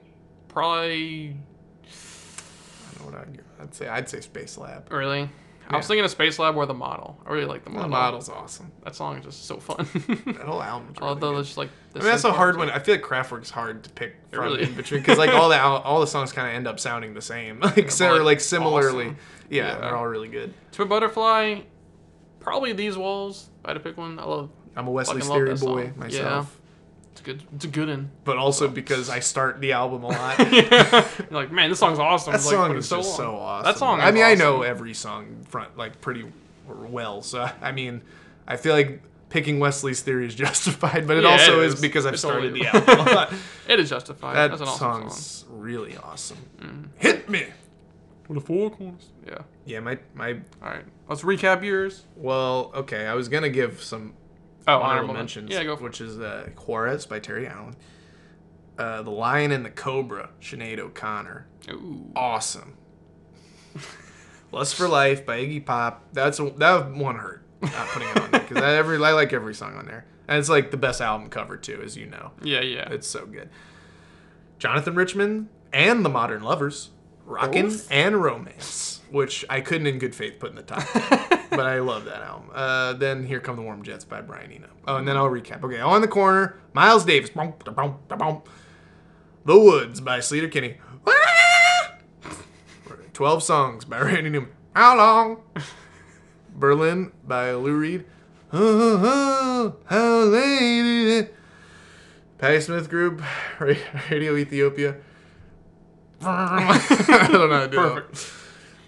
S2: probably
S1: I don't know what I'd, give- I'd say. I'd say Space Lab.
S2: really. I was
S1: Yeah.
S2: thinking of Space Lab or the Model. I really like the
S1: The
S2: Model.
S1: model's awesome.
S2: That song is just so fun.
S1: That whole album's really
S2: Although
S1: good.
S2: it's just like the
S1: I mean, that's
S2: synth
S1: a hard
S2: parts.
S1: one. I feel like Kraftwerk's hard to pick from
S2: really
S1: in
S2: is.
S1: between because like all the al- all the songs kind of end up sounding the same, like so,
S2: all,
S1: or, like
S2: like,
S1: similarly.
S2: awesome.
S1: Yeah,
S2: Yeah.
S1: they're all really good.
S2: To a Butterfly, probably These Walls. If I had to pick one, I love.
S1: I'm a Wesley
S2: Fucking love
S1: Theory
S2: that
S1: boy
S2: song.
S1: myself,
S2: It's good. It's a good one.
S1: but also because I start the album a lot.
S2: You're like, man, this song's awesome.
S1: That
S2: It's like,
S1: song
S2: but
S1: is
S2: it's
S1: just
S2: long.
S1: so awesome.
S2: That song.
S1: I
S2: is
S1: mean, I know
S2: awesome.
S1: every song front like pretty well, so I mean, I feel like picking Wesley's Theory is justified, but it
S2: Yeah, it
S1: also is.
S2: is.
S1: because I've
S2: It totally
S1: started
S2: is.
S1: the album a lot.
S2: It is justified.
S1: That
S2: That's an awesome
S1: song's
S2: song. Mm.
S1: really awesome. Hit me.
S2: With the four corners. Yeah.
S1: Yeah, my my.
S2: All right. Let's recap yours.
S1: Well, okay, I was gonna give some
S2: Oh,
S1: honorable,
S2: honorable men-
S1: mentions,
S2: Yeah, go for it.
S1: which is uh, Juarez by Terry Allen, uh, The Lion and the Cobra, Sinead O'Connor,
S2: Ooh.
S1: awesome. Lust for Life by Iggy Pop. That's a, that one hurt. Not putting it on there because I every I like every song on there, and it's like the best album cover too, as you know.
S2: Yeah, yeah.
S1: It's so good. Jonathan Richman and the Modern Lovers, Rockin'
S2: Both?
S1: and Romance, which I couldn't in good faith put in the top, 10, but I love that album. Uh, then Here Come the Warm Jets by Brian Eno. Oh, and then I'll recap. Okay, on the corner, Miles Davis, Bum, da, bum, da, bum. The Woods by Sleater Kinney, Ah! Twelve Songs by Randy Newman. How long? Berlin by Lou Reed. Oh, oh, how late it is. Patty Smith Group, Ra- Radio Ethiopia. I don't know. how to do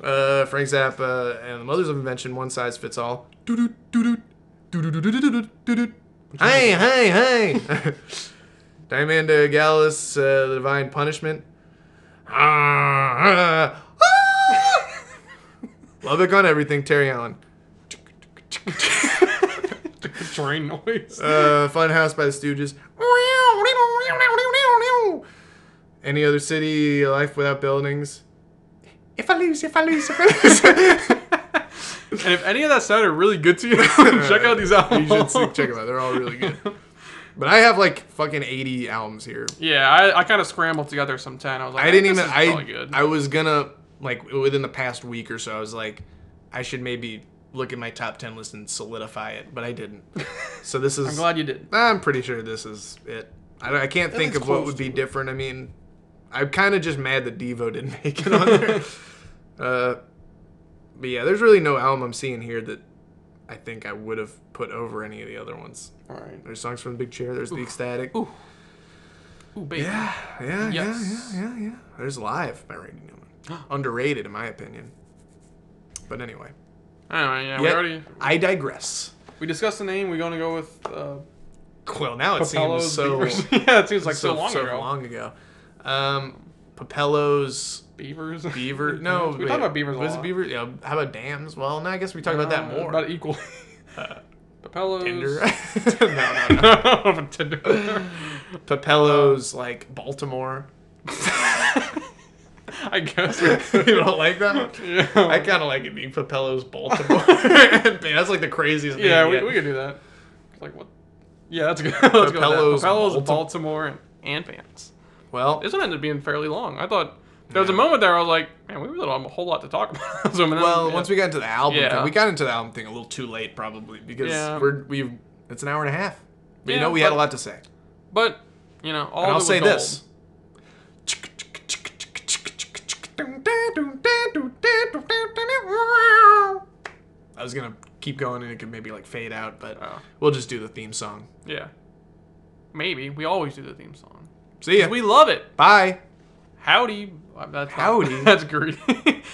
S1: that. Uh, Frank Zappa and the Mothers of Invention, One Size Fits All. Doo-doo, doo-doo, doo-doo, doo-doo, doo-doo, doo-doo. Hey, hey, hey. Diamanda Gallus, uh, The Divine Punishment. Ah, ah, ah. Lubbock on Everything, Terry Allen.
S2: Train noise.
S1: Uh, Funhouse by the Stooges. Any other city, Life Without Buildings. If I lose, if I lose, if I lose.
S2: and if any of that sounded really good to you, check out these albums.
S1: You should see- check them out. They're all really good. But I have like fucking 80 albums here.
S2: Yeah, I, I kind of scrambled together some ten. I was like,
S1: I didn't
S2: this
S1: even.
S2: Is
S1: I
S2: probably good.
S1: I was gonna like within the past week or so. I was like, I should maybe look at my top 10 list and solidify it, but I didn't. So this is.
S2: I'm glad you did.
S1: I'm pretty sure this is it. I, don't- I can't think
S3: it's
S1: of what
S3: close
S1: would be
S3: to it.
S1: different. I mean, I'm kind of just mad that Devo didn't make it on there. uh, but yeah, there's really no album I'm seeing here that I think I would have put over any of the other ones.
S2: All right.
S1: There's songs from the Big Chair. There's the Ecstatic.
S2: Ooh, baby.
S1: Yeah, yeah,
S2: Yes.
S1: yeah, yeah, yeah, yeah. There's Live by Randy Newman. Underrated, in my opinion. But anyway,
S2: Anyway, yeah, we
S1: yet
S2: already
S1: I digress.
S2: we discussed the name. We're gonna go with uh,
S1: Well, now it
S2: Papello's
S1: seems so
S2: Beavers. yeah, it seems like so, long ago.
S1: long ago. Um, Papello's
S2: Beavers.
S1: beaver. No,
S2: we
S1: wait,
S2: talked about beavers. a
S1: Was
S2: lot.
S1: beaver? Yeah. How about dams? Well, no, I guess we talk about that
S2: Uh,
S1: more. Uh,
S2: About equally. Papellos.
S1: Tinder. no, no, no.
S2: no, Tinder.
S1: Papello's like Baltimore.
S2: I guess.
S1: you don't like that? one?
S2: Yeah.
S1: I kind of like it being Papello's Baltimore. Man, that's like the craziest. name
S2: yeah, we,
S1: yet.
S2: we could do that. It's Like what? Yeah, that's good. Let's go with that.
S1: Papellos,
S2: Papellos,
S1: Balti-
S2: Baltimore, and, and Vance.
S1: Well,
S2: This one ended up being fairly long. I thought there was a moment there I was like, man, we really don't have a whole lot to talk about. so, I mean,
S1: well,
S2: yeah.
S1: once we got into the album,
S2: Yeah.
S1: thing, we got into the album thing a little too late probably because
S2: Yeah.
S1: we're we've it's an hour and a half. But you
S2: Yeah,
S1: know, we had a
S2: but-
S1: lot to say.
S2: But you know, all
S1: And
S2: of
S1: I'll
S2: it
S1: say
S2: was gold.
S1: this. I was gonna keep going and it could maybe like fade out, but
S2: Oh.
S1: we'll just do the theme song.
S2: Yeah. Maybe we always do the theme song.
S1: See ya.
S2: We love it.
S1: Bye.
S2: Howdy. uh, That's not-
S1: Howdy?
S2: that's greedy.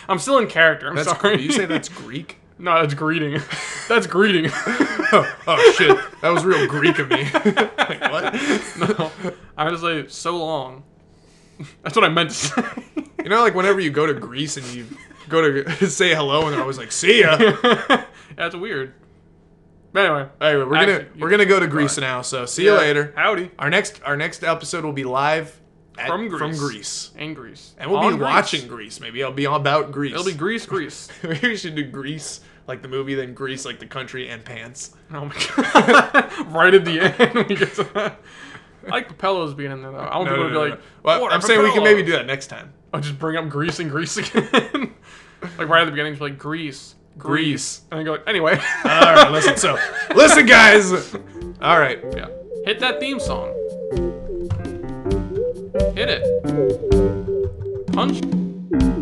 S2: I'm still in character. I'm
S1: That's
S2: sorry.
S1: you say that's Greek?
S2: no, that's greeting. that's greeting.
S1: oh, oh shit, that was real Greek of me. like what?
S2: no, I was like so long. That's what I meant to say.
S1: You know, like whenever you go to Greece and you go to say hello, and they're always like, "See ya."
S2: that's weird. But anyway,
S1: Anyway, we're gonna
S2: Actually, you-
S1: we're gonna go to Greece now. So see you
S2: yeah,
S1: later.
S2: Howdy.
S1: Our next our next episode will be live at-
S2: From Greece.
S1: From Greece.
S2: And Greece.
S1: And we'll
S2: On
S1: be
S2: Greece.
S1: watching Greece. Maybe I'll be all about Greece.
S2: It'll be Greece, Greece.
S1: Maybe we should do Greece like the movie, then Greece like the country and pants.
S2: Oh my god! right at the end, we get to that. I like Papello's being in there though. I want
S1: No,
S2: people
S1: no,
S2: to
S1: no,
S2: be
S1: no,
S2: like,
S1: no. Well,
S2: "What
S1: I'm
S2: are
S1: saying we can maybe
S2: Papellos?"
S1: do that next time.
S2: I'll just bring up Greece and Greece again. like right at the beginning, just like Greece,
S1: Greece.
S2: and I go anyway.
S1: All right, listen. So listen, guys. All right.
S2: yeah, hit that theme song. Hit it. Punch.
S3: Thank